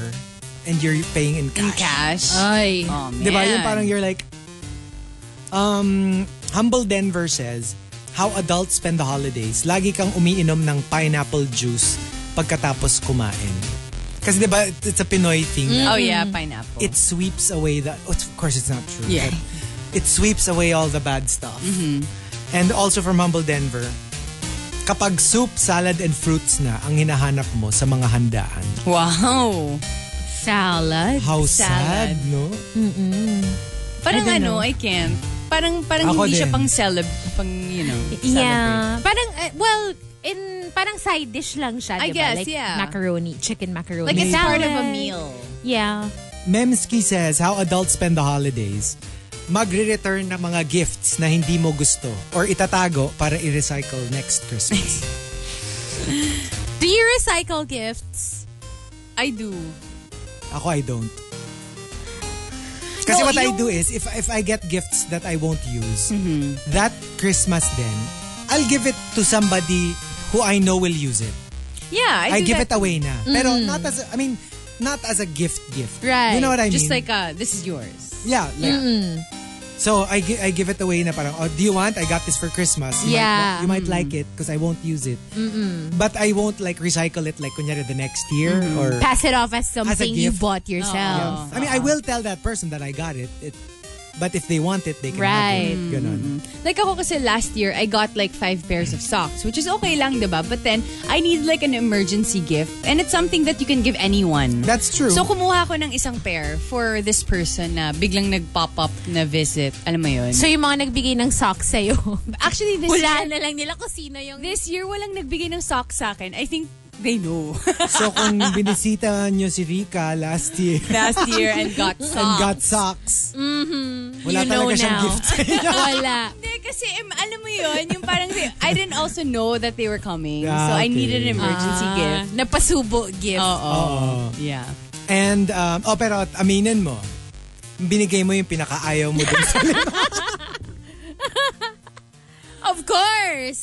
A: and you're paying in
C: In
A: cash
C: cash.
B: Ay.
C: oh, man.
A: Di ba? Diba? Yung parang you're like, um, Humble Denver says, how adults spend the holidays, lagi kang umiinom ng pineapple juice pagkatapos kumain. Kasi di ba, it's a Pinoy thing. na
C: Oh yeah, pineapple.
A: It sweeps away the, of course it's not true.
C: Yeah. Mm-hmm.
A: but it sweeps away all the bad stuff. And also from Humble Denver, kapag soup, salad, and fruits na ang hinahanap mo sa mga handaan,
C: wow.
B: Salad.
A: how sad,
C: Salad.
A: no?
C: Parang
B: I don't
C: ano, I can't. Parang parang
A: Ako
C: hindi siya
A: din.
C: pang celeb, pang you know. eh.
B: Yeah. Parang, uh, well, in parang side dish lang siya, di ba?
C: I guess,
B: like
C: yeah.
B: macaroni, chicken macaroni.
C: Like it's part of a
B: Salad.
C: meal.
B: Yeah.
A: Memski says how adults spend the holidays. Magre-return ng mga gifts na hindi mo gusto or itatago para i-recycle next Christmas.
C: *laughs*
B: Do you recycle gifts?
C: I do.
A: Ako, I don't. Kasi
C: No,
A: what I
C: yung-
A: do is, if, if I get gifts that I won't use,
C: Mm-hmm.
A: that Christmas then, I'll give it to somebody who I know will use it.
C: Yeah, I,
A: I,
C: do
A: give
C: that Mm-hmm.
A: it away na. Pero not as, a, I mean, not as a gift gift.
C: Right.
A: You know what I
C: Just
A: mean?
C: like, uh, this is yours.
A: Yeah. Like, So I, gi- I give it away na parang, oh, do you want? I got this for Christmas. You
B: Yeah.
A: Might, wa- you might like it because I won't use it. But I won't like recycle it like kunyari the next year or...
B: Pass it off as something you
A: gift.
B: bought
C: Oh,
B: yourself.
A: I mean, I will tell that person that I got it. it but if they want it, they can
B: Right.
A: have it. Ganon.
C: Like ako kasi last year, I got like five pairs of socks, which is okay lang, diba? But then, I need like an emergency gift. And it's something that you can give anyone.
A: That's true.
C: So kumuha ako ng isang pair for this person na biglang nag-pop up na visit. Alam mo yun?
B: So yung mga nagbigay ng socks
C: *laughs*
B: sa'yo,
C: actually, this
B: wala
C: year,
B: na lang nila kung sino yung...
C: this year walang nagbigay ng socks sa akin. I think they know.
A: So kung binisita nyo si Rika last year
C: *laughs* last year and got *laughs*
A: *laughs*
C: socks.
A: and got socks, wala
B: Mm-hmm. You know
A: talaga siyang
B: now.
A: gift sa inyo.
B: *laughs* Wala.
C: Hindi, kasi um, alam mo yun, yung parang, they- I didn't also know that they were coming.
A: Ah,
C: so
A: okay.
C: I needed an emergency
B: Ah,
C: gift.
B: napasubo gift.
C: Oo. Yeah.
A: And, um, oh pero aminin mo, binigay mo yung pinakaayaw mo dun sa
B: Of course!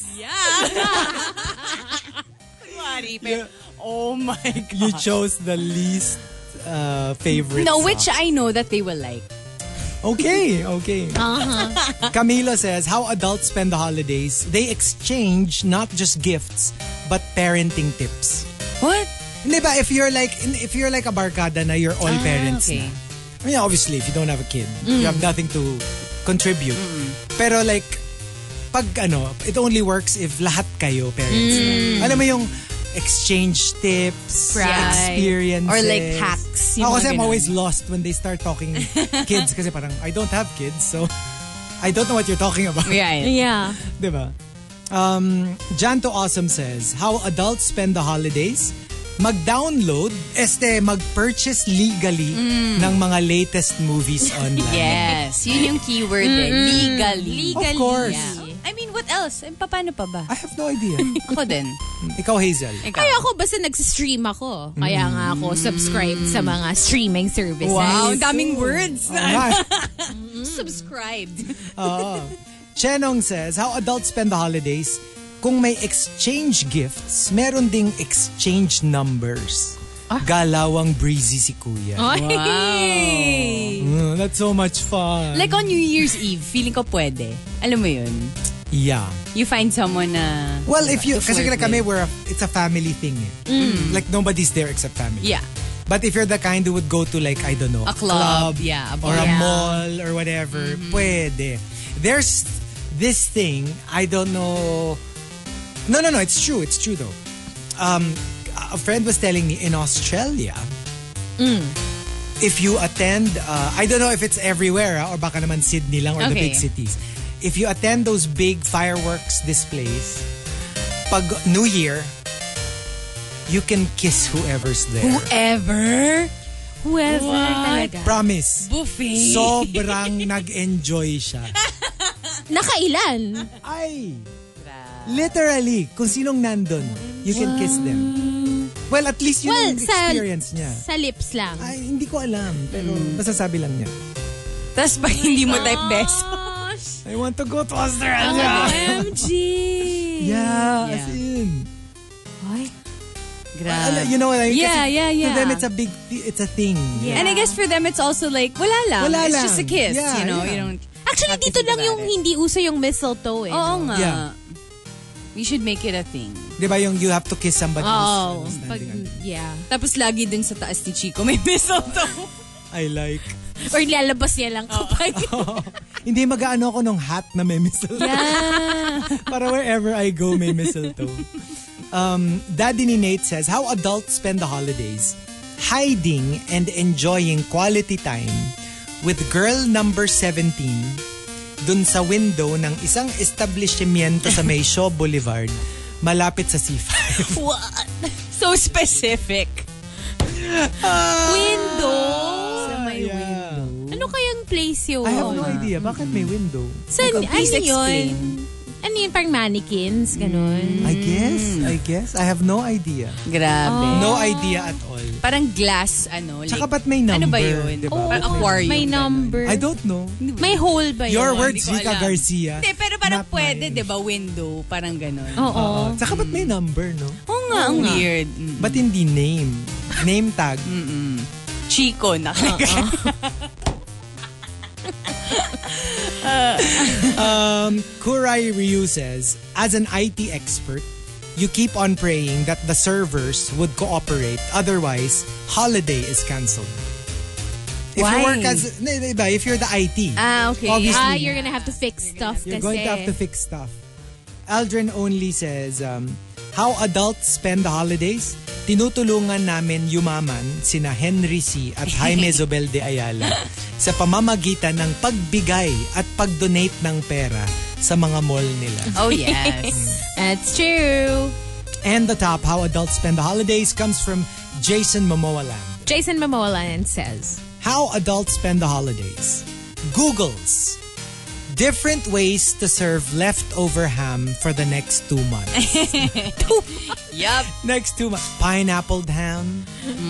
C: Oh my *laughs* God.
A: You chose the least uh, favorite
C: No,
A: song.
C: which I know that they will like.
A: Okay, okay.
C: Uh-huh.
A: Camilo says, how adults spend the holidays, they exchange not just gifts, but parenting tips.
C: What?
A: Hindi ba, if you're like, if you're like a barkada na you're all
C: Ah,
A: parents na. I mean, obviously, if you don't have a kid,
C: Mm.
A: you have nothing to contribute. Pero like, pag ano, it only works if lahat kayo parents
C: Mm.
A: na. Alam mo yung exchange tips,
C: Right.
A: experiences.
C: Or like hacks,
A: Ako
C: yung mga
A: kasi I'm
C: ganun.
A: always lost when they start
C: *laughs*
A: talking kids kasi parang, I don't have kids, so I don't know what you're talking about.
C: Right.
B: Yeah.
A: Diba? Um, Janto Awesome says, How adults spend the holidays? Mag-download, este, mag-purchase legally
C: Mm.
A: ng mga latest
C: *laughs*
A: movies online.
C: Yes. Yun yung keyword eh. Legally.
A: Of course.
C: Yeah. I mean, what else? Eh, Paano pa ba?
A: I have no idea.
C: *laughs* Ako din.
A: Ikaw, Hazel.
B: Ay, ako basta nag-stream ako.
C: Mm.
B: Kaya nga ako subscribed sa mga streaming services.
C: Wow, ang daming words.
A: Hi.
C: *laughs* Subscribed.
A: Chenong says, How adults spend the holidays? Kung may exchange gifts, meron ding exchange numbers.
C: Ah.
A: Galawang breezy si kuya.
B: Ay.
A: Mm, that's so much fun.
C: Like on New Year's Eve, feeling ko pwede. Alam mo yun?
A: yeah.
C: You find someone na...
A: Well, if you, kasi like
C: flirt
A: kami, we're a, it's a family thing. eh. Like nobody's there except family.
C: Mm. Yeah.
A: But if you're the kind who would go to like, I don't know,
C: A club, yeah, Mm-hmm. a
A: or a
C: bar.
A: mall or whatever, pwede. There's this thing, I don't know. No, no, no, it's true. It's true though. Um, a friend was telling me in Australia,
C: Mm.
A: if you attend, uh, I don't know if it's everywhere ah, or baka naman Sydney lang or the
C: Okay.
A: big cities. If you attend those big fireworks displays, pag New Year, you can kiss whoever's there.
C: Ever?
B: Whoever talaga.
A: Promise.
C: Buffet.
A: Sobrang *laughs* nag-enjoy siya.
B: Nakailan?
A: Ay! Literally, kung sinong nandun, you can kiss them. Well, at least yun
B: Well,
A: yung
B: sa-
A: experience niya.
B: Sa lips lang.
A: Ay, hindi ko alam. Pero masasabi lang niya.
C: Tapos ba hindi mo type best?
B: *laughs* Gosh.
A: I want to go to Australia!
B: OMG.
A: Yeah, as in. Ala-
C: Grabe.
A: You know what I mean?
C: Yeah,
A: Kasi
C: yeah, yeah.
A: To them, it's a big, thi- it's a thing.
B: Yeah.
C: And I guess for them, it's also like, wala lang.
A: Wala
C: it's
A: lang.
C: just a kiss,
A: Yeah,
C: you know?
A: yeah.
C: You don't...
B: Actually,
C: Have to diba? Oh.
B: dito
C: think
B: lang
C: about
B: yung
C: it.
B: hindi uso yung mistletoe. Eh.
C: Oo nga.
A: Yeah.
C: We should make it a thing.
A: Di ba yung you have to kiss somebody
B: Oh,
A: who's standing
B: pag,
A: under.
B: yeah.
C: Tapos lagi dun sa taas ni Chico may *laughs* mistletoe.
A: I like.
B: Or nilalabas niya lang kapag...
C: Oh.
A: Hindi mag-ano ako nung hat na may mistletoe.
B: yeah.
A: *laughs* Para wherever I go, may mistletoe. Um, Daddy ni Nate says, How adults spend the holidays hiding and enjoying quality time with girl number 17 dun sa window ng isang establishmento sa May Shaw Boulevard malapit sa
B: *laughs*
A: C5.
C: What? So specific.
B: *laughs* Ah,
C: *laughs*
B: Window.
C: Sa may
A: Ah, Yeah.
B: Ano kayang place yun?
A: I have no idea. Bakit may window?
B: Sa,
C: Ikaw, please
B: ano yun?
C: explain. Mm.
B: Ano yun? Parang mannequins? Ganun.
A: I guess. I guess. I have no idea.
C: Grabe.
A: No idea at all.
C: Parang glass, ano.
A: Oh. Tsaka
C: like,
A: ba't may number?
C: Ano ba yun?
A: Diba?
C: Oh, Parang
A: Ba't may-
C: aquarium.
B: May
C: ganun.
B: number.
A: I don't know.
B: May hole ba yun?
A: Your
C: Hindi
A: words,
C: ko
A: Vika
C: alam.
A: Garcia.
C: Hindi, pero parang
A: Not Oh,
C: pwede,
A: mine.
C: di ba? Window, parang ganun.
B: Oo.
A: Oo. Tsaka ba't may number, no?
C: Oo nga, ang
B: nga.
C: weird. Mm.
A: Ba't hindi name? Name tag. Oh,
C: Chico nakalagay.
A: Um, Kurai Ryu says, as an IT expert, you keep on praying that the servers would cooperate. Otherwise, holiday is cancelled. If you
C: Why?
A: work as, na- na- iba, if you're the IT,
C: Ah, okay.
A: Obviously.
B: Ah, you're gonna have to fix stuff
A: you're
B: kasi.
A: going to have to fix stuff. Aldrin only says, um, how adults spend the holidays? Tinutulungan namin yumaman sina Henry C. at Jaime Zobel de Ayala sa pamamagitan ng pagbigay at pag-donate ng pera sa mga mall nila.
C: Oh, yes.
B: That's true.
A: And the top, How Adults Spend the Holidays, comes from Jason Momoa Lam.
B: Jason Momoalan says,
A: How Adults Spend the Holidays. Googles. Different ways to serve leftover ham for the next two months.
C: *laughs* yup.
A: next two months. Pineappled ham.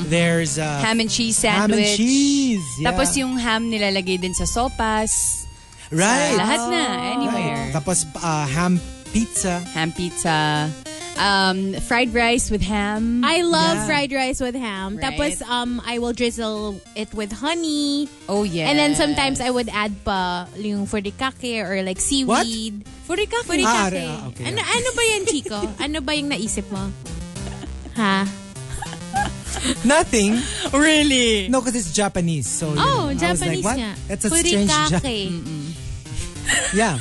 A: There's uh,
C: Mm-hmm. Ham and cheese
A: ham and
C: sandwich.
A: cheese. Yeah.
C: Tapos yung ham nilalagay din sa sopas.
A: right.
C: Lahat na, anywhere.
A: Right. Tapos uh, ham pizza.
C: Ham pizza. Um, fried rice with ham.
B: I
A: Yeah.
B: love fried rice with ham.
C: Right.
B: Tapos, um, I will drizzle it with honey.
C: oh, yeah.
B: And then sometimes I would add pa yung furikake or like seaweed.
A: Ah,
B: Furikake? Furikake.
A: ah, okay, okay.
B: ano, ano ba yan, Chico? ano ba yung naisip *laughs* mo? Ha?
A: Nothing.
C: Really?
A: No, because it's Japanese. So you know,
B: Oh,
A: I was like,
B: Japanese
A: what?
B: nga.
A: That's a strange Japanese.
B: furikake.
A: Yeah.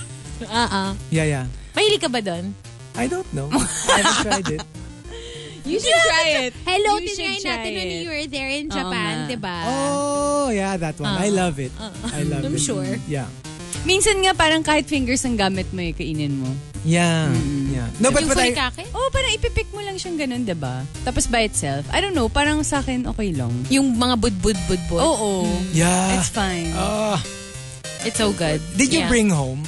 B: Uh-uh.
A: Yeah, yeah.
B: Mahilig ka ba doon?
A: I don't know.
C: *laughs*
A: I haven't tried it.
C: You should try it.
B: Hello,
C: You should
B: tinry
C: try
B: natin when
C: it.
B: you were there in Japan, diba?
C: nga.
B: di ba?
A: Oh, yeah, that one.
C: Uh-uh.
A: I love it. I love
B: I'm
A: it.
B: sure.
A: Yeah.
C: Minsan nga parang kahit fingers ang gamit mo eh, kainin mo.
A: Yeah.
C: Mm-hmm.
A: Yeah. No, but,
B: yung
A: but I,
B: furikake?
C: Oh, parang ipipick mo lang siyang ganun, 'di ba? Tapos by itself. I don't know, parang sa akin okay lang.
B: Yung mga budbud-budbud.
C: Oo.
A: yeah.
C: It's fine.
A: Ah,
B: It's so good.
A: did you
B: Yeah.
A: bring home?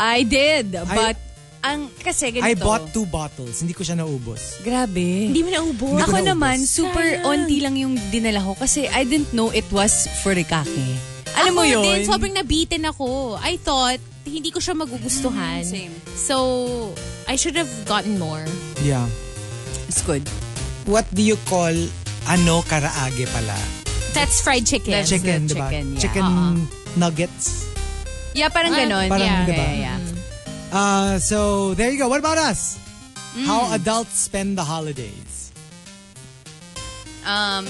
C: I did, but ang kasi ganito.
A: I bought two bottles. Hindi ko siya naubos.
C: Grabe.
B: Hindi mo naubos.
A: Hindi ko
C: Ako
A: naubos.
C: naman, super
B: Sayang.
C: onti lang yung dinala ko kasi I didn't know it was furikake. Alam mo
B: Ako
C: yun?
B: Din, sobrang nabitin ako. I thought, hindi ko siya magugustuhan.
C: Mm, same.
B: So, I should have gotten more.
A: Yeah.
C: It's good.
A: What do you call ano karaage pala?
B: That's fried chicken.
C: That's-
A: Chicken,
C: the
A: diba?
C: chicken, yeah. Uh-huh.
A: Chicken
B: Oo.
A: nuggets.
C: Yeah, parang
B: Ah,
C: ganun.
A: parang,
C: yeah,
A: diba?
C: yeah, yeah.
A: Uh, so, there you go. What about us?
C: Mm.
A: How adults spend the holidays.
C: Um,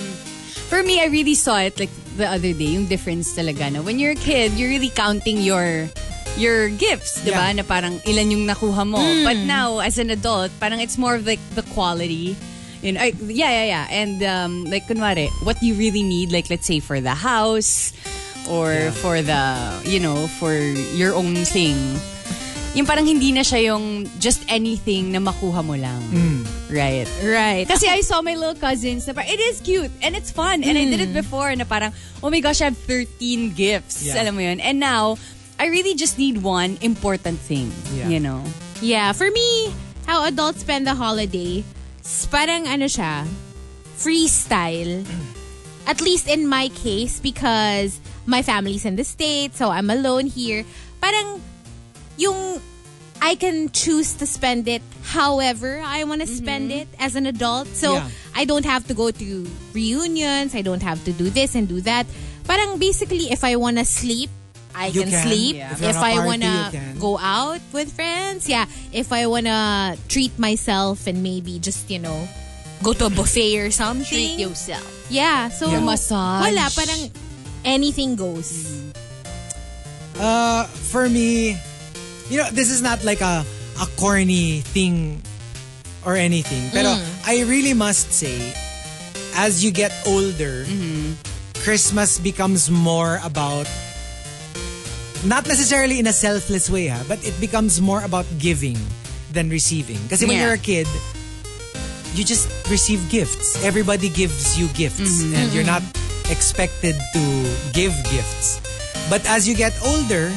C: for me, I really saw it like the other day, yung difference talaga na when you're a kid, you're really counting your your gifts, di ba?
A: Yeah.
C: Na parang ilan yung nakuha mo. But now, as an adult, parang it's more of like the quality. You know, I- yeah, yeah, yeah. And um, like, kunwari, what you really need, like let's say for the house or for the, you know, for your own thing. Yung parang hindi na siya yung just anything na makuha mo lang. Right.
B: Right.
C: Kasi I saw my little cousins na parang, it is cute and it's fun. And I did it before na parang, oh my gosh, I have 13 gifts.
A: Mm. Yeah.
C: Alam mo yun? And now, I really just need one important thing.
A: Yeah.
C: You know?
B: Yeah, for me, how adults spend the holiday, s- parang ano siya, freestyle. At least in my case, because my family's in the States, so I'm alone here. Parang yung I can choose to spend it however I want to spend it as an adult. So
A: Yeah.
B: I don't have to go to reunions. I don't have to do this and do that. Parang basically, if I want to sleep, I
A: You
B: can,
A: can,
B: sleep.
A: yeah. If you're on
B: If,
A: a
B: I
A: party,
B: want to
A: you can.
B: go out with friends, yeah. If I want to treat myself and maybe just, you know, go to a buffet or something.
C: Treat yourself.
B: Yeah. So,
A: Yeah.
C: Massage.
B: wala. Parang anything goes.
A: Uh, for me, you know, this is not like a a corny thing or anything. Pero I really must say, as you get older, Christmas becomes more about not necessarily in a selfless way, ha, but it becomes more about giving than receiving. Because when
C: Yeah.
A: you're a kid, you just receive gifts. Everybody gives you gifts, and you're not expected to give gifts. But as you get older,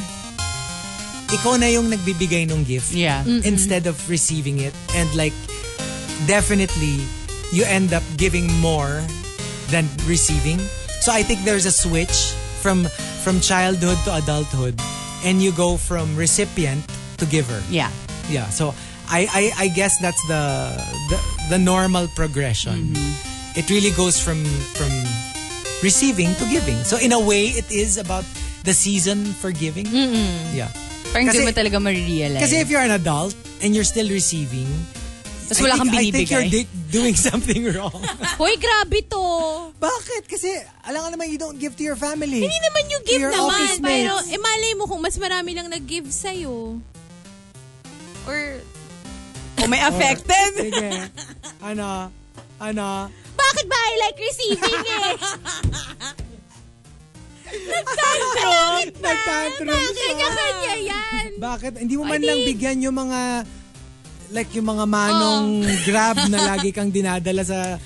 A: ikaw na yung nagbibigay ng gift
C: Yeah.
A: instead of receiving it. And like, definitely, you end up giving more than receiving. So I think there's a switch from from childhood to adulthood, and you go from recipient to giver.
C: Yeah.
A: Yeah. So I, I, I guess that's the, the the normal progression.
B: Mm-hmm.
A: It really goes from from receiving to giving. So in a way, it is about the season for giving. Yeah.
C: Parang
A: Kasi-
C: hindi mo talaga marirealize.
A: Kasi if you're an adult and you're still receiving,
C: Tapos
A: I think,
C: wala
A: I
C: kang
A: think you're
C: binibigay.
A: di- doing *laughs* something
B: *laughs*
A: wrong.
B: Hoy, grabe to.
A: Bakit? Kasi alam ka naman you don't give to your family.
B: Hindi naman you give
A: Your
B: naman.
A: office
B: Pero
A: mates.
B: eh, malay mo kung mas marami lang nag-give sa'yo. Or,
A: Oh.
C: Kung Oh, may
A: *laughs*
C: affected.
A: Sige. Ano? Ano?
B: bakit ba I like receiving eh?
A: *laughs* *laughs* Tantrum! Nagtantrum
B: Bakit
A: siya.
B: ka kanya yan?
A: Bakit? Hindi mo man
B: Ay,
A: lang
B: di-
A: bigyan yung mga like yung mga manong
C: Oh.
A: *laughs* grab na lagi kang dinadala sa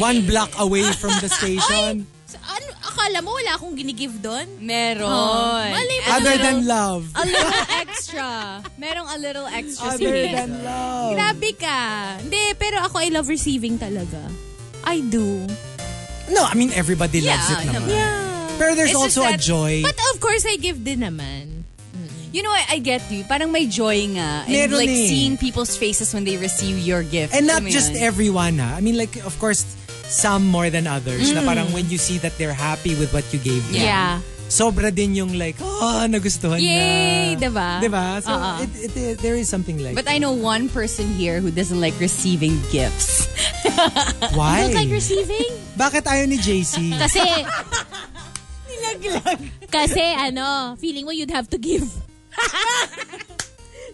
A: one block away from the station.
B: So, ano, akala mo wala akong ginigive doon? Ano
C: Meron.
B: Malay mo.
A: Other
B: pero-
A: than love.
C: A little extra. Merong a little extra.
A: Other
C: sige.
A: than love.
B: Grabe ka. Hindi, pero ako I love receiving talaga. I do.
A: No, I mean everybody loves it
C: Yeah,
A: naman.
B: Yeah.
A: Pero there's
C: It's just
A: also a
C: that-
A: joy.
B: But of course, I give din naman.
C: You know, I, I get you. Parang may joy nga. And
A: Meron
C: like
A: eh.
C: seeing people's faces when they receive your gift.
A: And not
C: Alam mo
A: just
C: Ano yun?
A: everyone, ha? I mean, like, of course, some more than others.
C: Mm.
A: Na parang when you see that they're happy with what you gave them.
B: Yeah.
A: Sobra din yung like, oh, nagustuhan
B: Yay,
A: niya.
B: diba?
A: Diba? So,
B: Oo.
A: it, it, it- there is something like
C: Uh-uh. But I know one person here who doesn't like receiving gifts. uh,
A: Why?
B: Don't like
A: *laughs*
B: receiving?
A: Bakit ayaw ni JC?
B: Kasi... Kasi ano, feeling mo you'd have to
A: *laughs*
B: give.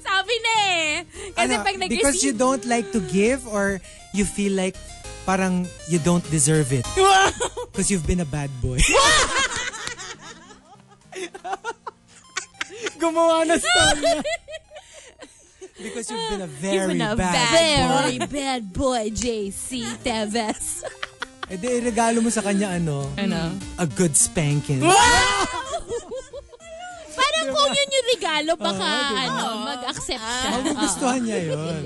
B: Sabi na eh. *laughs* Kasi
A: Ano,
B: pag nag
A: because you don't like to give or you feel like parang you don't deserve it. Because you've been a bad boy. *laughs* Gumawa na story. Because you've been a very
B: Even a
A: bad,
B: very
A: boy.
B: *laughs* bad boy, JC
A: *laughs*
B: Tevez.
A: Eh di, regalo mo sa kanya ano? Ano? A good spanking.
B: Parang
A: Diba?
B: kung yun yung regalo, baka ano, mag-accept siya.
A: Magugustuhan niya yun.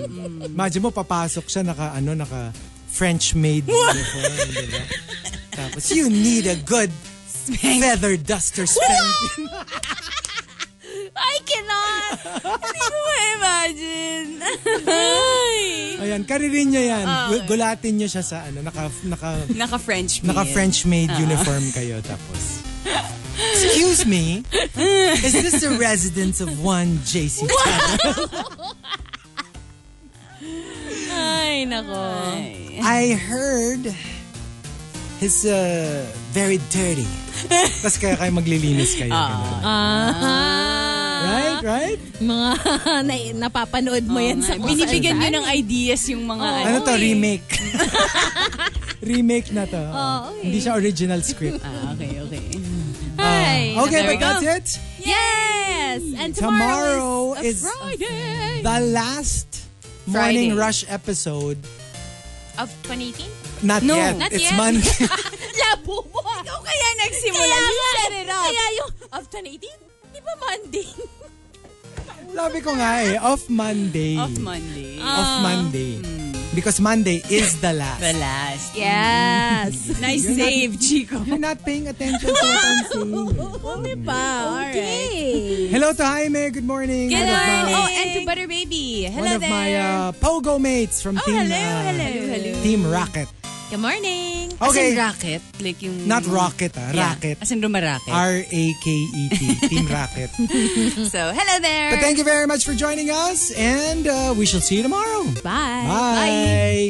A: Imagine mo, papasok siya naka, ano, naka French maid uniform, di ba? Tapos, you need a good feather duster spanking.
B: I cannot! Hindi ko ma-imagine. Ay.
A: Ayan, karirin niya yan. Gu- Gulatin niya siya sa, ano, naka, naka,
C: Naka-French
A: naka French maid uniform kayo. Tapos, excuse me, is this the residence of one JC?
B: Ay, nako.
A: I heard he's uh, very dirty. Tapos kaya kayo maglilinis kayo.
C: Ah.
A: ganun. Right, right?
B: Mga *laughs* na, napapanood
A: Oh
B: mo yan sa
C: Binibigyan niyo ng ideas yung mga
A: Ano
C: ano.
A: to?
C: *laughs*
A: Remake. remake na to.
B: okay.
A: Hindi siya original
C: *laughs*
A: script. Ah.
C: Ah, okay, okay.
B: Ay.
A: okay,
C: there
A: but
C: we go.
A: that's it.
B: Yes! And
A: Tomorrow
B: tomorrow,
A: is-
B: is, a Friday.
A: The last
C: Friday.
A: Morning Rush episode.
B: Of 2018?
A: Not
C: No,
A: yet.
B: not
A: it's
B: yet. *laughs*
A: Monday. *laughs*
B: Labo mo! Ikaw kaya nagsimula. Kaya, set it up. kaya yung of 2018? Di ba Monday?
A: Sabi ko nga eh, off Monday.
C: Off Monday.
A: Off Monday. Because Monday is the last.
C: The last.
B: *laughs* Yes.
C: Nice save, Chico.
A: You're not paying attention to what
C: *laughs*
A: I'm saying.
B: Kami pa. Okay.
A: Hello to Jaime. Good morning.
B: Good
A: One of my-
B: morning.
C: Oh, and to Butter Baby. Hello
A: one of
C: there. Oh,
A: my uh, pogo mates from Team
C: hello,
A: uh,
C: hello, hello.
A: Team Rocket.
B: Good morning.
C: As in
A: Okay,
C: rocket. Like yung...
A: not rocket ah,
C: Mm. Yeah.
A: rocket.
C: As in rumaracket.
A: R A K E T,
C: *laughs*
A: Team Rocket.
C: so, hello there.
A: But thank you very much for joining us, and uh, we shall see you tomorrow.
B: Bye.
A: Bye.